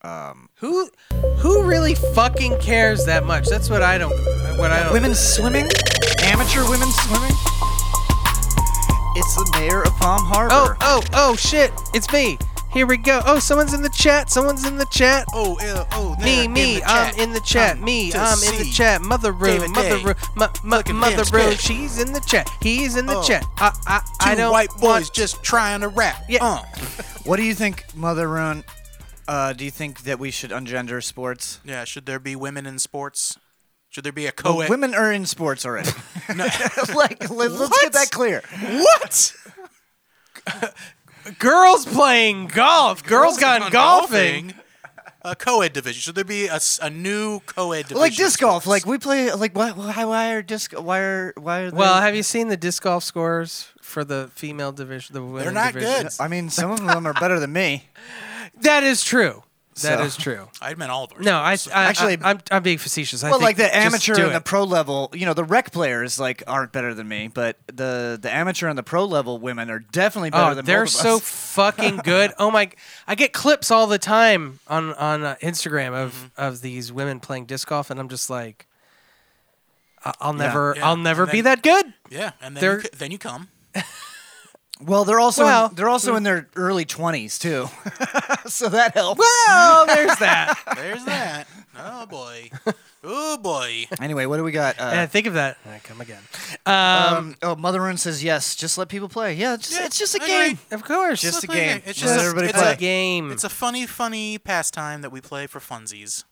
Speaker 2: Um, who who really fucking cares that much? That's what I don't. What I don't.
Speaker 1: Women swimming? Amateur women swimming? It's the mayor of Palm
Speaker 2: Oh
Speaker 1: Harbor.
Speaker 2: oh oh shit! It's me. Here we go. Oh, someone's in the chat. Someone's in the chat.
Speaker 7: Oh, uh, oh,
Speaker 2: Me,
Speaker 7: there,
Speaker 2: me,
Speaker 7: in the
Speaker 2: I'm
Speaker 7: chat.
Speaker 2: in the chat.
Speaker 7: Come
Speaker 2: me,
Speaker 7: to
Speaker 2: I'm in the
Speaker 7: see.
Speaker 2: chat. Mother room,
Speaker 7: David
Speaker 2: mother
Speaker 7: Day.
Speaker 2: room, mu- mu-
Speaker 7: Look at
Speaker 2: mother
Speaker 7: him
Speaker 2: room.
Speaker 7: spit.
Speaker 2: She's in the chat. He's in the
Speaker 7: Oh.
Speaker 2: chat. Uh, I, I,
Speaker 7: Two
Speaker 2: I don't
Speaker 7: white boys
Speaker 2: want-
Speaker 7: just trying to rap.
Speaker 2: Yeah.
Speaker 7: Uh.
Speaker 1: What do you think, Mother Rune? Uh, do you think that we should ungender sports?
Speaker 7: Yeah. Should there be women in sports? Should there be a
Speaker 1: Oh,
Speaker 7: co-ed?
Speaker 1: women are in sports already. like, let, us get that clear.
Speaker 2: What? Girls playing golf. Girls gone, golfing.
Speaker 7: A co-ed division. Should there be a, s- a new co-ed division?
Speaker 1: Like
Speaker 7: of
Speaker 1: disc golf.
Speaker 7: sports?
Speaker 1: Like we play. Like why? Why, why are disc? Why are? Why are? They,
Speaker 2: Well, have you seen the disc golf scores for the female division? The women
Speaker 7: they're not
Speaker 2: division? Uh,
Speaker 7: good.
Speaker 1: I mean, some of them are better than me.
Speaker 2: That is true. That
Speaker 1: So-
Speaker 2: is true.
Speaker 7: I meant all of ours.
Speaker 2: No, I, I
Speaker 1: Actually-
Speaker 2: actually, I, am I'm being facetious. I
Speaker 1: Well,
Speaker 2: think
Speaker 1: like the
Speaker 2: just
Speaker 1: amateur
Speaker 2: do
Speaker 1: and the
Speaker 2: it.
Speaker 1: pro level, you know, the rec players like aren't better than me, but the the amateur and the pro level women are definitely better
Speaker 2: Oh,
Speaker 1: than
Speaker 2: they're
Speaker 1: both of
Speaker 2: so
Speaker 1: us.
Speaker 2: fucking good. Oh my! I get clips all the time on on uh, Instagram of of these women playing disc golf, and I'm just like, I- I'll never,
Speaker 7: Yeah.
Speaker 2: I'll never
Speaker 7: And
Speaker 2: be
Speaker 7: then-
Speaker 2: that good.
Speaker 7: Yeah, and then
Speaker 2: They're-
Speaker 7: you, c- then you come.
Speaker 1: Well, they're also
Speaker 2: Well-
Speaker 1: in, they're also in their early twenties too, so that helps.
Speaker 2: Well, there's that.
Speaker 7: There's that. Oh boy. Oh boy.
Speaker 1: Anyway, what do we got?
Speaker 2: and I
Speaker 1: Uh,
Speaker 2: think of that. and I come again.
Speaker 1: um, oh, Mother Rune says yes. Just let people play. Yeah, it's just, it's just a
Speaker 7: I
Speaker 1: game.
Speaker 7: agree.
Speaker 2: Of course,
Speaker 1: Um, Just
Speaker 7: It's
Speaker 1: a
Speaker 7: like
Speaker 1: game.
Speaker 7: It's
Speaker 1: Let
Speaker 7: just
Speaker 1: everybody
Speaker 7: it's
Speaker 1: play.
Speaker 2: a game.
Speaker 7: It's a funny, funny pastime that we play for funsies.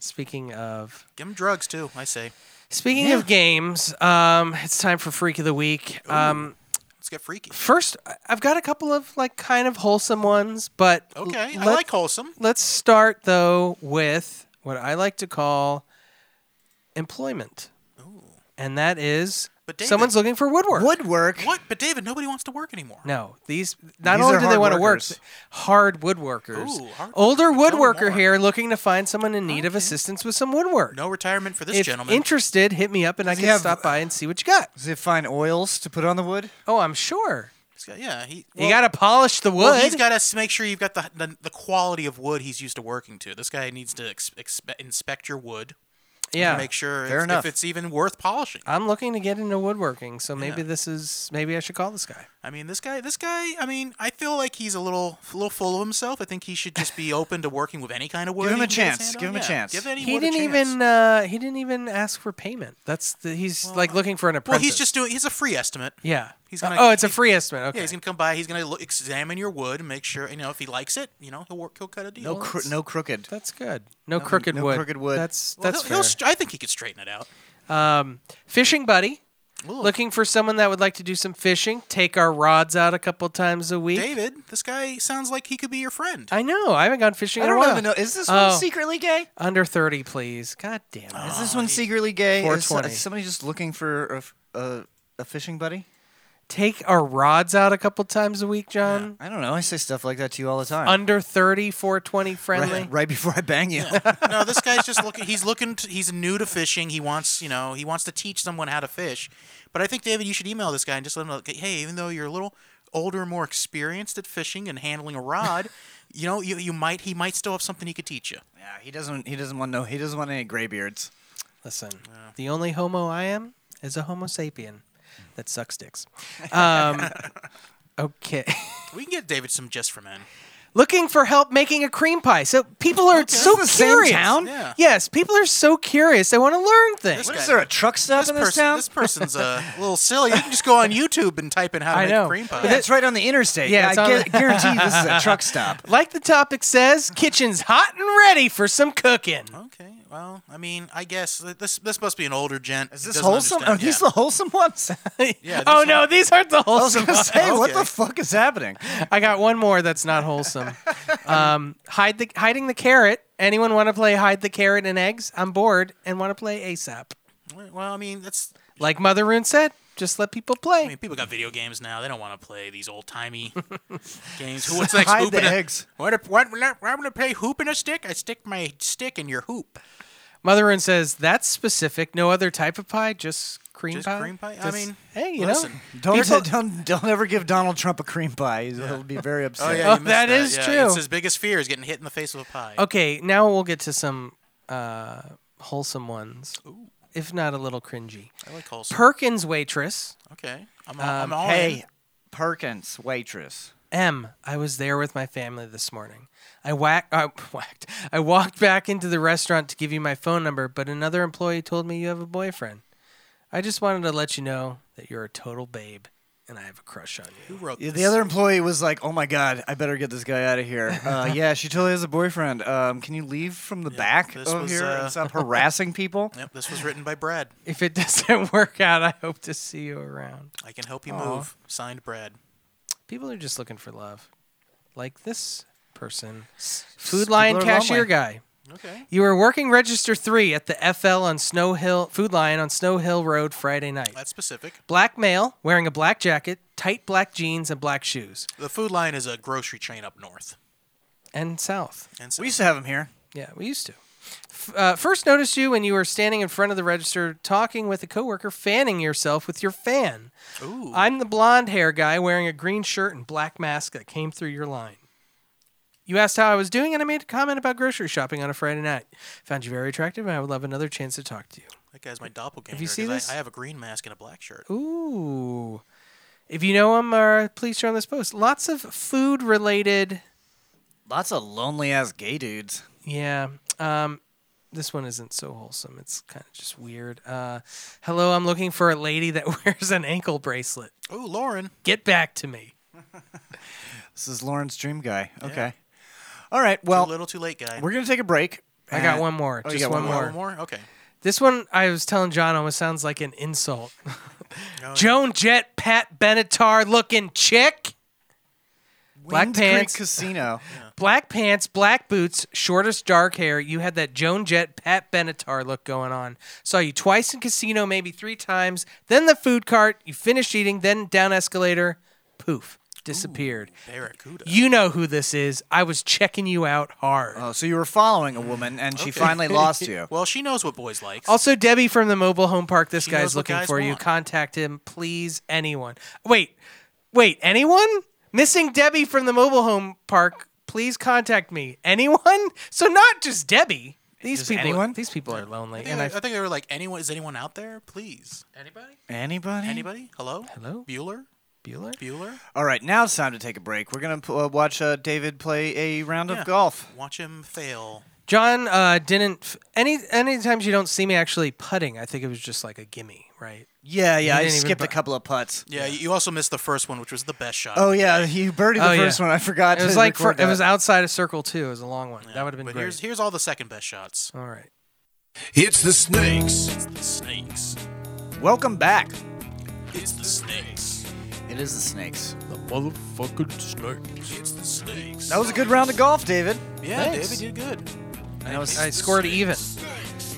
Speaker 2: Speaking of.
Speaker 7: Give them drugs too. I say.
Speaker 2: Speaking of games, um, it's time for Freak of the Week. Um,
Speaker 7: Let's get freaky.
Speaker 2: first, I- I've got a couple of like kind of wholesome ones, but l-
Speaker 7: Okay, I
Speaker 2: let-
Speaker 7: like wholesome.
Speaker 2: Let's start though with what I like to call employment. and that is
Speaker 7: But David-
Speaker 2: someone's looking for woodwork.
Speaker 1: Woodwork.
Speaker 7: What? But David, nobody wants to work anymore.
Speaker 2: No, these not
Speaker 1: These
Speaker 2: only
Speaker 1: are
Speaker 2: do they
Speaker 1: hard
Speaker 2: want to work,
Speaker 1: workers.
Speaker 2: th- hard woodworkers.
Speaker 7: Ooh, hard
Speaker 2: Older
Speaker 7: workers. Tell 'em
Speaker 2: woodworker
Speaker 7: more.
Speaker 2: here looking to find someone in need of assistance with some woodwork.
Speaker 7: No retirement for this
Speaker 2: if
Speaker 7: gentleman.
Speaker 2: interested, hit me up and I
Speaker 1: Does
Speaker 2: can
Speaker 1: he have-
Speaker 2: stop by and see what you got.
Speaker 1: Does it find oils to put on the wood?
Speaker 2: Oh, I'm sure.
Speaker 7: He's got- yeah, he.
Speaker 2: you got to polish the wood.
Speaker 7: Well, he's got to make sure you've got the, the the quality of wood he's used to working to. This guy needs to ex- expe- inspect your wood.
Speaker 2: yeah.
Speaker 7: Make sure
Speaker 1: Fair
Speaker 7: if,
Speaker 1: enough.
Speaker 7: if it's even worth polishing.
Speaker 2: I'm looking to get into woodworking, so maybe
Speaker 7: Yeah.
Speaker 2: this is maybe I should call this guy.
Speaker 7: I mean, this guy, this guy. I mean, I feel like he's a little, a little full of himself. I think he should just be open to working with any kind of wood.
Speaker 1: him
Speaker 7: he
Speaker 1: a
Speaker 7: can get his
Speaker 1: chance.
Speaker 7: hand
Speaker 1: Give
Speaker 7: on.
Speaker 1: him a
Speaker 7: Yeah,
Speaker 1: chance.
Speaker 7: Give any
Speaker 2: He
Speaker 7: wood a
Speaker 2: didn't
Speaker 7: chance.
Speaker 2: even uh, he didn't even ask for payment. That's the, he's like looking for an
Speaker 7: Well,
Speaker 2: apprentice.
Speaker 7: he's just doing. He's a free estimate.
Speaker 2: yeah.
Speaker 7: he's gonna-
Speaker 2: oh, it's a
Speaker 7: he-
Speaker 2: free estimate. Okay.
Speaker 7: Yeah, he's gonna come by. He's gonna look, examine your wood, and make sure you know if he likes it. You know, he'll work. He'll cut a deal.
Speaker 1: No, cro- no crooked.
Speaker 2: That's good. No, crooked
Speaker 1: no
Speaker 2: wood.
Speaker 1: crooked wood.
Speaker 2: That's
Speaker 7: Well,
Speaker 2: that's
Speaker 7: he'll, he'll
Speaker 2: fair.
Speaker 7: str- I think he could straighten it out.
Speaker 2: um, fishing buddy.
Speaker 7: Ooh.
Speaker 2: Looking for someone that would like to do some fishing. Take our rods out a couple times a week.
Speaker 7: David, this guy sounds like he could be your friend.
Speaker 2: I know. I haven't gone fishing
Speaker 1: I
Speaker 2: in a
Speaker 1: don't
Speaker 2: while.
Speaker 1: even know. Is this
Speaker 2: Oh.
Speaker 1: one secretly gay?
Speaker 2: Under thirty, please. God damn it.
Speaker 7: Oh.
Speaker 1: Is this one secretly gay? Is,
Speaker 2: 420.
Speaker 1: is somebody just looking for a, f- a- a fishing buddy?
Speaker 2: Take our rods out a couple times a week, John.
Speaker 1: I don't know. I say stuff like that to you all the time.
Speaker 2: Under 30, 420
Speaker 1: right,
Speaker 2: friendly.
Speaker 1: right before I bang you.
Speaker 7: no, this guy's just looking. He's looking. To, he's new to fishing. He wants, you know, he wants to teach someone how to fish. But I think David, you should email this guy and just let him know. Hey, even though you're a little older, more experienced at fishing and handling a rod, you know, you, you might he might still have something he could teach you.
Speaker 1: yeah, he doesn't. He doesn't want no. He doesn't want any graybeards.
Speaker 2: Listen, the only homo I am is a homo sapien that sucks dicks. Um, okay.
Speaker 7: We can get David some just for men.
Speaker 2: Looking for help making a cream pie. So people are so
Speaker 1: This is the same
Speaker 2: curious.
Speaker 1: town?
Speaker 7: Yeah.
Speaker 2: Yes, people are so curious. They want to learn things.
Speaker 7: This
Speaker 1: What
Speaker 7: guy-
Speaker 1: is there a truck stop
Speaker 7: This,
Speaker 1: in this
Speaker 7: person,
Speaker 1: town?
Speaker 7: this person's uh, a little silly. You can just go on YouTube and type in how to
Speaker 2: I
Speaker 7: make
Speaker 2: know.
Speaker 7: cream pie.
Speaker 1: yeah, it's right on the interstate.
Speaker 2: Yeah,
Speaker 1: Yeah,
Speaker 2: it's
Speaker 1: I
Speaker 2: on
Speaker 1: gu-
Speaker 2: the-
Speaker 1: guarantee this is a truck stop.
Speaker 2: Like the topic says, kitchen's hot and ready for some cooking.
Speaker 7: Okay. Well, I mean, I guess th- this this must be an older gent.
Speaker 1: Is this wholesome? Oh, Are these the
Speaker 7: yeah.
Speaker 1: wholesome ones?
Speaker 7: Yeah,
Speaker 2: oh
Speaker 7: these
Speaker 2: no, these aren't the
Speaker 1: I was
Speaker 2: wholesome.
Speaker 1: gonna say, what
Speaker 7: Okay.
Speaker 1: the fuck is happening?
Speaker 2: I got one more that's not wholesome. Um, hide the hiding the carrot. Anyone want to play hide the carrot and eggs? I'm bored and want to play ASAP.
Speaker 7: Well, I mean, that's.
Speaker 2: Like Mother Rune said, just let people play.
Speaker 7: I mean, people got video games now. They don't want to play these old timey games. Who- What's next?
Speaker 1: Hide
Speaker 7: Hoop
Speaker 1: the
Speaker 7: and a-
Speaker 1: eggs.
Speaker 7: What? if- What? I'm gonna play hoop and a stick. I stick my stick in your hoop.
Speaker 2: Mother Rune says that's specific. No other type of pie, just cream
Speaker 7: Just
Speaker 2: pie.
Speaker 7: cream pie? I
Speaker 2: Just-
Speaker 7: mean,
Speaker 2: hey, you
Speaker 7: listen.
Speaker 2: know,
Speaker 1: Don't,
Speaker 2: people-
Speaker 1: don't don't ever give Donald Trump a cream pie. He's- He'll be very upset.
Speaker 2: Oh, you missed that that. is Yeah, true.
Speaker 7: It's his biggest fear is getting hit in the face with a pie.
Speaker 2: okay, now we'll get to some uh, wholesome ones, if not a little cringy.
Speaker 7: I like wholesome.
Speaker 2: Perkins waitress.
Speaker 7: okay. I'm, all I'm all
Speaker 1: Hey,
Speaker 7: in.
Speaker 1: Perkins waitress.
Speaker 2: M, I was there with my family this morning. I whack, uh, whacked. I walked back into the restaurant to give you my phone number, but another employee told me you have a boyfriend. I just wanted to let you know that you're a total babe, and I have a crush on you.
Speaker 7: Who wrote
Speaker 1: Yeah, the
Speaker 7: this?
Speaker 1: other employee was like, "Oh my god, I better get this guy out of here." Uh, yeah, she totally has a boyfriend. Um, can you leave from the back
Speaker 7: this
Speaker 1: over
Speaker 7: was,
Speaker 1: here
Speaker 7: uh,
Speaker 1: and stop harassing people?
Speaker 7: Yep, this was written by Brad.
Speaker 2: If it doesn't work out, I hope to see you around.
Speaker 7: I can help you move. Signed, Brad.
Speaker 2: People are just looking for love, like this person, food lion
Speaker 1: are
Speaker 2: cashier
Speaker 1: lonely.
Speaker 2: guy.
Speaker 7: Okay.
Speaker 2: You were working register three at the FL on Snow Hill Food Lion on Snow Hill Road Friday night.
Speaker 7: That's specific.
Speaker 2: Black male wearing a black jacket, tight black jeans, and black shoes.
Speaker 7: The Food Lion is a grocery chain up north.
Speaker 2: And south.
Speaker 7: And so,
Speaker 1: We used to have him here.
Speaker 2: Yeah, we used to. F- uh, first noticed you when you were standing in front of the register talking with a coworker, fanning yourself with your fan.
Speaker 7: Ooh.
Speaker 2: I'm the blonde hair guy wearing a green shirt and black mask that came through your line. You asked how I was doing, and I made a comment about grocery shopping on a Friday night. Found you very attractive, and I would love another chance to talk to you.
Speaker 7: that guy's my doppelganger.
Speaker 2: you
Speaker 7: 'cause
Speaker 2: seen
Speaker 7: I-
Speaker 2: this?
Speaker 7: I, have a green mask and a black shirt.
Speaker 2: Ooh. If you know him, uh, please share on this post. Lots of food related.
Speaker 1: Lots of lonely ass gay dudes.
Speaker 2: Yeah. Um, this one isn't so wholesome. It's kind of just weird. Uh, hello, I'm looking for a lady that wears an ankle bracelet.
Speaker 7: Ooh, Lauren.
Speaker 2: Get back to me.
Speaker 1: This is Lauren's dream guy. Okay. All right. Well,
Speaker 7: a little too late, guy.
Speaker 1: we're gonna take a break.
Speaker 2: I got
Speaker 1: Uh,
Speaker 2: one more.
Speaker 1: oh, you
Speaker 2: just
Speaker 1: got
Speaker 2: one,
Speaker 1: one
Speaker 7: Oh,
Speaker 2: more.
Speaker 7: one more? Okay.
Speaker 2: This one I was telling John almost sounds like an insult.
Speaker 7: No,
Speaker 2: Joan Jett, Pat Benatar looking chick. Black
Speaker 1: Wind Creek
Speaker 2: pants.
Speaker 1: Casino.
Speaker 2: black pants, black boots, shortest dark hair. You had that Joan Jett, Pat Benatar look going on. Saw you twice in casino, maybe three times. Then the food cart. You finished eating, then down escalator. Poof, disappeared.
Speaker 7: Barracuda.
Speaker 2: You know who this is. I was checking you out hard.
Speaker 1: Oh, so you were following a woman and she finally lost you.
Speaker 7: well, she knows what boys like.
Speaker 2: Also, Debbie from the mobile home park. This
Speaker 7: She knows
Speaker 2: guy's
Speaker 7: what
Speaker 2: looking
Speaker 7: guys
Speaker 2: for you.
Speaker 7: want.
Speaker 2: Contact him, please. Anyone? Wait, wait. Anyone? Missing Debbie from the mobile home park. Please contact me. Anyone? So not just Debbie. These
Speaker 1: Just
Speaker 2: people.
Speaker 1: anyone?
Speaker 2: These people are lonely.
Speaker 7: I think,
Speaker 2: And
Speaker 7: they- I,
Speaker 2: I,
Speaker 7: think they were like, anyone is anyone out there? Please. Anybody?
Speaker 1: Anybody?
Speaker 7: Anybody? Hello?
Speaker 2: Hello?
Speaker 7: Bueller?
Speaker 2: Bueller.
Speaker 7: Bueller?
Speaker 1: All right, now it's time to take a break. We're gonna uh, watch uh, David play a round
Speaker 7: Yeah.
Speaker 1: of golf.
Speaker 7: Watch him fail.
Speaker 2: John uh, didn't. F- any any times you don't see me actually putting, I think it was just like a gimme, right?
Speaker 1: Yeah, yeah.
Speaker 2: He
Speaker 1: I
Speaker 2: didn't even
Speaker 1: skipped a
Speaker 2: bu-
Speaker 1: couple of putts.
Speaker 7: Yeah, you also missed the first one, which was the best shot.
Speaker 1: Oh yeah, you birdied the
Speaker 2: Oh, yeah.
Speaker 1: first one. I forgot.
Speaker 2: It was
Speaker 1: to
Speaker 2: like for,
Speaker 1: record
Speaker 2: it was
Speaker 1: that.
Speaker 2: outside of circle two. It was a long one. That would have been
Speaker 7: But
Speaker 2: great.
Speaker 7: here's here's all the second best shots.
Speaker 2: All right.
Speaker 3: It's the snakes.
Speaker 7: It's the snakes.
Speaker 1: Welcome back.
Speaker 7: It's the snakes.
Speaker 1: It is the snakes.
Speaker 3: The motherfucking snakes. It's the snakes.
Speaker 1: That was a good round of golf, David.
Speaker 7: Yeah,
Speaker 2: Thanks.
Speaker 7: David did good.
Speaker 2: I, was, I scored even.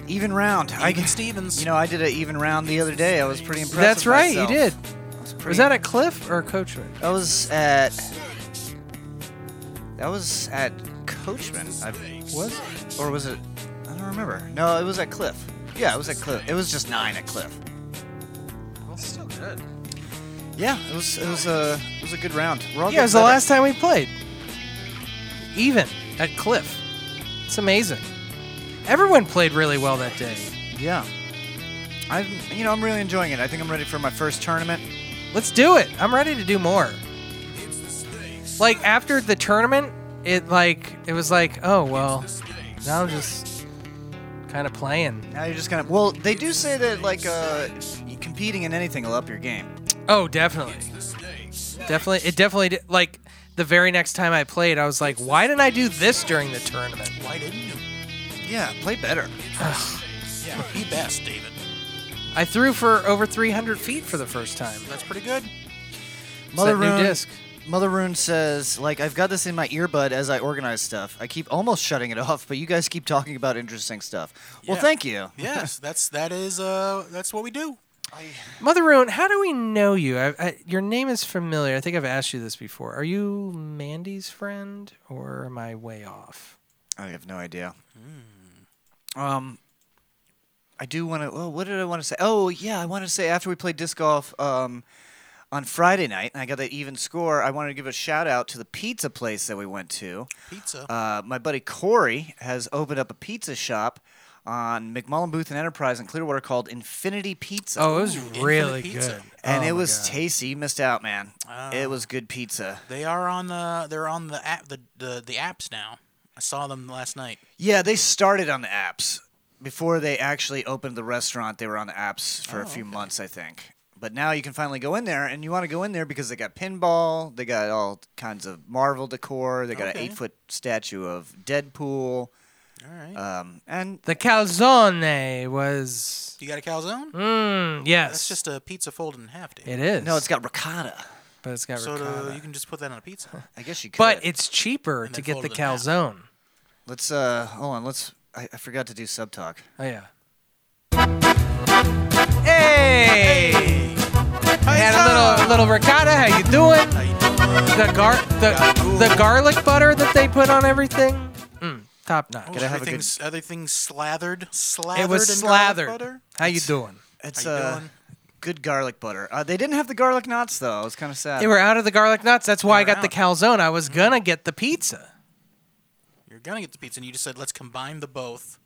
Speaker 1: Even round. I
Speaker 7: Even
Speaker 1: can.
Speaker 7: Stevens.
Speaker 1: You know, I did an even round the other day. I was pretty impressed.
Speaker 2: That's
Speaker 1: with
Speaker 2: right.
Speaker 1: myself.
Speaker 2: You did.
Speaker 1: It's
Speaker 2: Was
Speaker 1: pretty-
Speaker 2: that at Cliff or Coachman?
Speaker 1: That was at. That was at Coachman. I, was it? or was it? I don't remember. No, it was at Cliff. Yeah, it was at Cliff. It was just nine at Cliff.
Speaker 2: Well, still good.
Speaker 1: Yeah, it was. It was a. It was a good round. We're all
Speaker 2: Yeah, it was the
Speaker 1: getting better.
Speaker 2: last time we played. Even at Cliff. It's amazing. Everyone played really well that day.
Speaker 1: Yeah. I'm. You know, I'm really enjoying it. I think I'm ready for my first tournament.
Speaker 2: Let's do it. I'm ready to do more. Like after the tournament, it like it was like, oh well, now I'm just kind of playing.
Speaker 1: Now you're just gonna. Well, they do say that like uh, competing in anything will up your game.
Speaker 2: Oh, definitely, definitely. It definitely did. Like the very next time I played, I was like, why didn't I do this during the tournament?
Speaker 7: Why didn't you?
Speaker 1: Yeah, play better.
Speaker 7: Yeah, be best, David.
Speaker 2: I threw for over 300 feet for the first time.
Speaker 7: That's pretty good.
Speaker 1: Mother
Speaker 2: that new
Speaker 1: Rune,
Speaker 2: disc.
Speaker 1: Mother Rune says, like, I've got this in my earbud as I organize stuff. I keep almost shutting it off, but you guys keep talking about interesting stuff. Well,
Speaker 7: Yeah.
Speaker 1: thank you.
Speaker 7: Yes, that's that is uh that's what we do.
Speaker 2: Mother Ruin, how do we know you? I, I, your name is familiar. I think I've asked you this before. Are you Mandy's friend, or am I way off?
Speaker 1: I have no idea. Um, I do want to. Oh, what did I want to say? Oh, yeah, I wanted to say after we played disc golf um, on Friday night, and I got that even score. I wanted to give a shout out to the pizza place that we went to.
Speaker 7: Pizza.
Speaker 1: Uh, my buddy Corey has opened up a pizza shop on McMullen Booth and Enterprise in Clearwater called Infinity Pizza.
Speaker 2: Oh, it was
Speaker 7: Infinite
Speaker 2: really
Speaker 7: Pizza.
Speaker 2: good.
Speaker 1: and
Speaker 2: Oh
Speaker 1: it
Speaker 2: my
Speaker 1: was
Speaker 2: God. Ah.
Speaker 1: tasty. You missed out, man. it was good pizza.
Speaker 7: They are on the they're on the app the, the the apps now. I saw them last night.
Speaker 1: Yeah, they started on the apps before they actually opened the restaurant. They were on the apps
Speaker 7: Oh,
Speaker 1: for a few months, I think. But now you can finally go in there, and you want to go in there because they got pinball, they got all kinds of Marvel decor, they got
Speaker 7: Okay.
Speaker 1: an eight foot statue of Deadpool,
Speaker 7: All right.
Speaker 1: um, and
Speaker 2: The calzone was.
Speaker 7: you got a calzone?
Speaker 2: Mm, yes.
Speaker 7: That's just a pizza folded in half, David.
Speaker 2: It is.
Speaker 1: no, it's got ricotta.
Speaker 2: But it's got
Speaker 7: So do-
Speaker 2: ricotta.
Speaker 7: you can just put that on a pizza.
Speaker 1: I guess you could.
Speaker 2: but it's cheaper
Speaker 7: And
Speaker 2: to
Speaker 7: then
Speaker 2: get
Speaker 7: fold
Speaker 2: the
Speaker 7: it in half.
Speaker 2: calzone.
Speaker 1: Let's uh hold on, let's I, I forgot to do sub talk.
Speaker 2: Oh yeah. Hey! I had a little little ricotta. How you doing? The gar the the garlic butter that they put on everything. Mm, top notch.
Speaker 1: Gotta have a good
Speaker 7: everything's, everything's slathered, slathered.
Speaker 2: It was
Speaker 7: in garlic
Speaker 2: Oh, slathered.
Speaker 7: butter?
Speaker 2: How you doing?
Speaker 1: it's
Speaker 7: How you
Speaker 1: uh
Speaker 7: doing?
Speaker 1: good garlic butter. Uh, they didn't have the garlic knots though. I was kinda sad.
Speaker 2: They were out of the garlic nuts. That's why I
Speaker 7: They were
Speaker 2: got the calzone. I was gonna get the pizza.
Speaker 7: You're gonna get the pizza, and you just said let's combine the both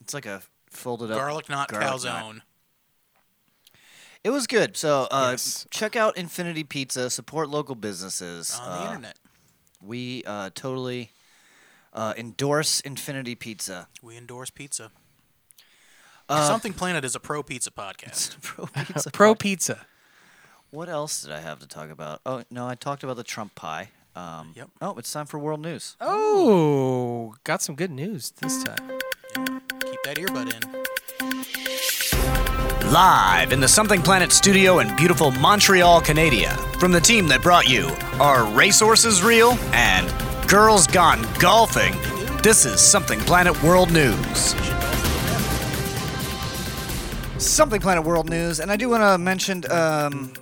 Speaker 1: it's like a folded up
Speaker 7: garlic knot
Speaker 1: garlic knot.
Speaker 7: calzone.
Speaker 1: It was good. So uh
Speaker 2: Yes.
Speaker 1: check out Infinity Pizza, support local businesses.
Speaker 7: on the
Speaker 1: Uh,
Speaker 7: internet.
Speaker 1: We uh totally uh, endorse Infinity Pizza.
Speaker 7: We endorse pizza.
Speaker 1: uh,
Speaker 7: Something Planet is a pro pizza podcast.
Speaker 1: Pro pizza.
Speaker 2: Pro pizza.
Speaker 1: What else did I have to talk about? Oh no, I talked about the Trump pie. Um,
Speaker 7: Yep.
Speaker 1: Oh, it's time for world news.
Speaker 2: Oh, got some good news this time.
Speaker 7: Keep that earbud in.
Speaker 8: Live in the Something Planet studio in beautiful Montreal, Canada, from the team that brought you Are Racehorses Real? and girls gone golfing. This is Something Planet World News.
Speaker 1: Something Planet World News, and I do want to mention um,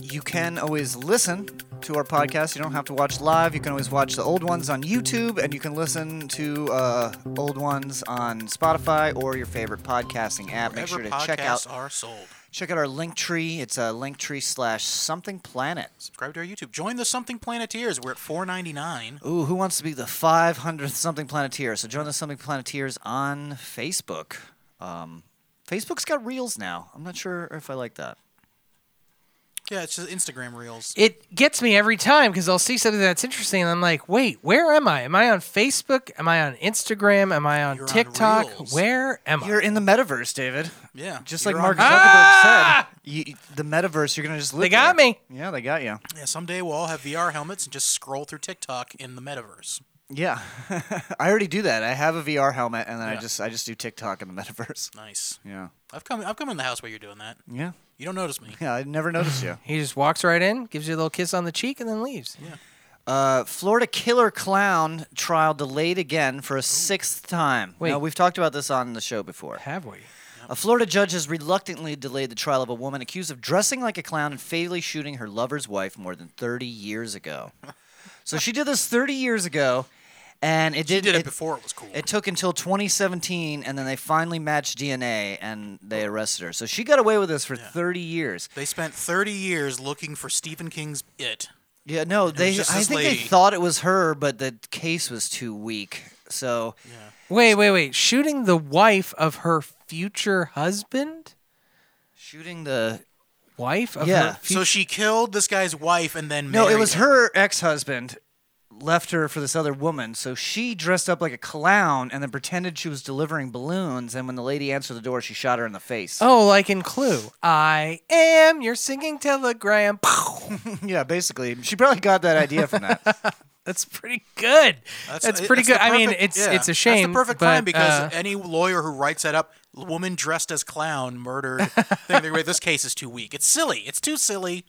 Speaker 1: you can always listen to our podcast. You don't have to watch live. You can always watch the old ones on YouTube, and you can listen to uh, old ones on Spotify or your favorite podcasting app. Make sure to
Speaker 7: Wherever podcasts
Speaker 1: check out
Speaker 7: are sold.
Speaker 1: check out our link tree. It's a uh, link tree slash Something Planet.
Speaker 7: Subscribe to our YouTube. Join the Something Planeteers. We're at four ninety nine.
Speaker 1: Ooh, who wants to be the 500th Something Planeteer? So join the Something Planeteers on Facebook. Um, Facebook's got reels now. I'm not sure if I like that.
Speaker 7: Yeah, it's just Instagram Reels.
Speaker 2: It gets me every time because I'll see something that's interesting and I'm like, wait, where am I? Am I on Facebook? Am I on Instagram? Am I on
Speaker 7: You're on
Speaker 2: TikTok?
Speaker 7: Reels.
Speaker 2: where am I?
Speaker 1: You're in the metaverse, David.
Speaker 7: Yeah,
Speaker 1: Just
Speaker 7: you're
Speaker 1: like
Speaker 7: on-
Speaker 1: Mark Zuckerberg said, you, the metaverse, you're going to just live
Speaker 2: They got
Speaker 1: there.
Speaker 2: me.
Speaker 1: Yeah, they got you.
Speaker 7: Yeah, someday we'll all have VR helmets and just scroll through TikTok in the metaverse.
Speaker 1: Yeah. I already do that. I have a VR helmet and then I
Speaker 7: Yeah.
Speaker 1: just I just do TikTok in the metaverse.
Speaker 7: Nice.
Speaker 1: Yeah.
Speaker 7: I've come. I've come in the house where you're doing that.
Speaker 1: Yeah.
Speaker 7: You don't notice me.
Speaker 1: Yeah, I never noticed you.
Speaker 2: He just walks right in, gives you a little kiss on the cheek, and then leaves.
Speaker 1: Uh, Florida killer clown trial delayed again for a sixth time.
Speaker 2: Wait.
Speaker 1: Now, we've talked about this on the show before.
Speaker 2: Have we?
Speaker 1: A Florida judge has reluctantly delayed the trial of a woman accused of dressing like a clown and fatally shooting her lover's wife more than 30 years ago. so she did this 30 years ago, and it
Speaker 7: She
Speaker 1: did,
Speaker 7: did it, before it was cool.
Speaker 1: It took until 2017, and then they finally matched DNA and they arrested her. So she got away with this for 30 years.
Speaker 7: they spent 30 years looking for Stephen King's It.
Speaker 1: Yeah, no, they.
Speaker 7: just
Speaker 1: I
Speaker 7: this
Speaker 1: think they
Speaker 7: lady.
Speaker 1: thought it was her, but the case was too weak. So
Speaker 2: Wait, wait, wait. Shooting the wife of her future husband?
Speaker 1: shooting the
Speaker 2: Wife of
Speaker 1: Yeah.
Speaker 2: her
Speaker 7: So
Speaker 2: future
Speaker 7: she killed this guy's wife and then
Speaker 1: No, it
Speaker 7: married
Speaker 1: was
Speaker 7: him.
Speaker 1: her ex-husband left her for this other woman, so she dressed up like a clown and then pretended she was delivering balloons. And when the lady answered the door, she shot her in the face.
Speaker 2: Oh, like in Clue. I am your singing telegram. Pow.
Speaker 1: yeah, basically, she probably got that idea from that.
Speaker 2: That's pretty good. That's, pretty
Speaker 7: that's the
Speaker 2: good. I mean,
Speaker 7: perfect-
Speaker 2: it's
Speaker 7: yeah,
Speaker 2: it's a shame.
Speaker 7: That's the perfect
Speaker 2: but,
Speaker 7: crime because
Speaker 2: uh,
Speaker 7: any lawyer who writes that up, woman dressed as clown murdered. thing, they're like, this case is too weak. It's silly. It's too silly.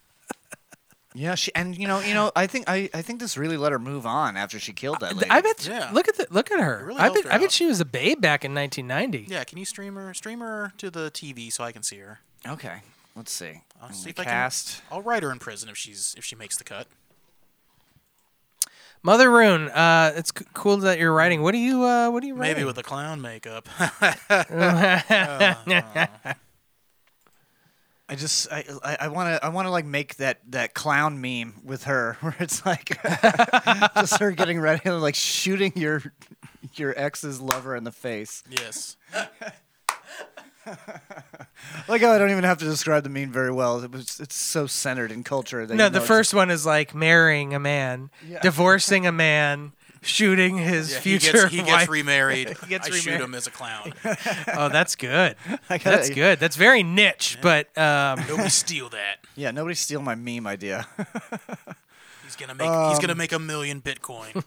Speaker 1: yeah, she and you know, you know, I think I, I think this really let her move on after she killed that lady.
Speaker 2: I bet.
Speaker 7: Yeah.
Speaker 2: Look at the, look at her.
Speaker 7: really
Speaker 2: I
Speaker 7: helped
Speaker 2: bet.
Speaker 7: her
Speaker 2: I bet
Speaker 7: out.
Speaker 2: she was a babe back in 1990.
Speaker 7: Yeah, can you stream her, stream her to the TV so I can see her?
Speaker 1: Okay, let's see.
Speaker 7: I'll
Speaker 1: And
Speaker 7: see
Speaker 1: we
Speaker 7: if I can-
Speaker 1: cast.
Speaker 7: I'll write her in prison if she's if she makes the cut.
Speaker 2: Mother Rune. Uh, it's c- cool that you're writing. What do you? Uh, what do you write?
Speaker 7: Maybe with a clown makeup.
Speaker 1: I just I I- I want to I want to like make that that clown meme with her where it's like just her getting ready and like shooting your your ex's lover in the face.
Speaker 7: yes.
Speaker 1: Like oh, I don't even have to describe the meme very well. It was it's so centered in culture. That
Speaker 2: No,
Speaker 1: you know
Speaker 2: the
Speaker 1: it's-
Speaker 2: first one is like marrying a man, divorcing a man, shooting his
Speaker 7: Yeah, he
Speaker 2: future
Speaker 7: gets, he
Speaker 2: wife.
Speaker 7: gets remarried.
Speaker 2: gets
Speaker 7: I shoot
Speaker 2: remarried.
Speaker 7: him as a clown.
Speaker 2: oh, that's good.
Speaker 1: gotta-
Speaker 2: That's good. That's very niche, but um,
Speaker 7: Nobody steal that.
Speaker 1: Yeah, nobody steal my meme idea.
Speaker 7: He's gonna make. he's gonna make a million Bitcoin.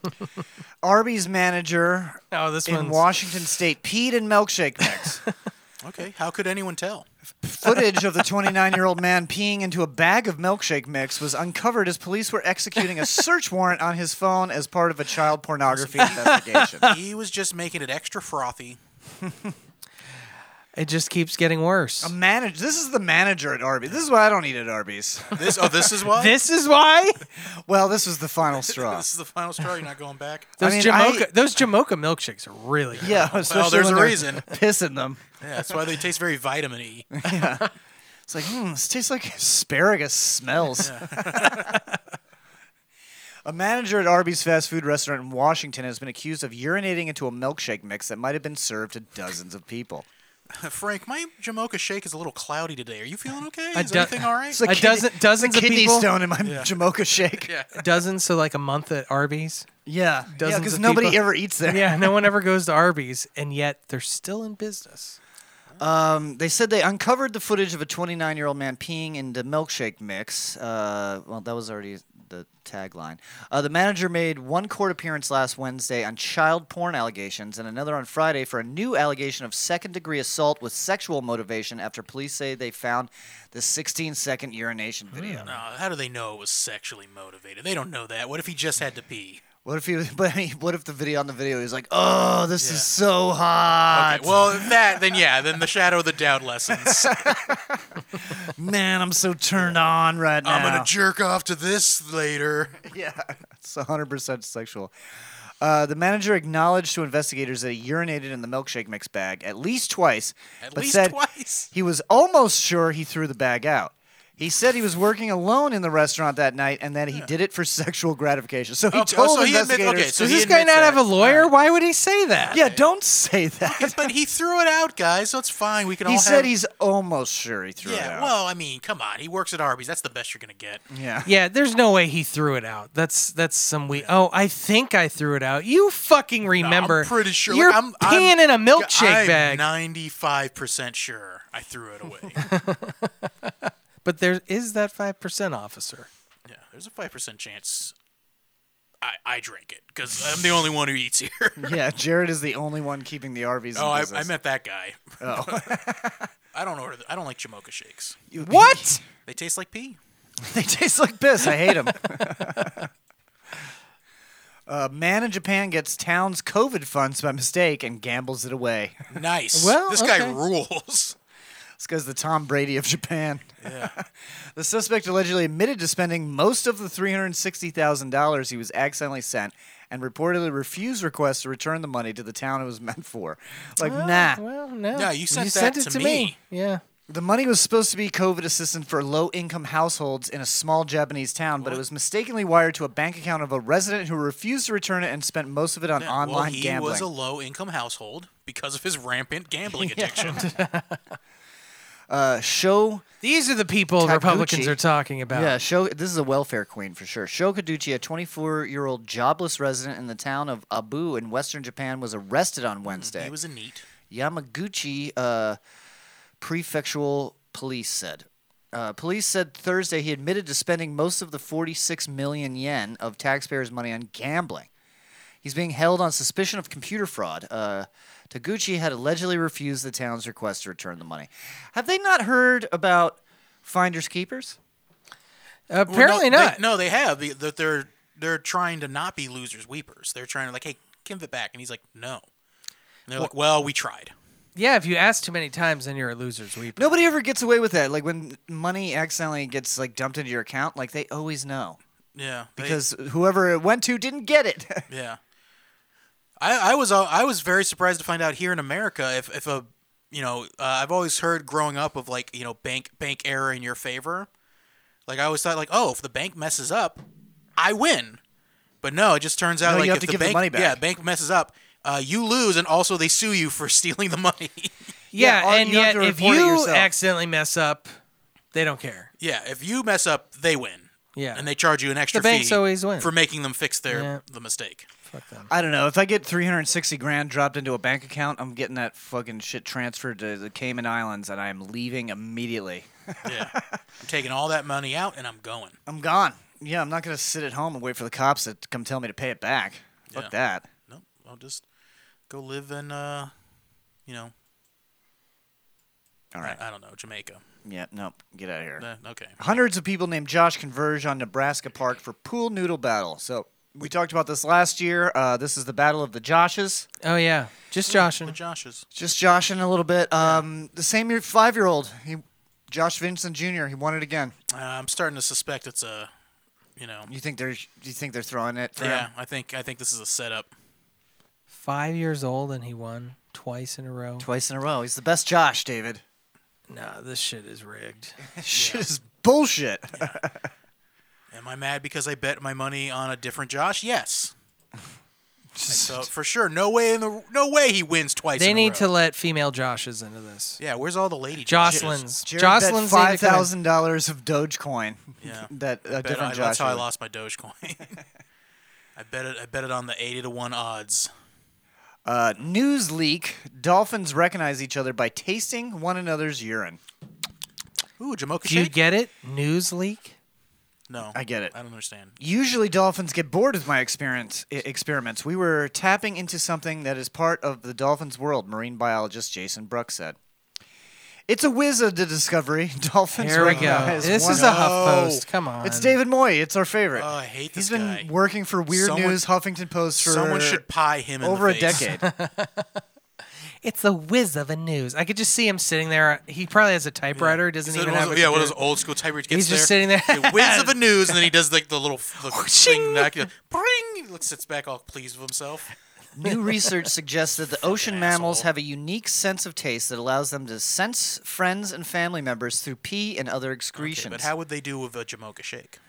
Speaker 1: Arby's manager
Speaker 2: oh, this
Speaker 1: in
Speaker 2: one's
Speaker 1: Washington State peed in milkshake mix.
Speaker 7: okay. How could anyone tell?
Speaker 1: Footage of the 29 year old man peeing into a bag of milkshake mix was uncovered as police were executing a search warrant on his phone as part of a child pornography investigation.
Speaker 7: he was just making it extra frothy.
Speaker 2: It just keeps getting worse.
Speaker 1: A manage- this is the manager at Arby's. This is why I don't eat at Arby's.
Speaker 7: This. Oh, this is why.
Speaker 2: this is why
Speaker 1: Well, this was the final straw.
Speaker 7: This is the final straw. You're not going back.
Speaker 1: I
Speaker 2: those
Speaker 1: mean,
Speaker 2: Jamocha
Speaker 1: I-
Speaker 2: those Jamocha milkshakes are really good.
Speaker 1: Yeah, especially
Speaker 7: there's
Speaker 1: when
Speaker 7: a
Speaker 1: they're
Speaker 7: reason.
Speaker 1: Pissing them.
Speaker 7: Yeah, that's why they taste very vitamin E.
Speaker 1: It's like, hmm, this tastes like asparagus smells. a manager at Arby's fast food restaurant in Washington has been accused of urinating into a milkshake mix that might have been served to dozens of people.
Speaker 7: Frank, my Jamocha shake is a little cloudy today. Are you feeling okay?
Speaker 2: I
Speaker 7: Is
Speaker 2: don't-
Speaker 7: everything all right?
Speaker 1: It's like
Speaker 2: A dozen-
Speaker 1: kidney- it's
Speaker 2: dozens
Speaker 1: a
Speaker 2: of
Speaker 1: kidney
Speaker 2: people?
Speaker 1: stone in my Jamocha shake. Yeah,
Speaker 2: dozens to like a month at Arby's.
Speaker 1: yeah,
Speaker 2: Dozens
Speaker 1: because
Speaker 2: of
Speaker 1: nobody
Speaker 2: people.
Speaker 1: ever eats there.
Speaker 2: Yeah, no one ever goes to Arby's, and yet they're still in business.
Speaker 1: Um, they said they uncovered the footage of a 29-year-old man peeing into milkshake mix. Uh, well, that was already the tagline. Uh, the manager made one court appearance last Wednesday on child porn allegations and another on Friday for a new allegation of second degree assault with sexual motivation after police say they found the 16 second urination video.
Speaker 7: Uh, how do they know it was sexually motivated? They don't know that. What if he just had to pee?
Speaker 1: What if he? was- But I mean, what if the video on the video is like, "Oh, this is so hot,
Speaker 7: Okay, well, if that then yeah, then the shadow of the doubt lessens.
Speaker 1: man! I'm so turned on right now."
Speaker 7: I'm gonna jerk off to this later.
Speaker 1: Yeah, it's 100% sexual. Uh, the manager acknowledged to investigators that he urinated in the milkshake mix bag at least twice,
Speaker 7: At
Speaker 1: but
Speaker 7: least
Speaker 1: said
Speaker 7: twice.
Speaker 1: he was almost sure he threw the bag out. He said he was working alone in the restaurant that night and that he did it for sexual gratification. So he
Speaker 7: Oh,
Speaker 1: told
Speaker 7: so he admit-
Speaker 1: investigators,
Speaker 7: okay, so
Speaker 2: Does
Speaker 7: he
Speaker 2: this guy
Speaker 7: admits
Speaker 2: not
Speaker 7: that.
Speaker 2: have a lawyer? Why would he say that?
Speaker 1: "Yeah, don't say that."
Speaker 7: But he threw it out, guys. So it's fine. We can
Speaker 1: he
Speaker 7: all.
Speaker 1: said
Speaker 7: have...
Speaker 1: he's almost sure he threw it
Speaker 7: Yeah.
Speaker 1: out.
Speaker 7: Well, I mean, come on. He works at Arby's. That's the best you're gonna get.
Speaker 1: yeah.
Speaker 2: Yeah, there's no way he threw it out. That's that's some we. Oh, I think I threw it out. You fucking remember?
Speaker 7: I'm pretty sure.
Speaker 2: You're
Speaker 7: Look, I'm,
Speaker 2: peeing
Speaker 7: I'm,
Speaker 2: in a milkshake
Speaker 7: I'm
Speaker 2: bag.
Speaker 7: 95% sure I threw it away.
Speaker 2: But there is that five percent officer.
Speaker 7: yeah, there's a 5% chance I, I drank it because I'm the only one who eats here.
Speaker 1: Yeah, Jared is the only one keeping the RVs.
Speaker 7: oh,
Speaker 1: in
Speaker 7: I,
Speaker 1: business.
Speaker 7: I met that guy. Oh. I don't order. th- I don't like Jamocha shakes.
Speaker 2: What?
Speaker 7: They taste like pee.
Speaker 1: They taste like piss. I hate them. A Uh, man in Japan gets town's COVID funds by mistake and gambles it away.
Speaker 7: Nice.
Speaker 2: Well,
Speaker 7: this
Speaker 2: okay.
Speaker 7: guy rules.
Speaker 1: This guy's the Tom Brady of Japan. Yeah. the suspect allegedly admitted to spending most of the $360,000 he was accidentally sent and reportedly refused requests to return the money to the town it was meant for. Like, nah.
Speaker 2: Well, no.
Speaker 7: Yeah, you sent that
Speaker 2: sent it
Speaker 7: to
Speaker 2: to
Speaker 7: me.
Speaker 2: Yeah.
Speaker 1: The money was supposed to be COVID assistance for low income households in a small Japanese town, but it was mistakenly wired to a bank account of a resident who refused to return it and spent most of it on
Speaker 7: Yeah,
Speaker 1: online
Speaker 7: well, he
Speaker 1: gambling.
Speaker 7: was a low income household because of his rampant gambling addiction.
Speaker 1: uh, show,
Speaker 2: These are the people Republicans
Speaker 1: Taguchi.
Speaker 2: are talking about.
Speaker 1: yeah, show. This is a welfare queen for sure. Sho Kaduchi, a 24 year old jobless resident in the town of Abu in western Japan, was arrested on Wednesday.
Speaker 7: Mm, he was a neat.
Speaker 1: Yamaguchi uh, prefectural police said. Uh, police said Thursday he admitted to spending most of the 46 million yen of taxpayers' money on gambling. He's being held on suspicion of computer fraud. Uh, Taguchi had allegedly refused the town's request to return the money. Have they not heard about finders keepers?
Speaker 2: Apparently
Speaker 7: no, they-
Speaker 2: not.
Speaker 7: no, they have. They- That they're they're trying to not be losers weepers. They're trying to like, hey, give it back, and he's like, no. And they're like, well, we tried.
Speaker 2: Yeah, if you ask too many times, then you're a loser's weeper.
Speaker 1: Nobody ever gets away with that. Like when money accidentally gets like dumped into your account, like they always know
Speaker 7: Yeah, they-
Speaker 1: because whoever it went to didn't get it.
Speaker 7: yeah. I, I was al- I was very surprised to find out here in America if if a you know uh, I've always heard growing up of like you know bank bank error in your favor. Like I always thought like oh if the bank messes up, I win. But no, it just turns out
Speaker 1: No, you
Speaker 7: like
Speaker 1: have
Speaker 7: if
Speaker 1: to
Speaker 7: the
Speaker 1: give the
Speaker 7: bank
Speaker 1: money back.
Speaker 7: yeah bank messes up, uh, you lose and also they sue you for stealing the money.
Speaker 2: yeah,
Speaker 1: Yeah, or
Speaker 2: and
Speaker 1: you have
Speaker 2: yet
Speaker 1: to
Speaker 2: if
Speaker 1: report it
Speaker 2: you
Speaker 1: yourself.
Speaker 2: accidentally mess up, they don't care.
Speaker 7: Yeah, if you mess up, they win.
Speaker 2: Yeah.
Speaker 7: And they charge you an extra
Speaker 2: banks
Speaker 7: fee
Speaker 2: always win.
Speaker 7: for making them fix their
Speaker 2: Yeah.
Speaker 7: the mistake.
Speaker 2: Fuck them.
Speaker 1: I don't know. If I get 360 grand dropped into a bank account, I'm getting that fucking shit transferred to the Cayman Islands and I am leaving immediately.
Speaker 7: Yeah. I'm taking all that money out and I'm going.
Speaker 1: I'm gone. Yeah, I'm not going to sit at home and wait for the cops to come tell me to pay it back. Fuck
Speaker 7: Yeah.
Speaker 1: that.
Speaker 7: Nope. I'll just go live in uh you know,
Speaker 1: All right.
Speaker 7: I don't know, Jamaica.
Speaker 1: Yeah, nope. Get out of here.
Speaker 7: Uh, okay.
Speaker 1: Hundreds of people named Josh converge on Nebraska Park for pool noodle battle. So we talked about this last year. Uh, this is the battle of the Joshes.
Speaker 2: Oh yeah, just
Speaker 7: The
Speaker 2: joshing.
Speaker 7: Joshes.
Speaker 1: Just joshing a little bit. Um, the same year, five year old, he, Josh Vincent Jr. He won it again.
Speaker 7: Uh, I'm starting to suspect it's a you know,
Speaker 1: You think they're you think they're throwing it? For him?
Speaker 7: yeah, I think I think this is a setup.
Speaker 2: Five years old and he won twice in a row.
Speaker 1: Twice in a row. He's the best Josh, David.
Speaker 2: Nah, this shit is rigged.
Speaker 1: Shit is bullshit.
Speaker 7: Am I mad because I bet my money on a different Josh? Yes. so for sure, no way in the no way he wins twice.
Speaker 2: They
Speaker 7: in
Speaker 2: need
Speaker 7: a
Speaker 2: to
Speaker 7: row.
Speaker 2: let female Joshes into this.
Speaker 7: Yeah, where's all the lady Joshes?
Speaker 2: Jocelyn's.
Speaker 1: Jared
Speaker 2: Jocelyn's
Speaker 1: bet
Speaker 2: need
Speaker 1: five
Speaker 2: to come in.
Speaker 1: thousand dollars of Dogecoin.
Speaker 7: Yeah.
Speaker 1: that a
Speaker 7: bet
Speaker 1: different
Speaker 7: I-
Speaker 1: Josh.
Speaker 7: That's how I
Speaker 1: would.
Speaker 7: lost my Dogecoin. I bet it. I bet it on the eighty to one odds.
Speaker 1: Uh, news leak: Dolphins recognize each other by tasting one another's urine.
Speaker 7: Ooh, Jamocha
Speaker 2: Do you
Speaker 7: shake.
Speaker 2: get it? News leak.
Speaker 7: No,
Speaker 1: I get it.
Speaker 7: I don't understand.
Speaker 1: Usually, dolphins get bored with my experience i- experiments. We were tapping into something that is part of the dolphins' world, marine biologist Jason Bruck said. It's a whiz of the discovery. Dolphins
Speaker 2: Here we go.
Speaker 1: recognize
Speaker 2: This
Speaker 1: one-
Speaker 2: is a HuffPost. Come on.
Speaker 1: It's David Moy. It's our favorite.
Speaker 7: Oh, I hate
Speaker 1: He's
Speaker 7: this
Speaker 1: been
Speaker 7: guy.
Speaker 1: working for Weird
Speaker 7: Someone-
Speaker 1: News, Huffington Post for
Speaker 7: Someone should pie him in the
Speaker 1: over a
Speaker 7: face.
Speaker 1: decade.
Speaker 2: It's the whiz of the news. I could just see him sitting there. He probably has a typewriter. Doesn't
Speaker 7: So
Speaker 2: even
Speaker 7: it was-
Speaker 2: have a
Speaker 7: yeah, one of
Speaker 2: computer.
Speaker 7: those old school typewriters.
Speaker 2: He's
Speaker 7: gets
Speaker 2: just
Speaker 7: there,
Speaker 2: sitting there.
Speaker 7: He wins of the news, and then he does like the little the
Speaker 2: Shing.
Speaker 7: thing back. He goes, Bring. He looks- sits back all pleased with himself.
Speaker 1: New research suggests that the ocean mammals
Speaker 7: asshole.
Speaker 1: have a unique sense of taste that allows them to sense friends and family members through pee and other
Speaker 7: Okay,
Speaker 1: excretions.
Speaker 7: but how would they do with a Jamocha shake?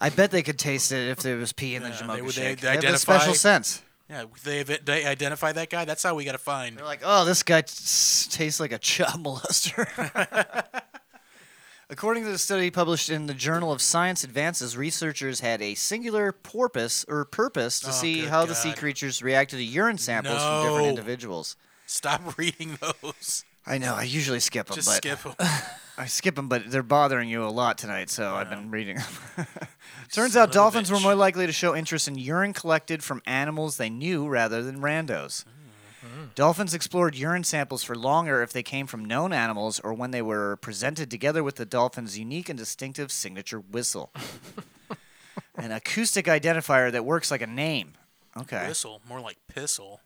Speaker 1: I bet they could taste it if there was pee in the
Speaker 7: Yeah,
Speaker 1: Jamocha
Speaker 7: they would- they
Speaker 1: shake.
Speaker 7: would
Speaker 1: have a
Speaker 7: identify-
Speaker 1: special sense.
Speaker 7: Yeah, they, they identify that guy. That's how we got to find.
Speaker 1: They're like, oh, this guy s- tastes like a child molester. According to the study published in the Journal of Science Advances, researchers had a singular porpoise or purpose to
Speaker 7: Oh,
Speaker 1: see
Speaker 7: good
Speaker 1: how the sea
Speaker 7: God.
Speaker 1: creatures reacted to urine samples from different
Speaker 7: No.
Speaker 1: individuals.
Speaker 7: Stop reading those.
Speaker 1: I know. I usually skip them,
Speaker 7: Just
Speaker 1: but
Speaker 7: skip 'em.
Speaker 1: I skip them, but they're bothering you a lot tonight, so I've been reading them. Turns
Speaker 7: son of
Speaker 1: out
Speaker 7: a
Speaker 1: dolphins were
Speaker 7: bitch.
Speaker 1: more likely to show interest in urine collected from animals they knew rather than randos.
Speaker 7: Mm-hmm.
Speaker 1: Dolphins explored urine samples for longer if they came from known animals or when they were presented together with the dolphin's unique and distinctive signature whistle. An acoustic identifier that works like a name. Okay.
Speaker 7: Whistle, more like pissle.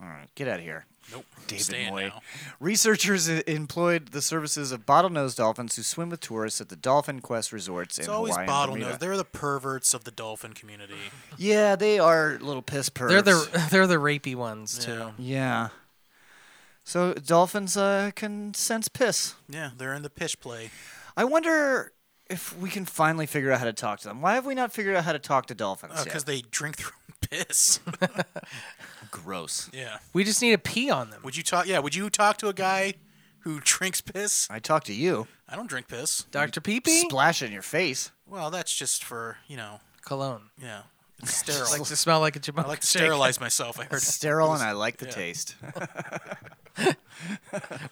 Speaker 1: All right. Get out of here.
Speaker 7: Nope. I'm
Speaker 1: David
Speaker 7: staying
Speaker 1: Moy.
Speaker 7: now.
Speaker 1: Researchers e- employed the services of bottlenose dolphins who swim with tourists at the Dolphin Quest resorts
Speaker 7: It's
Speaker 1: in
Speaker 7: always
Speaker 1: Hawaii. and Bermuda.
Speaker 7: bottlenose. They're the perverts of the dolphin community.
Speaker 1: Yeah, they are little piss pervs.
Speaker 2: They're the they're the rapey ones too.
Speaker 1: yeah. So dolphins uh, can sense piss.
Speaker 7: Yeah, they're in the pish play.
Speaker 1: I wonder if we can finally figure out how to talk to them. Why have we not figured out how to talk to dolphins? yet?
Speaker 7: Because Oh, they drink their own piss.
Speaker 1: gross.
Speaker 7: yeah.
Speaker 2: We just need to pee on them.
Speaker 7: Would you talk? Yeah. Would you talk to a guy who drinks piss?
Speaker 1: I talk to you.
Speaker 7: I don't drink piss.
Speaker 2: Doctor Peepee,
Speaker 1: Splash it in your face.
Speaker 7: Well, that's just for you know.
Speaker 2: cologne.
Speaker 7: Yeah. It's sterile.
Speaker 2: Like to smell like a
Speaker 7: I
Speaker 2: Jamaican.
Speaker 7: like to
Speaker 2: shake.
Speaker 7: sterilize myself. I heard.
Speaker 1: It's sterile, and I like the
Speaker 7: yeah.
Speaker 1: taste.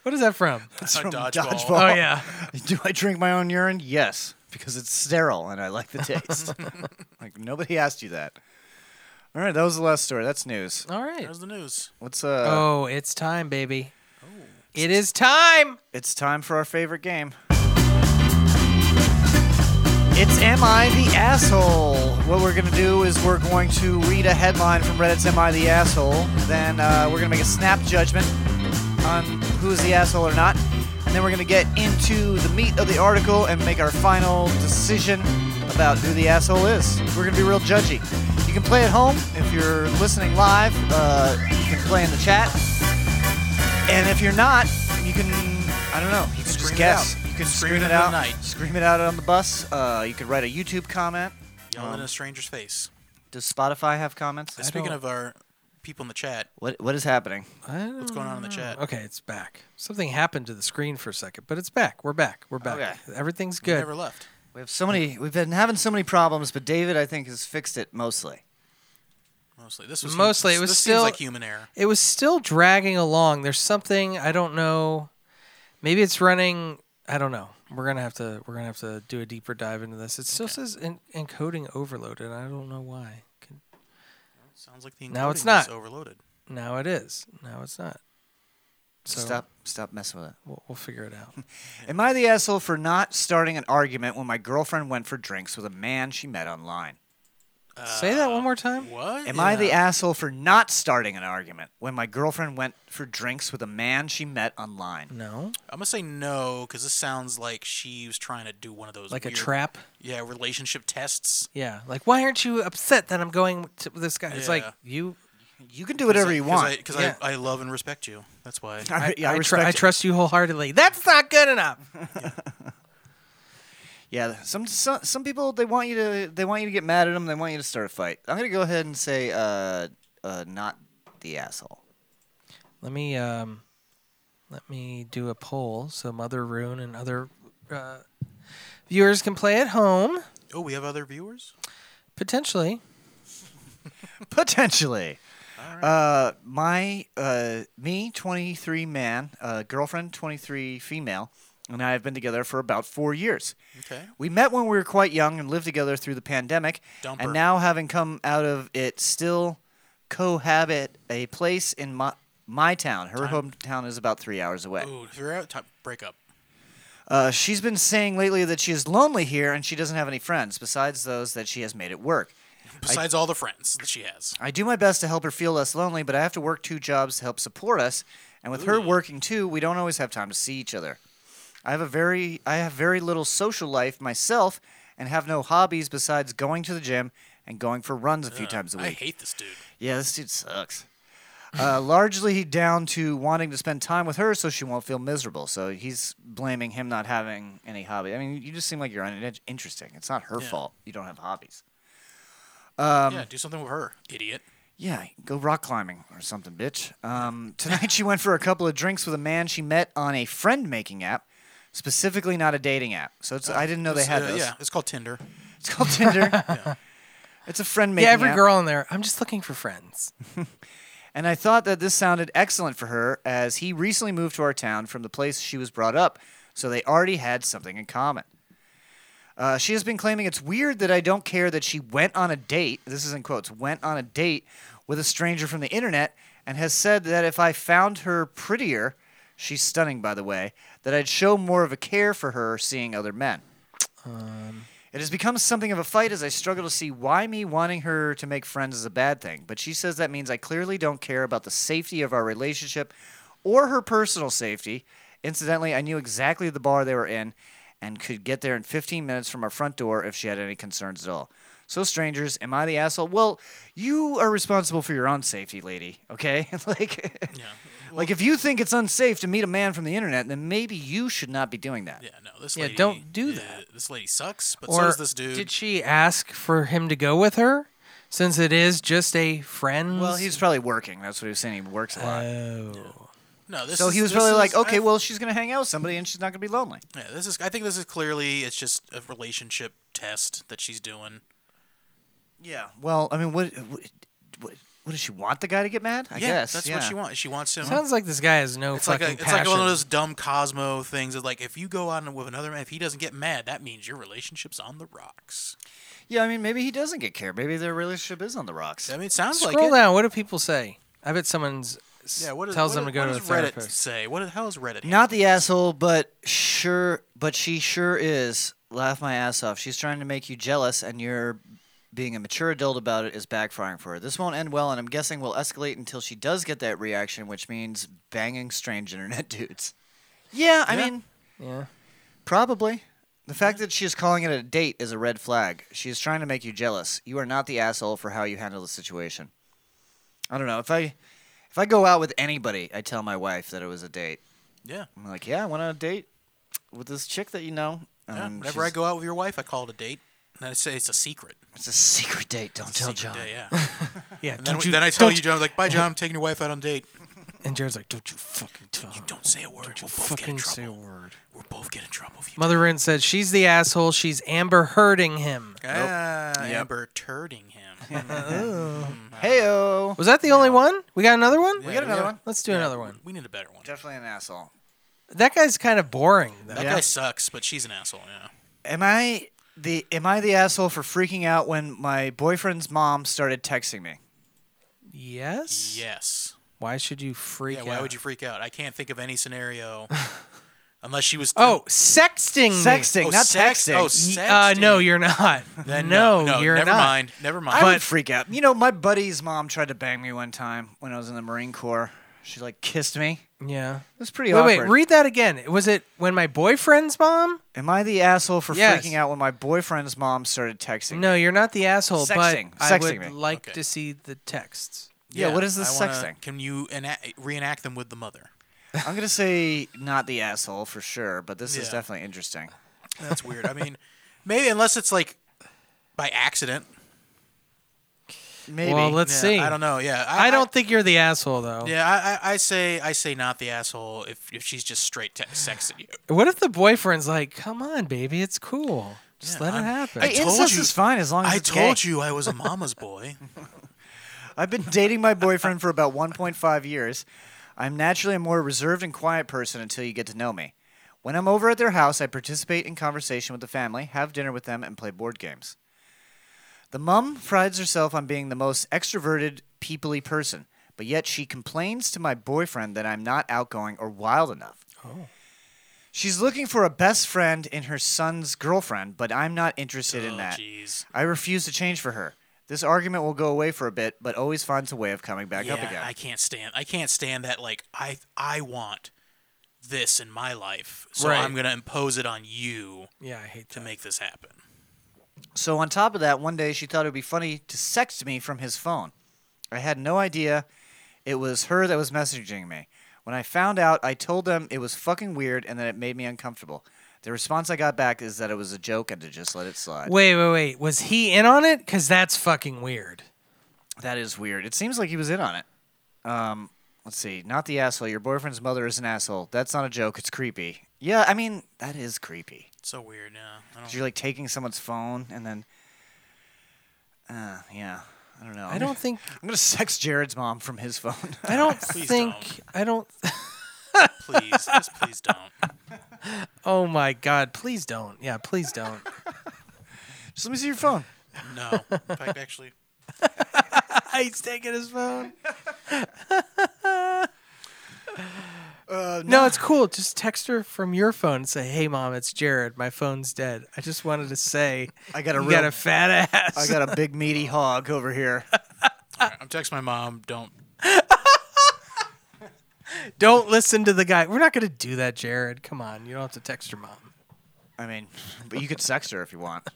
Speaker 2: What is that from?
Speaker 7: It's from dodgeball.
Speaker 1: Dodgeball.
Speaker 2: Oh yeah,
Speaker 1: Do I drink my own urine? Yes, because it's sterile and I like the taste. like nobody asked you that. All right, that was the last story. That's news.
Speaker 2: all right.
Speaker 7: There's Oh. the news.
Speaker 1: What's uh?
Speaker 2: Oh, it's time, baby. It is time.
Speaker 1: It's time for our favorite game. It's Am I the Asshole? What we're gonna do is we're going to read a headline from Reddit's Am I the Asshole? Then uh, we're gonna make a snap judgment on who is the asshole or not. And then we're gonna get into the meat of the article and make our final decision about who the asshole is. We're gonna be real judgy. You can play at home if you're listening live. Uh, you can play in the chat. And if you're not, you can I don't know. You can just
Speaker 7: Scream it
Speaker 1: guess.
Speaker 7: out.
Speaker 1: You can
Speaker 7: Scream
Speaker 1: scream
Speaker 7: it
Speaker 1: it
Speaker 7: into the
Speaker 1: out.
Speaker 7: night.
Speaker 1: Scream it out on the bus. Uh, you could write a YouTube comment.
Speaker 7: Yell in a stranger's face.
Speaker 1: Does Spotify have comments?
Speaker 7: Speaking
Speaker 2: don't-
Speaker 7: of our people in the chat,
Speaker 1: What What is happening?
Speaker 7: what's going on in the chat?
Speaker 2: Okay, it's back. Something happened to the screen for a second, but it's back. We're back. We're back.
Speaker 1: Okay.
Speaker 2: Everything's
Speaker 7: We
Speaker 2: good.
Speaker 7: Never left.
Speaker 1: We have so many. We've been having so many problems, but David, I think, has fixed it mostly.
Speaker 7: Mostly, this was
Speaker 2: Mostly, it
Speaker 7: this
Speaker 2: was
Speaker 7: seems
Speaker 2: still-
Speaker 7: like human error.
Speaker 2: It was still dragging along. There's something I don't know. Maybe it's running. I don't know. We're gonna have to. We're gonna have to do a deeper dive into this. It still says en- encoding overloaded. I don't know why. Can-
Speaker 7: Sounds like the
Speaker 2: No, it's
Speaker 7: encoding
Speaker 2: not.
Speaker 7: was overloaded.
Speaker 2: Now it is. Now it's not. So
Speaker 1: Stop Stop messing with it.
Speaker 2: We'll, we'll figure it out.
Speaker 1: Am I the asshole for not starting an argument when my girlfriend went for drinks with a man she met online?
Speaker 2: Say that one more time.
Speaker 7: Uh, What?
Speaker 1: Am I the asshole for not starting an argument when my girlfriend went for drinks with a man she met online?
Speaker 2: No,
Speaker 7: I'm gonna say no because this sounds like she was trying to do one of those
Speaker 2: like a
Speaker 7: weird-
Speaker 2: trap.
Speaker 7: Yeah, relationship tests.
Speaker 2: Yeah, like why aren't you upset that I'm going to with this guy? It's like
Speaker 7: Yeah.
Speaker 2: you.
Speaker 1: You can do whatever you want.
Speaker 7: Because
Speaker 2: Yeah.
Speaker 7: I, I love and respect you. That's why.
Speaker 1: I, yeah, I,
Speaker 2: tru-
Speaker 1: respect
Speaker 2: I
Speaker 1: it.
Speaker 2: trust you wholeheartedly. That's not good enough.
Speaker 1: Yeah, some, some some people they want you to they want you to get mad at them. They want you to start a fight. I'm gonna go ahead and say, uh, uh, not the asshole.
Speaker 2: Let me um, let me do a poll so Mother Rune and other uh, viewers can play at home
Speaker 7: Oh, we have other viewers.
Speaker 2: potentially.
Speaker 1: Potentially. Uh, my uh, me 23 man, uh, girlfriend 23 female, and I have been together for about four years.
Speaker 7: Okay.
Speaker 1: We met when we were quite young and lived together through the pandemic.
Speaker 7: Dumper.
Speaker 1: And now, having come out of it, still cohabit a place in my, my town. Her hometown is about three hours away.
Speaker 7: Ooh, Oh, if you're out, time, break up.
Speaker 1: Uh, she's been saying lately that she is lonely here and she doesn't have any friends besides those that she has made at work.
Speaker 7: Besides all the friends that she has.
Speaker 1: I do my best to help her feel less lonely, but I have to work two jobs to help support us. And with her working too, we don't always have time to see each other. I have a very I have very little social life myself and have no hobbies besides going to the gym and going for runs a few times a
Speaker 7: I
Speaker 1: week.
Speaker 7: hate this dude.
Speaker 1: Yeah, this dude sucks. Uh, largely down to wanting to spend time with her so she won't feel miserable. So he's blaming him not having any hobby. I mean, you just seem like you're uninteresting. It's not her fault you don't have hobbies. Um,
Speaker 7: yeah, do something with her, idiot.
Speaker 1: Yeah, go rock climbing or something, bitch. Um, tonight she went for a couple of drinks with a man she met on a friend making app, specifically not a dating app. So it's, I didn't know they had
Speaker 7: Uh,
Speaker 1: those.
Speaker 7: yeah, it's called Tinder.
Speaker 1: It's called Tinder. It's a friend making
Speaker 2: yeah, every
Speaker 1: app.
Speaker 2: girl in there. I'm just looking for friends.
Speaker 1: And I thought that this sounded excellent for her as he recently moved to our town from the place she was brought up, so they already had something in common. Uh, she has been claiming it's weird that I don't care that she went on a date, this is in quotes, went on a date with a stranger from the internet, and has said that if I found her prettier, she's stunning by the way, that I'd show more of a care for her seeing other men. It has become something of a fight as I struggle to see why me wanting her to make friends is a bad thing, but she says that means I clearly don't care about the safety of our relationship or her personal safety. Incidentally, I knew exactly the bar they were in and could get there in 15 minutes from our front door if she had any concerns at all. So, strangers, am I the asshole? Well, you are responsible for your own safety, lady, okay? like, like, if you think it's unsafe to meet a man from the internet, then maybe you should not be doing that.
Speaker 7: Yeah, no, this
Speaker 2: Yeah,
Speaker 7: lady.
Speaker 2: don't do
Speaker 7: uh,
Speaker 2: that.
Speaker 7: this lady sucks, but so
Speaker 2: Or
Speaker 7: does this dude.
Speaker 2: did she ask for him to go with her? Since it is just a friend.
Speaker 1: Well, he's probably working. That's what he was saying. He works a lot.
Speaker 7: no, this
Speaker 1: So
Speaker 7: is-
Speaker 1: he was
Speaker 7: this
Speaker 1: really like,
Speaker 7: is-
Speaker 1: okay,
Speaker 7: I-
Speaker 1: well, she's gonna hang out with somebody and she's not gonna be lonely.
Speaker 7: Yeah, this is. I think this is clearly it's just a relationship test that she's doing.
Speaker 1: Yeah. Well, I mean, what, what, what, what does she want the guy to get mad? I
Speaker 7: yeah,
Speaker 1: guess
Speaker 7: that's
Speaker 1: yeah.
Speaker 7: what she wants. She wants him.
Speaker 2: Sounds like this guy has no
Speaker 7: it's like
Speaker 2: fucking
Speaker 7: a, it's
Speaker 2: passion.
Speaker 7: like one of those dumb Cosmo things. Of like, if you go out with another man, if he doesn't get mad, that means your relationship's on the rocks.
Speaker 1: Yeah, I mean, maybe he doesn't get care. Maybe their relationship is on the rocks.
Speaker 7: I mean, it sounds like
Speaker 2: Scroll
Speaker 7: it.
Speaker 2: down. What do people say? I bet someone's s-
Speaker 7: Yeah, what is,
Speaker 2: tells them
Speaker 7: what
Speaker 2: to
Speaker 7: is-
Speaker 2: go
Speaker 7: what
Speaker 2: to a
Speaker 7: does Reddit
Speaker 2: therapist.
Speaker 7: say? What the hell is Reddit?
Speaker 1: Not the asshole, but sure, but she sure is. Laugh my ass off. She's trying to make you jealous, and you're being a mature adult about it is backfiring for her. This won't end well, and I'm guessing will escalate until she does get that reaction, which means banging strange internet dudes. Yeah, I mean,
Speaker 2: Yeah.
Speaker 1: Probably. The fact that she is calling it a date is a red flag. She is trying to make you jealous. You are not the asshole for how you handle the situation. I don't know. If I if I go out with anybody, I tell my wife that it was a date.
Speaker 7: Yeah.
Speaker 1: I'm like, yeah, I went on a date with this chick that you know.
Speaker 7: Yeah,
Speaker 1: Um,
Speaker 7: Whenever I
Speaker 1: she's-
Speaker 7: go out with your wife, I call it a date, and I say it's a secret.
Speaker 1: it's a secret date. Don't tell
Speaker 7: Secret
Speaker 1: John.
Speaker 7: date, yeah.
Speaker 2: Yeah.
Speaker 7: And then,
Speaker 2: don't
Speaker 7: we- then I tell
Speaker 2: don't-
Speaker 7: you, John, I'm like, bye, John, I'm taking your wife out on a date.
Speaker 2: And Jared's like, don't you fucking tell. You
Speaker 7: Don't say a word. We'll both get in
Speaker 2: fucking say a
Speaker 7: trouble.
Speaker 2: word.
Speaker 7: We'll both get in trouble if you.
Speaker 2: Mother Rin said she's the asshole. She's Amber hurting him.
Speaker 7: Ah, Amber turding him.
Speaker 1: Heyo.
Speaker 2: Was that the only one? We got another one.
Speaker 1: We got another one.
Speaker 2: Let's do another one.
Speaker 7: we need a better one.
Speaker 1: Definitely an asshole.
Speaker 2: That guy's kind of boring. Though.
Speaker 7: That guy sucks, but she's an asshole. Yeah.
Speaker 1: Am I the am I the asshole for freaking out when my boyfriend's mom started texting me?
Speaker 2: Yes.
Speaker 7: Yes.
Speaker 2: Why should you freak
Speaker 7: Yeah.
Speaker 2: out?
Speaker 7: Why would you freak out? I can't think of any scenario,
Speaker 1: Oh,
Speaker 7: unless she was.
Speaker 2: Oh, sexting. me.
Speaker 1: Sexting,
Speaker 7: Oh,
Speaker 1: not
Speaker 7: sex-
Speaker 1: texting.
Speaker 7: oh,
Speaker 2: Y- Uh,
Speaker 7: sexting.
Speaker 2: no, you're not.
Speaker 7: Then
Speaker 2: no,
Speaker 7: no,
Speaker 2: you're
Speaker 7: never
Speaker 2: not.
Speaker 7: mind. Never
Speaker 1: I
Speaker 7: mind.
Speaker 1: would freak out. You know, my buddy's mom tried to bang me one time when I was in the Marine Corps. She like kissed me.
Speaker 2: Yeah.
Speaker 1: It was pretty
Speaker 2: Wait, wait.
Speaker 1: awkward.
Speaker 2: Read that again. Was it when my boyfriend's mom?
Speaker 1: Am I the asshole for
Speaker 2: Yes.
Speaker 1: freaking out when my boyfriend's mom started texting? me?
Speaker 2: No, you're not the asshole.
Speaker 1: Sexting.
Speaker 2: But I
Speaker 1: Sexting
Speaker 2: would
Speaker 1: me.
Speaker 2: like
Speaker 7: Okay.
Speaker 2: to see the texts.
Speaker 1: Yeah, what is this
Speaker 7: I wanna-
Speaker 1: sex thing?
Speaker 7: Can you ena- reenact them with the mother?
Speaker 1: I'm gonna say not the asshole for sure, but this is
Speaker 7: Yeah.
Speaker 1: definitely interesting.
Speaker 7: That's weird. I mean, maybe unless it's like by accident.
Speaker 1: Maybe.
Speaker 2: Well, let's
Speaker 7: Yeah,
Speaker 2: see.
Speaker 7: I don't know. Yeah,
Speaker 2: I, don't think you're the asshole though.
Speaker 7: Yeah, I, I, I say I say not the asshole if, if she's just straight te- sexing you.
Speaker 2: What if the boyfriend's like, "Come on, baby, it's cool. Just let it
Speaker 7: I'm-
Speaker 2: happen."
Speaker 1: Hey,
Speaker 7: I told
Speaker 1: incest
Speaker 7: you-
Speaker 1: is fine as long as
Speaker 7: I
Speaker 1: it's
Speaker 7: told
Speaker 1: gay.
Speaker 7: you I was a mama's boy.
Speaker 1: I've been dating my boyfriend for about 1.5 years. I'm naturally a more reserved and quiet person until you get to know me. When I'm over at their house, I participate in conversation with the family, have dinner with them, and play board games. The mum prides herself on being the most extroverted, peoply person, but yet she complains to my boyfriend that I'm not outgoing or wild enough.
Speaker 7: Oh.
Speaker 1: She's looking for a best friend in her son's girlfriend, but I'm not interested in that.
Speaker 7: Oh, Jeez.
Speaker 1: I refuse to change for her. This argument will go away for a bit, but always finds a way of coming back up
Speaker 7: Yeah,
Speaker 1: again.
Speaker 7: I can't stand. I can't stand that. Like I, I want this in my life, so
Speaker 2: Right.
Speaker 7: I'm gonna impose it on you
Speaker 2: Yeah, I hate
Speaker 7: to
Speaker 2: that.
Speaker 7: make this happen.
Speaker 1: So on top of that, one day she thought it would be funny to sext me from his phone. I had no idea it was her that was messaging me. When I found out, I told them it was fucking weird and that it made me uncomfortable. The response I got back is that it was a joke and to just let it slide.
Speaker 2: Wait, wait, wait. Was he in on it? Because that's fucking weird.
Speaker 1: That is weird. It seems like he was in on it. Um, let's see. Not the asshole. Your boyfriend's mother is an asshole. That's not a joke. It's creepy. Yeah, I mean that is creepy.
Speaker 7: so weird. Yeah, I
Speaker 1: 'Cause
Speaker 7: don't,
Speaker 1: You're like taking someone's phone and then. Uh, yeah, I don't know.
Speaker 2: I don't think.
Speaker 1: I'm gonna sex Jared's mom from his phone.
Speaker 2: I don't
Speaker 7: Please
Speaker 2: think.
Speaker 7: don't.
Speaker 2: I don't.
Speaker 7: please, just please don't.
Speaker 2: Oh my god! Please don't. Yeah, please don't.
Speaker 1: Just let me see your phone.
Speaker 7: No, in fact, actually,
Speaker 2: He's taking his phone.
Speaker 1: Uh,
Speaker 2: No, it's cool. Just text her from your phone and say, "Hey, mom, it's Jared. My phone's dead. I just wanted to say
Speaker 1: I got a
Speaker 2: you
Speaker 1: real.
Speaker 2: got a fat ass."
Speaker 1: I got a big meaty hog over here.
Speaker 7: All right, I'm texting my mom. Don't.
Speaker 2: don't listen to the guy. We're not gonna do that, Jared. Come on, you don't have to text your mom.
Speaker 1: I mean, but you could sex her if you want.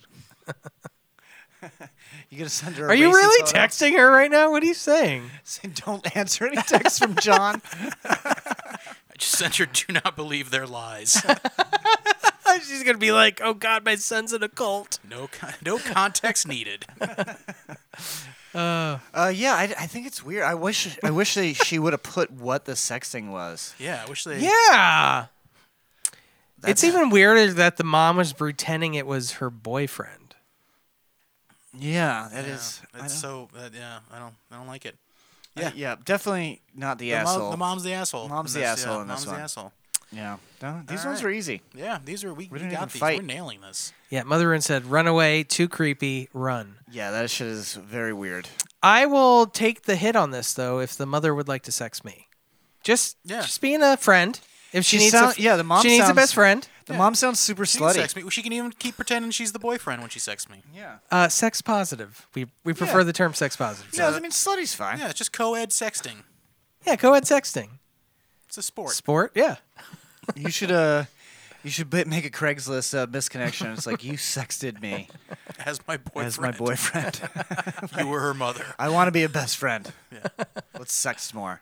Speaker 1: you gonna send her? a
Speaker 2: Are you
Speaker 1: racy
Speaker 2: really
Speaker 1: photo?
Speaker 2: texting her right now? What are you saying?
Speaker 1: Say, Don't answer any texts from John.
Speaker 7: I just sent her. Do not believe their lies.
Speaker 2: She's gonna be like, "Oh God, my son's in a cult."
Speaker 7: No, con- no context needed.
Speaker 1: Uh, yeah, I, I think it's weird. I wish I wish they, she would have put what the sexting was.
Speaker 7: Yeah, I wish they.
Speaker 2: Yeah.
Speaker 1: That's-
Speaker 2: it's even weirder that the mom was pretending it was her boyfriend.
Speaker 1: Yeah, that
Speaker 7: yeah,
Speaker 1: is. I
Speaker 7: It's
Speaker 1: don't-
Speaker 7: so. Uh, yeah, I don't. I don't like it.
Speaker 1: yeah, yeah, definitely not the,
Speaker 7: The, mom-
Speaker 1: asshole.
Speaker 7: the mom's the asshole.
Speaker 1: Mom's
Speaker 7: in
Speaker 1: the
Speaker 7: this,
Speaker 1: asshole
Speaker 7: Yeah,
Speaker 1: in this
Speaker 7: mom's the
Speaker 1: one.
Speaker 7: asshole.
Speaker 1: Yeah, no, these
Speaker 7: All
Speaker 1: ones
Speaker 7: right.
Speaker 1: were easy.
Speaker 7: Yeah, these are we. We,
Speaker 1: didn't
Speaker 7: got
Speaker 1: even
Speaker 7: these.
Speaker 1: fight.
Speaker 7: We're nailing this.
Speaker 2: Yeah, Mother Rune said, "Run away, too creepy, run."
Speaker 1: Yeah, that shit is very weird.
Speaker 2: I will take the hit on this though. If the mother would like to sex me, just
Speaker 7: Yeah.
Speaker 2: just being a friend. If she,
Speaker 1: She
Speaker 2: needs, a
Speaker 1: sound-
Speaker 2: f-
Speaker 1: yeah, the mom
Speaker 2: She needs a
Speaker 1: sounds-
Speaker 2: best friend.
Speaker 1: The mom sounds super
Speaker 7: She can
Speaker 1: slutty.
Speaker 7: sex me. She can even keep pretending she's the boyfriend when she sexts me.
Speaker 1: Yeah.
Speaker 2: Uh, sex positive. We we prefer the term sex positive.
Speaker 1: No, I mean slutty's fine.
Speaker 7: Yeah, it's just co-ed sexting.
Speaker 2: Yeah, co-ed sexting.
Speaker 7: It's a sport.
Speaker 2: Sport. Yeah.
Speaker 1: You should uh, you should bit- make a Craigslist uh, misconnection. It's like you sexted me
Speaker 7: As my boyfriend.
Speaker 1: as my boyfriend.
Speaker 7: You were her mother.
Speaker 1: I want to be a best friend. Let's sext more.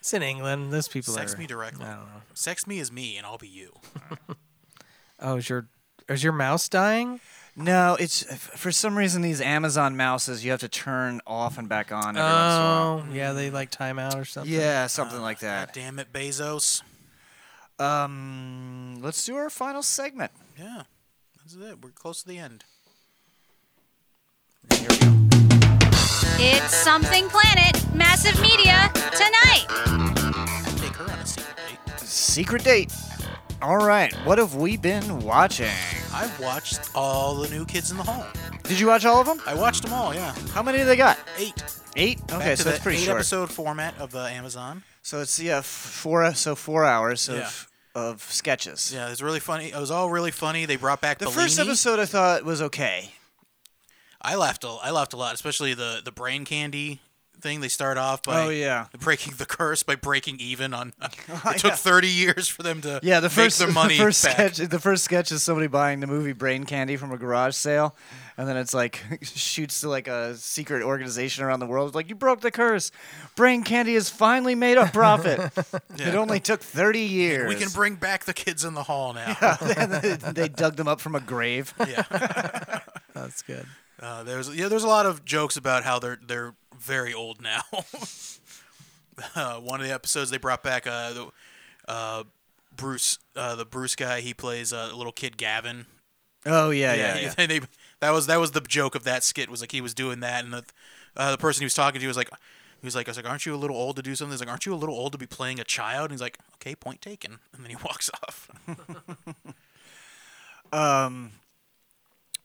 Speaker 2: It's in England. Those people
Speaker 7: Sex
Speaker 2: are.
Speaker 7: me directly. Sex me is me, and I'll be you.
Speaker 2: Oh, is your is your mouse dying?
Speaker 1: No, it's for some reason these Amazon mouses you have to turn off and back on every once in a while.
Speaker 2: Oh, yeah, they like time out or something.
Speaker 1: Yeah, something like
Speaker 7: God
Speaker 1: that.
Speaker 7: damn it, Bezos.
Speaker 1: Um, let's do our final segment.
Speaker 7: Yeah, that's it. We're close to the end.
Speaker 1: Here we go.
Speaker 5: It's Something Planet, Massive Media, tonight.
Speaker 7: Take her on a secret date.
Speaker 1: Secret date. All right, what have we been watching?
Speaker 7: I've watched all the new Kids in the Hall.
Speaker 1: Did you watch all of them?
Speaker 7: I watched them all. Yeah,
Speaker 1: How many do they got?
Speaker 7: eight.
Speaker 1: Eight. Okay,
Speaker 7: Back to
Speaker 1: so
Speaker 7: the
Speaker 1: that's pretty
Speaker 7: eight
Speaker 1: short.
Speaker 7: episode format of the Amazon.
Speaker 1: So it's yeah, f- four. So four hours of
Speaker 7: Yeah.
Speaker 1: of sketches.
Speaker 7: Yeah, it was really funny. It was all really funny. They brought back
Speaker 1: The
Speaker 7: Bellini.
Speaker 1: first episode I thought was okay.
Speaker 7: I laughed. A, I laughed a lot, especially the the brain candy thing. They start off by
Speaker 1: Oh, yeah.
Speaker 7: breaking the curse by breaking even on. it
Speaker 1: Yeah.
Speaker 7: took thirty years for them to
Speaker 1: Yeah, the
Speaker 7: make
Speaker 1: first
Speaker 7: their money
Speaker 1: the first
Speaker 7: back.
Speaker 1: sketch the first sketch is somebody buying the movie Brain Candy from a garage sale, and then it's like shoots to like a secret organization around the world. It's like you broke the curse, Brain Candy has finally made a profit. It only took thirty years.
Speaker 7: We can bring back the kids in the hall now.
Speaker 1: they dug them up from a grave.
Speaker 2: That's good.
Speaker 7: Uh, there's yeah, there's a lot of jokes about how they're they're very old now. uh, one of the episodes they brought back uh, the, uh, Bruce uh, the Bruce guy he plays uh, little kid Gavin.
Speaker 1: Oh yeah, yeah, yeah.
Speaker 7: they, that was that was the joke of that skit was like he was doing that and the uh, the person he was talking to was like. He was like, I was like, aren't you a little old to do something? He's like, aren't you a little old to be playing a child? And he's like, okay, point taken. And then he walks off.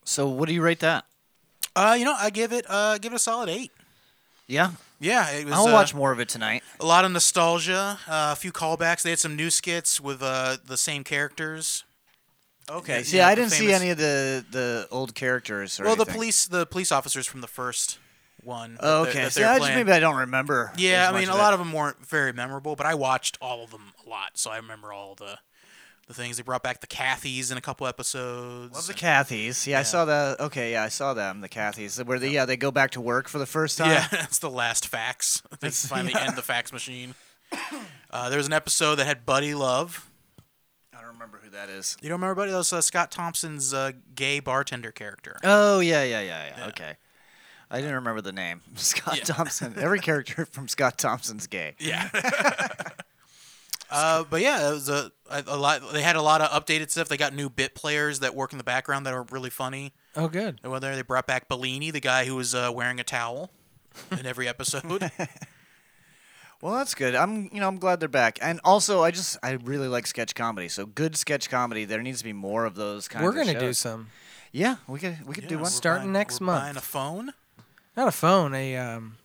Speaker 1: So what do you rate that?
Speaker 7: Uh, you know, I give it uh give it a solid eight.
Speaker 1: Yeah,
Speaker 7: Yeah, it was.
Speaker 1: I'll
Speaker 7: uh,
Speaker 1: watch more of it tonight.
Speaker 7: a lot of nostalgia, uh, a few callbacks. They had some new skits with uh the same characters.
Speaker 1: Okay.
Speaker 7: you
Speaker 1: See,
Speaker 7: know,
Speaker 1: I
Speaker 7: the
Speaker 1: didn't see
Speaker 7: famous-
Speaker 1: any of the the old characters. Or
Speaker 7: Well, the
Speaker 1: anything.
Speaker 7: police the police officers from the first one. that
Speaker 1: Oh,
Speaker 7: they're-
Speaker 1: okay.
Speaker 7: that
Speaker 1: See,
Speaker 7: they're
Speaker 1: I just
Speaker 7: playing.
Speaker 1: maybe I don't remember.
Speaker 7: Yeah,
Speaker 1: as
Speaker 7: I
Speaker 1: much
Speaker 7: mean, a
Speaker 1: of it.
Speaker 7: lot of them weren't very memorable, but I watched all of them a lot, so I remember all the the things. They brought back the Cathys in a couple episodes.
Speaker 1: Love the Cathys. Yeah, I saw the. Okay, yeah, I saw them. The Cathys, where they yeah they go back to work for the first time.
Speaker 7: yeah, that's the last fax. They finally end the fax machine. Uh, there was an episode that had Buddy Love.
Speaker 1: I don't remember who that is.
Speaker 7: You don't remember Buddy? That was uh, Scott Thompson's uh, gay bartender character.
Speaker 1: Oh yeah, yeah, yeah, yeah. Okay. I didn't remember the name. Scott Thompson. Every character from Scott Thompson's gay.
Speaker 7: Yeah. uh, but yeah, it was a, a a lot. They had a lot of updated stuff. They got new bit players that work in the background that are really funny.
Speaker 2: Oh, good.
Speaker 7: Well, there they brought back Bellini, the guy who was uh, wearing a towel in every episode.
Speaker 1: Well, that's good. I'm, you know, I'm glad they're back. And also, I just, I really like sketch comedy. So good sketch comedy. There needs to be more of those kinds.
Speaker 2: We're
Speaker 1: of
Speaker 2: gonna do
Speaker 1: shows.
Speaker 2: some.
Speaker 1: Yeah, we could, we could do
Speaker 7: Yeah,
Speaker 1: one.
Speaker 7: we're
Speaker 2: Starting
Speaker 7: buying-
Speaker 2: next
Speaker 7: we're
Speaker 2: month.
Speaker 7: Buying a phone.
Speaker 2: Not a phone, a um,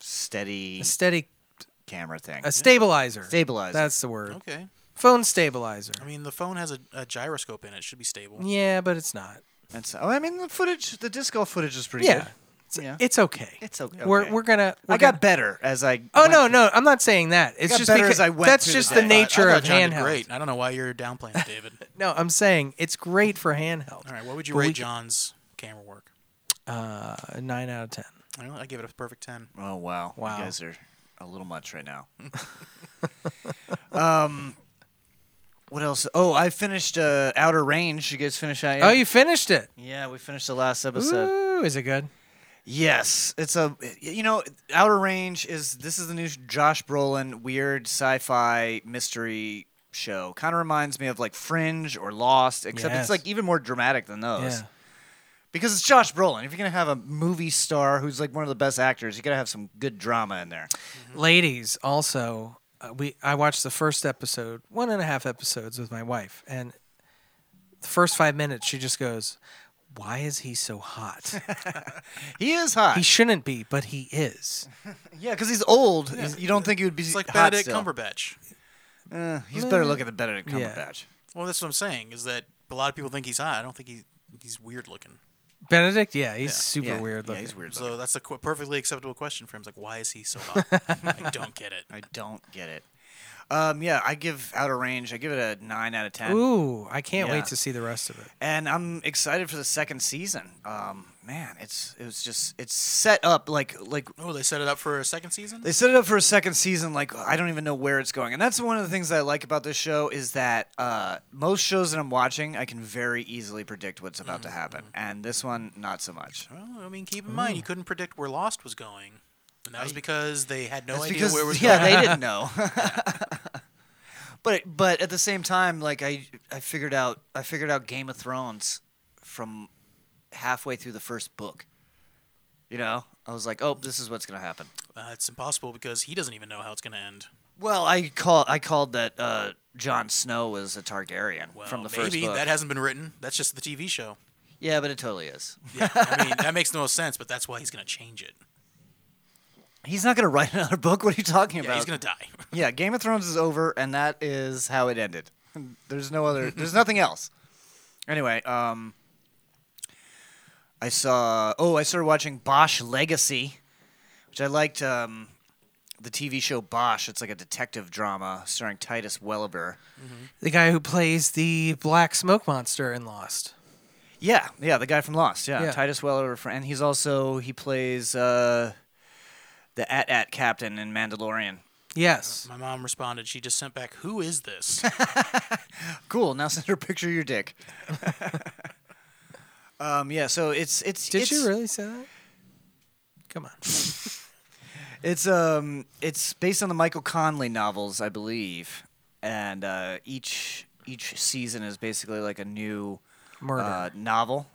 Speaker 1: Steady
Speaker 2: a steady,
Speaker 1: camera thing.
Speaker 2: a stabilizer.
Speaker 1: Stabilizer.
Speaker 2: That's the word.
Speaker 7: Okay.
Speaker 2: Phone stabilizer.
Speaker 7: I mean, the phone has a, a gyroscope in it. It should be stable.
Speaker 2: Yeah, but it's not.
Speaker 1: That's. Oh, I mean, the footage, the disc golf footage is pretty
Speaker 2: Yeah,
Speaker 1: good.
Speaker 2: it's,
Speaker 1: Yeah.
Speaker 2: it's okay.
Speaker 1: It's okay.
Speaker 2: We're
Speaker 1: Okay.
Speaker 2: we're gonna. We're
Speaker 1: I got
Speaker 2: gonna-
Speaker 1: better as I.
Speaker 2: Oh
Speaker 1: went
Speaker 2: no,
Speaker 1: through-
Speaker 2: no, I'm not saying that. It's
Speaker 1: got
Speaker 2: just
Speaker 1: better
Speaker 2: because
Speaker 1: as I went
Speaker 2: that's
Speaker 1: through
Speaker 2: just
Speaker 1: the
Speaker 2: the
Speaker 1: day.
Speaker 2: nature
Speaker 7: I
Speaker 2: of
Speaker 7: thought John did
Speaker 2: handheld.
Speaker 7: Great. I don't know why you're downplaying it, David.
Speaker 2: No, I'm saying it's great for handheld.
Speaker 7: All right, what would you
Speaker 2: But we
Speaker 7: rate
Speaker 2: could-
Speaker 7: John's camera work?
Speaker 2: A nine out of ten.
Speaker 7: Well, I give it a perfect ten.
Speaker 1: Oh wow.
Speaker 2: Wow.
Speaker 1: You guys are a little much right now. um what else? Oh, I finished uh Outer Range. You guys finished that yet?
Speaker 2: Oh, you finished it.
Speaker 1: Yeah, we finished the last episode.
Speaker 2: Ooh, is it good?
Speaker 1: Yes. It's a you know, Outer Range is this is the new Josh Brolin weird sci-fi mystery show. Kind of reminds me of like Fringe or Lost, except
Speaker 2: Yes.
Speaker 1: it's like even more dramatic than those.
Speaker 2: Yeah.
Speaker 1: Because it's Josh Brolin. If you're going to have a movie star who's like one of the best actors, you got to have some good drama in there.
Speaker 2: ladies also uh, we i watched the first episode one and a half episodes with my wife and the first five minutes she just goes why is he so hot
Speaker 1: He is hot.
Speaker 2: he shouldn't be but he is
Speaker 1: Yeah, because he's old. He's- you don't think he would be
Speaker 7: It's like
Speaker 1: hot
Speaker 7: Benedict
Speaker 1: still.
Speaker 7: Cumberbatch.
Speaker 1: Eh, he's better looking than Benedict
Speaker 2: Yeah.
Speaker 1: Cumberbatch.
Speaker 7: Well, that's what I'm saying is that a lot of people think he's hot. I don't think he he's weird looking.
Speaker 2: benedict yeah he's super
Speaker 1: Yeah,
Speaker 2: weird
Speaker 1: yeah,
Speaker 2: looking
Speaker 1: he's weird. looking.
Speaker 7: So that's a qu- perfectly acceptable question for him. It's like, why is he so hot? I don't get it.
Speaker 1: I don't get it. Um, yeah, I give Outer Range. I give it a nine out of ten.
Speaker 2: ooh i can't
Speaker 1: Yeah.
Speaker 2: wait to see the rest of it
Speaker 1: and I'm excited for the second season. Um, man, it's it was just it's set up like like
Speaker 7: Oh, they set it up for a second season.
Speaker 1: They set it up for a second season. Like I don't even know where it's going, and that's one of the things that I like about this show is that uh, most shows that I'm watching, I can very easily predict what's about
Speaker 7: Mm-hmm,
Speaker 1: to happen, and this one not so much.
Speaker 7: Well, I mean, keep in
Speaker 1: Mm.
Speaker 7: mind you couldn't predict where Lost was going, and that was because they had no
Speaker 1: That's
Speaker 7: idea
Speaker 1: because
Speaker 7: where it was
Speaker 1: yeah,
Speaker 7: going.
Speaker 1: they didn't know. but but at the same time, like I I figured out I figured out Game of Thrones from halfway through the first book. You know, I was like, oh, this is what's gonna happen.
Speaker 7: Uh, it's impossible because he doesn't even know how it's going to end.
Speaker 1: Well, I call I called that uh, Jon Snow was a Targaryen
Speaker 7: Well,
Speaker 1: from the
Speaker 7: maybe
Speaker 1: first book.
Speaker 7: that hasn't been written. That's just the TV show.
Speaker 1: yeah, but it totally is.
Speaker 7: Yeah, I mean that makes no sense, but that's why he's going to change it.
Speaker 1: He's not going to write another book. What are you talking
Speaker 7: Yeah,
Speaker 1: about?
Speaker 7: he's going to die.
Speaker 1: Yeah, Game of Thrones is over, and that is how it ended. There's no other. There's nothing else. Anyway, um, I saw. Oh, I started watching Bosch Legacy, which I liked. Um, the TV show Bosch. It's like a detective drama starring Titus Welliver.
Speaker 2: the guy who plays the black smoke monster in lost
Speaker 1: Yeah, yeah, the guy from Lost. Yeah,
Speaker 2: Yeah.
Speaker 1: Titus Welliver, fr- and he's also he plays uh, the At At captain in Mandalorian.
Speaker 2: yes
Speaker 1: Oh,
Speaker 7: My mom responded. She just sent back, "Who is this?"
Speaker 1: Cool. Now send her a picture of your dick. um, yeah. So it's it's
Speaker 2: did
Speaker 1: it's,
Speaker 2: you really say that come on
Speaker 1: It's um it's based on the Michael Conley novels, I believe, and uh, each each season is basically like a new
Speaker 2: Murder.
Speaker 1: Uh, novel.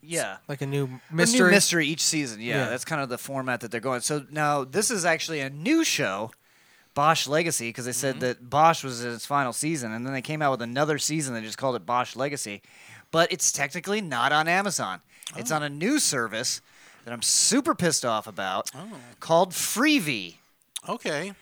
Speaker 1: yeah.
Speaker 2: like a new
Speaker 1: A new
Speaker 2: mystery.
Speaker 1: mystery each season. Yeah,
Speaker 2: Yeah.
Speaker 1: that's kind of the format that they're going. So now this is actually a new show, Bosch Legacy, because they
Speaker 2: Mm-hmm.
Speaker 1: said that Bosch was in its final season, and then they came out with another season. They just called it Bosch Legacy, but it's technically not on Amazon.
Speaker 2: Oh.
Speaker 1: It's on a new service that I'm super pissed off about
Speaker 2: Oh.
Speaker 1: called Freevee.
Speaker 7: Okay.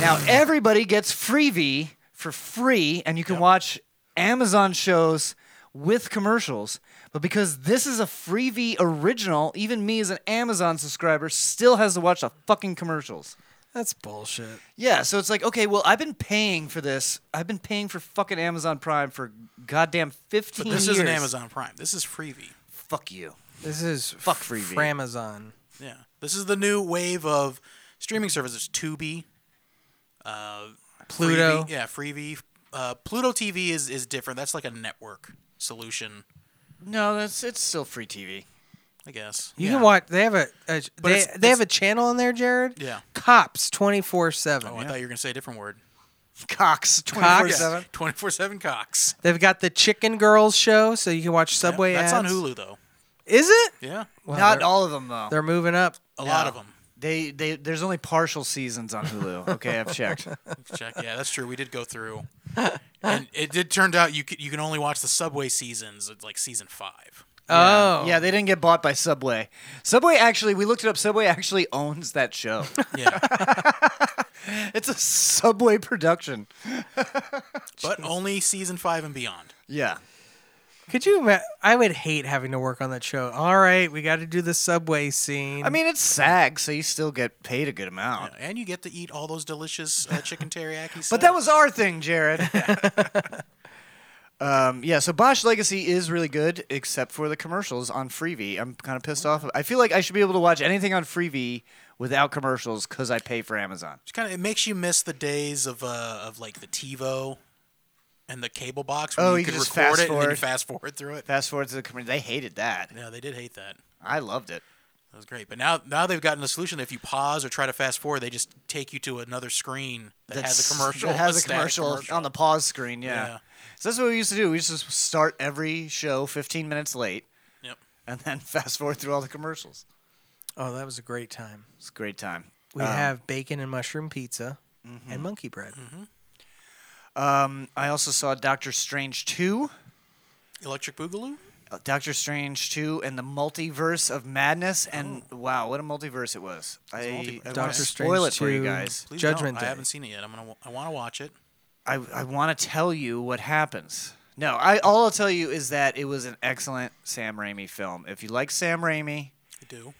Speaker 1: Now everybody gets Freevee for free, and you can watch Amazon shows with commercials. But because this is a Freevee original, even me as an Amazon subscriber still has to watch the fucking commercials.
Speaker 2: That's bullshit.
Speaker 1: Yeah, so it's like, okay, well, I've been paying for this. I've been paying for fucking Amazon Prime for goddamn fifteen
Speaker 7: But this
Speaker 1: years.
Speaker 7: isn't Amazon Prime. This is Freevee.
Speaker 1: Fuck you.
Speaker 2: This is
Speaker 1: Fuck Freevee.
Speaker 2: Framazon.
Speaker 7: Yeah. This is the new wave of streaming services. Tubi,
Speaker 2: Pluto.
Speaker 7: Freevee, yeah, Freevee. Uh, Pluto TV is is different. That's like a network solution,
Speaker 1: No, that's it's still free TV.
Speaker 7: I guess.
Speaker 2: You
Speaker 7: yeah.
Speaker 2: can watch. They have a, a they,
Speaker 7: it's-
Speaker 2: they
Speaker 7: it's-
Speaker 2: have a channel in there, Jared.
Speaker 7: Yeah.
Speaker 2: Cops twenty four
Speaker 7: Oh,
Speaker 2: seven.
Speaker 7: I thought you were gonna say a different word.
Speaker 1: Cox.
Speaker 2: Cox.
Speaker 7: Twenty four seven Cox.
Speaker 2: They've got the Chicken Girls show, so you can watch
Speaker 7: Yeah,
Speaker 2: Subway
Speaker 7: that's
Speaker 2: ads.
Speaker 7: on Hulu though.
Speaker 2: Is it?
Speaker 7: Yeah,
Speaker 2: Well,
Speaker 1: Not
Speaker 2: they're,
Speaker 1: all of them though.
Speaker 2: They're moving up.
Speaker 7: a lot of them.
Speaker 1: They they there's only partial seasons on Hulu. Okay, I've checked.
Speaker 7: Check. Yeah, that's true. We did go through, and it did turned out you can, you can only watch the Subway seasons, it's like season five.
Speaker 2: Oh.
Speaker 1: Yeah, they didn't get bought by Subway. Subway actually, we looked it up. Subway actually owns that show.
Speaker 7: Yeah,
Speaker 1: it's a Subway production.
Speaker 7: but only season five and beyond.
Speaker 1: Yeah.
Speaker 2: Could you? ima- I would hate having to work on that show. All right, we got to do the subway scene.
Speaker 1: I mean, it's SAG, so you still get paid a good amount.
Speaker 7: And you get to eat all those delicious uh, chicken teriyaki.
Speaker 1: But that was our thing, Jared. um, yeah, so Bosch Legacy is really good, except for the commercials on Freevee. I'm kind of pissed off. I feel like I should be able to watch anything on Freevee without commercials because I pay for Amazon.
Speaker 7: kind of it makes you miss the days of uh, of like the TiVo and the cable box. Where
Speaker 1: Oh,
Speaker 7: you,
Speaker 1: you
Speaker 7: could
Speaker 1: could just
Speaker 7: record
Speaker 1: fast
Speaker 7: it and then you
Speaker 1: forward.
Speaker 7: fast forward through it.
Speaker 1: Fast forward to the commercial. They hated that.
Speaker 7: Yeah, they did hate that.
Speaker 1: I loved it.
Speaker 7: That was great. But now now they've gotten a solution. If you pause or try to fast forward, they just take you to another screen that has a
Speaker 1: That's-
Speaker 7: commercial.
Speaker 1: That has a
Speaker 7: static
Speaker 1: commercial, Um, on the pause screen. Yeah.
Speaker 7: Yeah.
Speaker 1: So that's what we used to do. We used to start every show 15 minutes late,
Speaker 7: Yep.
Speaker 1: and then fast forward through all the commercials.
Speaker 2: oh, that was a great time.
Speaker 1: It's a great time.
Speaker 2: We
Speaker 7: Um,
Speaker 2: have bacon and mushroom pizza
Speaker 7: mm-hmm.
Speaker 2: and monkey bread.
Speaker 1: Um, I also saw Doctor Strange 2,
Speaker 7: Electric Boogaloo.
Speaker 1: uh, Doctor Strange 2, and the Multiverse of Madness. And wow, what a multiverse it was! I,
Speaker 7: Oh. multiverse.
Speaker 1: I want
Speaker 2: Doctor
Speaker 1: to
Speaker 2: Strange
Speaker 1: spoil it for you
Speaker 2: 2.
Speaker 1: guys.
Speaker 7: Please
Speaker 2: Judgment
Speaker 7: don't.
Speaker 2: Day.
Speaker 7: I haven't seen it yet. I'm gonna. wa- I want to watch it.
Speaker 1: I, I want to tell you what happens. No, I all I'll tell you is that it was an excellent Sam Raimi film. If you like Sam Raimi,
Speaker 7: I do.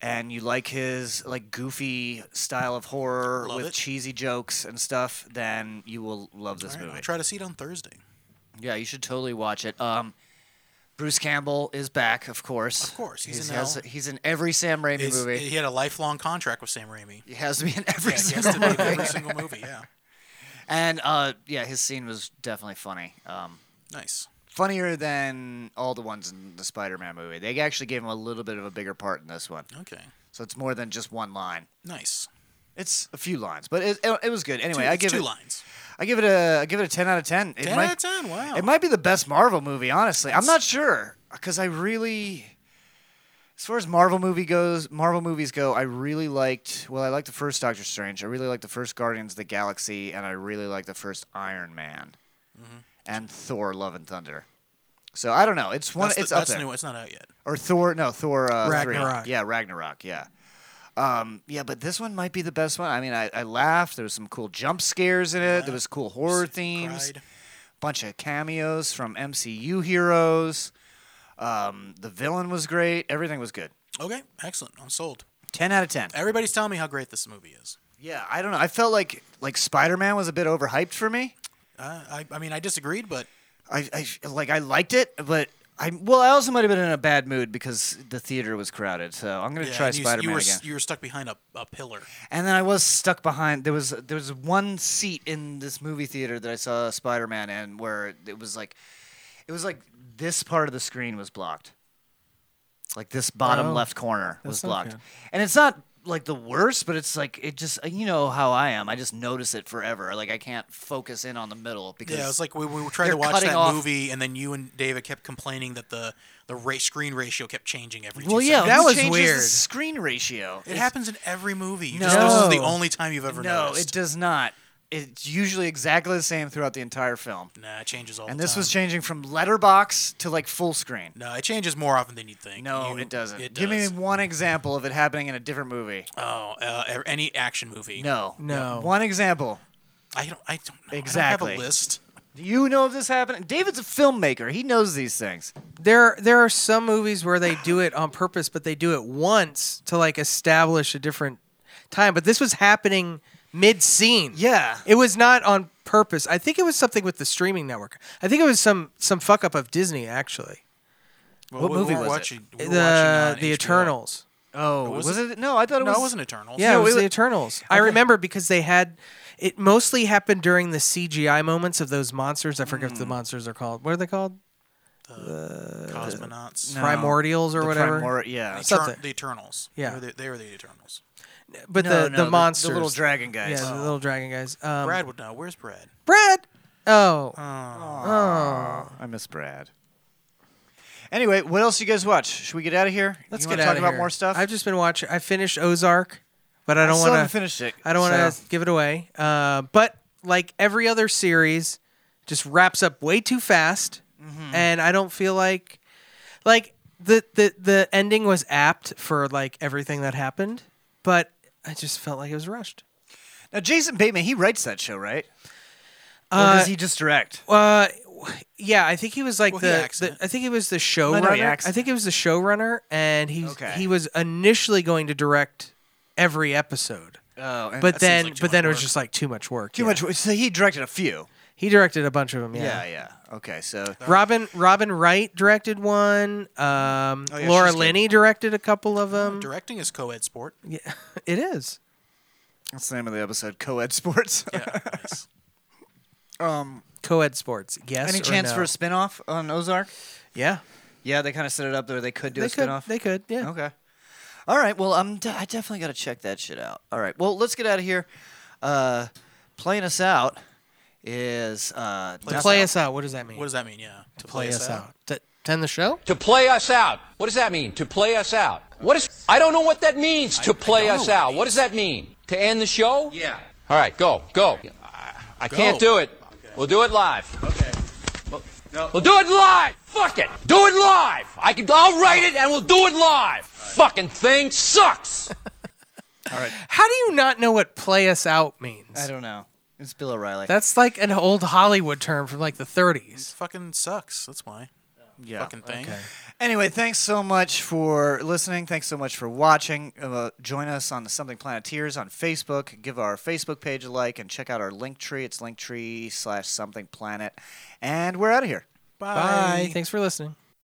Speaker 1: and you like his like goofy style of horror
Speaker 7: Love
Speaker 1: with
Speaker 7: it.
Speaker 1: cheesy jokes and stuff, then you will love this
Speaker 7: All right,
Speaker 1: movie.
Speaker 7: I'll try to see it on Thursday.
Speaker 1: yeah, you should totally watch it. Um, Bruce Campbell is back, of course. Of
Speaker 7: course, he's
Speaker 1: he's,
Speaker 7: in
Speaker 1: has-
Speaker 7: all-
Speaker 1: he's in every Sam Raimi
Speaker 7: It's-
Speaker 1: movie.
Speaker 7: He had a lifelong contract with Sam Raimi.
Speaker 1: he has to be in every
Speaker 7: He has
Speaker 1: single
Speaker 7: to be in every single movie. Yeah.
Speaker 1: And uh, yeah, his scene was definitely funny. Um,
Speaker 7: Nice.
Speaker 1: funnier than all the ones in the Spider-Man movie. They actually gave him a little bit of a bigger part in this one,
Speaker 7: Okay.
Speaker 1: so it's more than just one line.
Speaker 7: Nice.
Speaker 1: It's a few lines, but it, it, it was good. Anyway,
Speaker 7: Two,
Speaker 1: I
Speaker 7: it's
Speaker 1: give
Speaker 7: two
Speaker 1: it
Speaker 7: lines.
Speaker 1: I give it a I give it a ten out of ten. It
Speaker 7: Ten
Speaker 1: might,
Speaker 7: out of ten. Wow.
Speaker 1: It might be the best Marvel movie, honestly. I'm not sure because I really, as far as Marvel movie goes, Marvel movies go, I really liked. Well, I liked the first Doctor Strange. I really liked the first Guardians of the Galaxy, and I really liked the first Iron Man,
Speaker 7: Mm-hmm.
Speaker 1: and Thor: Love and Thunder. So I don't know. It's one.
Speaker 7: That's the-
Speaker 1: it's up
Speaker 7: that's
Speaker 1: there.
Speaker 7: new. It's not out yet.
Speaker 1: Or Thor? No, Thor. Uh, three.
Speaker 2: Ragnarok.
Speaker 1: Yeah, Ragnarok. Yeah. Um, yeah, but this one might be the best one. I mean, I, I laughed. There was some cool jump scares in it. There was cool horror themes
Speaker 7: Cried.
Speaker 1: bunch of cameos from MCU heroes. Um, the villain was great. Everything was good.
Speaker 7: Okay. Excellent. I'm sold.
Speaker 1: 10 out of 10.
Speaker 7: Everybody's telling me how great this movie is.
Speaker 1: Yeah, I don't know. I felt like like Spider-Man was a bit overhyped for me.
Speaker 7: Uh, I, I mean, I disagreed, but
Speaker 1: I, I like I liked it, but I well, I also might have been in a bad mood because the theater was crowded. So I'm going to
Speaker 7: yeah,
Speaker 1: try
Speaker 7: and you,
Speaker 1: Spider-Man
Speaker 7: you were,
Speaker 1: again.
Speaker 7: You were stuck behind a, a pillar.
Speaker 1: and then I was stuck behind there was there was one seat in this movie theater that I saw Spider-Man in where it was like it was like this part of the screen was blocked. Like this bottom
Speaker 2: Oh.
Speaker 1: left corner was
Speaker 2: That's not
Speaker 1: blocked.
Speaker 2: good.
Speaker 1: And it's not like the worst, but it's like it just you know how I am. I just notice it forever. Like I can't focus in on the middle because
Speaker 7: Yeah, it was like we, we tried
Speaker 1: they're
Speaker 7: to watch
Speaker 1: cutting
Speaker 7: that
Speaker 1: off-
Speaker 7: movie, and then you and David kept complaining that the the the ra- screen ratio kept changing every.
Speaker 1: Well,
Speaker 7: two
Speaker 1: yeah,
Speaker 7: seconds.
Speaker 2: That
Speaker 1: who
Speaker 2: was
Speaker 1: changes
Speaker 2: weird.
Speaker 1: The screen ratio.
Speaker 7: it happens in every movie. You just, this is the
Speaker 1: No.
Speaker 7: only time you've ever
Speaker 1: No,
Speaker 7: noticed.
Speaker 1: it does not. It's usually exactly the same throughout the entire film.
Speaker 7: Nah, it changes all
Speaker 1: And
Speaker 7: the
Speaker 1: this
Speaker 7: time.
Speaker 1: was changing from letterbox to like full screen.
Speaker 7: No, it changes more often than you'd think.
Speaker 1: No,
Speaker 7: You-
Speaker 1: it doesn't.
Speaker 7: It
Speaker 1: Give me
Speaker 7: does.
Speaker 1: one example of it happening in a different movie.
Speaker 7: Oh, uh, er- any action movie.
Speaker 1: No.
Speaker 2: No.
Speaker 1: One example.
Speaker 7: I don't. I don't. Know. I
Speaker 1: Exactly.
Speaker 7: don't have a list.
Speaker 1: Do you know of this happening? David's a filmmaker. He knows these things.
Speaker 2: There, there are some movies where they do it on purpose, but they do it once to like establish a different time. But this was happening mid scene.
Speaker 1: Yeah.
Speaker 2: it was not on purpose. I think it was something with the streaming network. I think it was some some fuck up of Disney actually.
Speaker 7: Well,
Speaker 1: What
Speaker 7: we-
Speaker 1: movie was
Speaker 7: we're
Speaker 1: it? Uh,
Speaker 7: watching, uh, we
Speaker 2: The
Speaker 7: were watching on
Speaker 2: the
Speaker 7: HBO.
Speaker 2: Eternals.
Speaker 1: Oh,
Speaker 7: was
Speaker 1: was,
Speaker 7: it-
Speaker 1: it? No, I thought it
Speaker 7: No,
Speaker 1: was.
Speaker 7: it wasn't Eternals.
Speaker 2: Yeah,
Speaker 1: No,
Speaker 2: it was
Speaker 1: it
Speaker 2: the
Speaker 1: wa-
Speaker 2: Eternals. I remember because they had it mostly happened during the CGI moments of those monsters. I forget what the monsters are called. What are they called?
Speaker 7: Cosmonauts.
Speaker 1: uh, No.
Speaker 2: Primordials or
Speaker 1: The
Speaker 2: whatever.
Speaker 1: Primor- yeah.
Speaker 7: Etern-
Speaker 2: something.
Speaker 7: the Eternals.
Speaker 2: Yeah.
Speaker 7: They were the, they were the Eternals.
Speaker 2: but
Speaker 1: No,
Speaker 2: the,
Speaker 1: no,
Speaker 2: the monsters,
Speaker 1: The little dragon guys.
Speaker 2: Yeah, the little dragon guys. Um,
Speaker 7: Brad would know. Where's Brad?
Speaker 2: Brad. Oh,
Speaker 1: I miss Brad. Anyway, what else you guys watch? Should we get out of here?
Speaker 2: let's
Speaker 1: you
Speaker 2: get
Speaker 1: wanna
Speaker 2: out
Speaker 1: talk
Speaker 2: of
Speaker 1: about
Speaker 2: here.
Speaker 1: more stuff.
Speaker 2: I've just been watching. I finished Ozark, but I don't
Speaker 1: still
Speaker 2: want
Speaker 1: haven't
Speaker 2: to
Speaker 1: finished it.
Speaker 2: I don't want to
Speaker 1: so-
Speaker 2: give it away. Uh, but like every other series, just wraps up way too fast,
Speaker 1: Mm-hmm.
Speaker 2: and I don't feel like like the the the ending was apt for like everything that happened, but I just felt like it was rushed.
Speaker 1: Now, Jason Bateman, he writes that show, right? or
Speaker 2: Uh,
Speaker 1: does he just direct?
Speaker 2: Uh, yeah, I think he was like
Speaker 7: Well, he
Speaker 2: the,
Speaker 7: acts in
Speaker 2: the
Speaker 7: it.
Speaker 2: I think he was the
Speaker 1: I know he
Speaker 2: showrunner.
Speaker 1: acts
Speaker 2: I
Speaker 1: in
Speaker 2: think he was the showrunner, and he
Speaker 1: Okay.
Speaker 2: he was initially going to direct every episode,
Speaker 1: Oh, and
Speaker 2: but then
Speaker 7: like too
Speaker 2: but then
Speaker 7: much
Speaker 2: it was
Speaker 7: work.
Speaker 2: just like too much work.
Speaker 1: too
Speaker 2: yeah.
Speaker 1: much. So he directed a few.
Speaker 2: He directed a bunch of them.
Speaker 1: Yeah, yeah. Okay, so
Speaker 2: Robin Robin Wright directed one. Um,
Speaker 7: yeah,
Speaker 2: Laura
Speaker 7: she's good.
Speaker 2: Linney directed a couple of
Speaker 1: Hmm.
Speaker 2: them.
Speaker 7: Directing is co-ed sport.
Speaker 2: yeah, it is.
Speaker 1: that's the name of the episode, Co-ed Sports.
Speaker 7: Yeah. nice.
Speaker 2: Co-ed sports. Yes.
Speaker 1: Any
Speaker 2: or
Speaker 1: chance
Speaker 2: no?
Speaker 1: for a spinoff on Ozark?
Speaker 2: Yeah.
Speaker 1: Yeah, they kind of set it up there. They could do
Speaker 2: They
Speaker 1: a
Speaker 2: could.
Speaker 1: spinoff.
Speaker 2: They could. Yeah.
Speaker 1: Okay. All right. Well, I'm. De- I definitely got to check that shit out. All right. Well, let's get out of here. Uh, playing us out is uh,
Speaker 2: To
Speaker 1: Dun-
Speaker 2: play us out. What does that mean?
Speaker 7: What does that mean? Yeah. To
Speaker 2: play us out? To, to end the show.
Speaker 9: To play us out. What does that mean? To play us out. What is I don't know what that means to play
Speaker 7: don't
Speaker 9: us
Speaker 7: know what it
Speaker 9: out. What does that mean? To end the show? Yeah. All right, go. Go. I, I can't
Speaker 7: Go.
Speaker 9: do it. We'll do it live. Okay. Well, We'll do it live. Fuck it. Do it live. I can I'll write it and we'll do it live. Fucking thing sucks.
Speaker 2: How do you not know what play us out means?
Speaker 1: I don't know. It's Bill O'Reilly.
Speaker 2: That's like an old Hollywood term from like the 30s.
Speaker 7: Fucking sucks. That's why.
Speaker 1: yeah.
Speaker 7: Fucking thing.
Speaker 1: Anyway, thanks so much for listening. Thanks so much for watching. Uh, join us on the Something Planeteers on Facebook. Give our Facebook page a like and check out our link tree. It's linktree slash something planet. And we're out of here.
Speaker 2: Bye. Thanks for listening.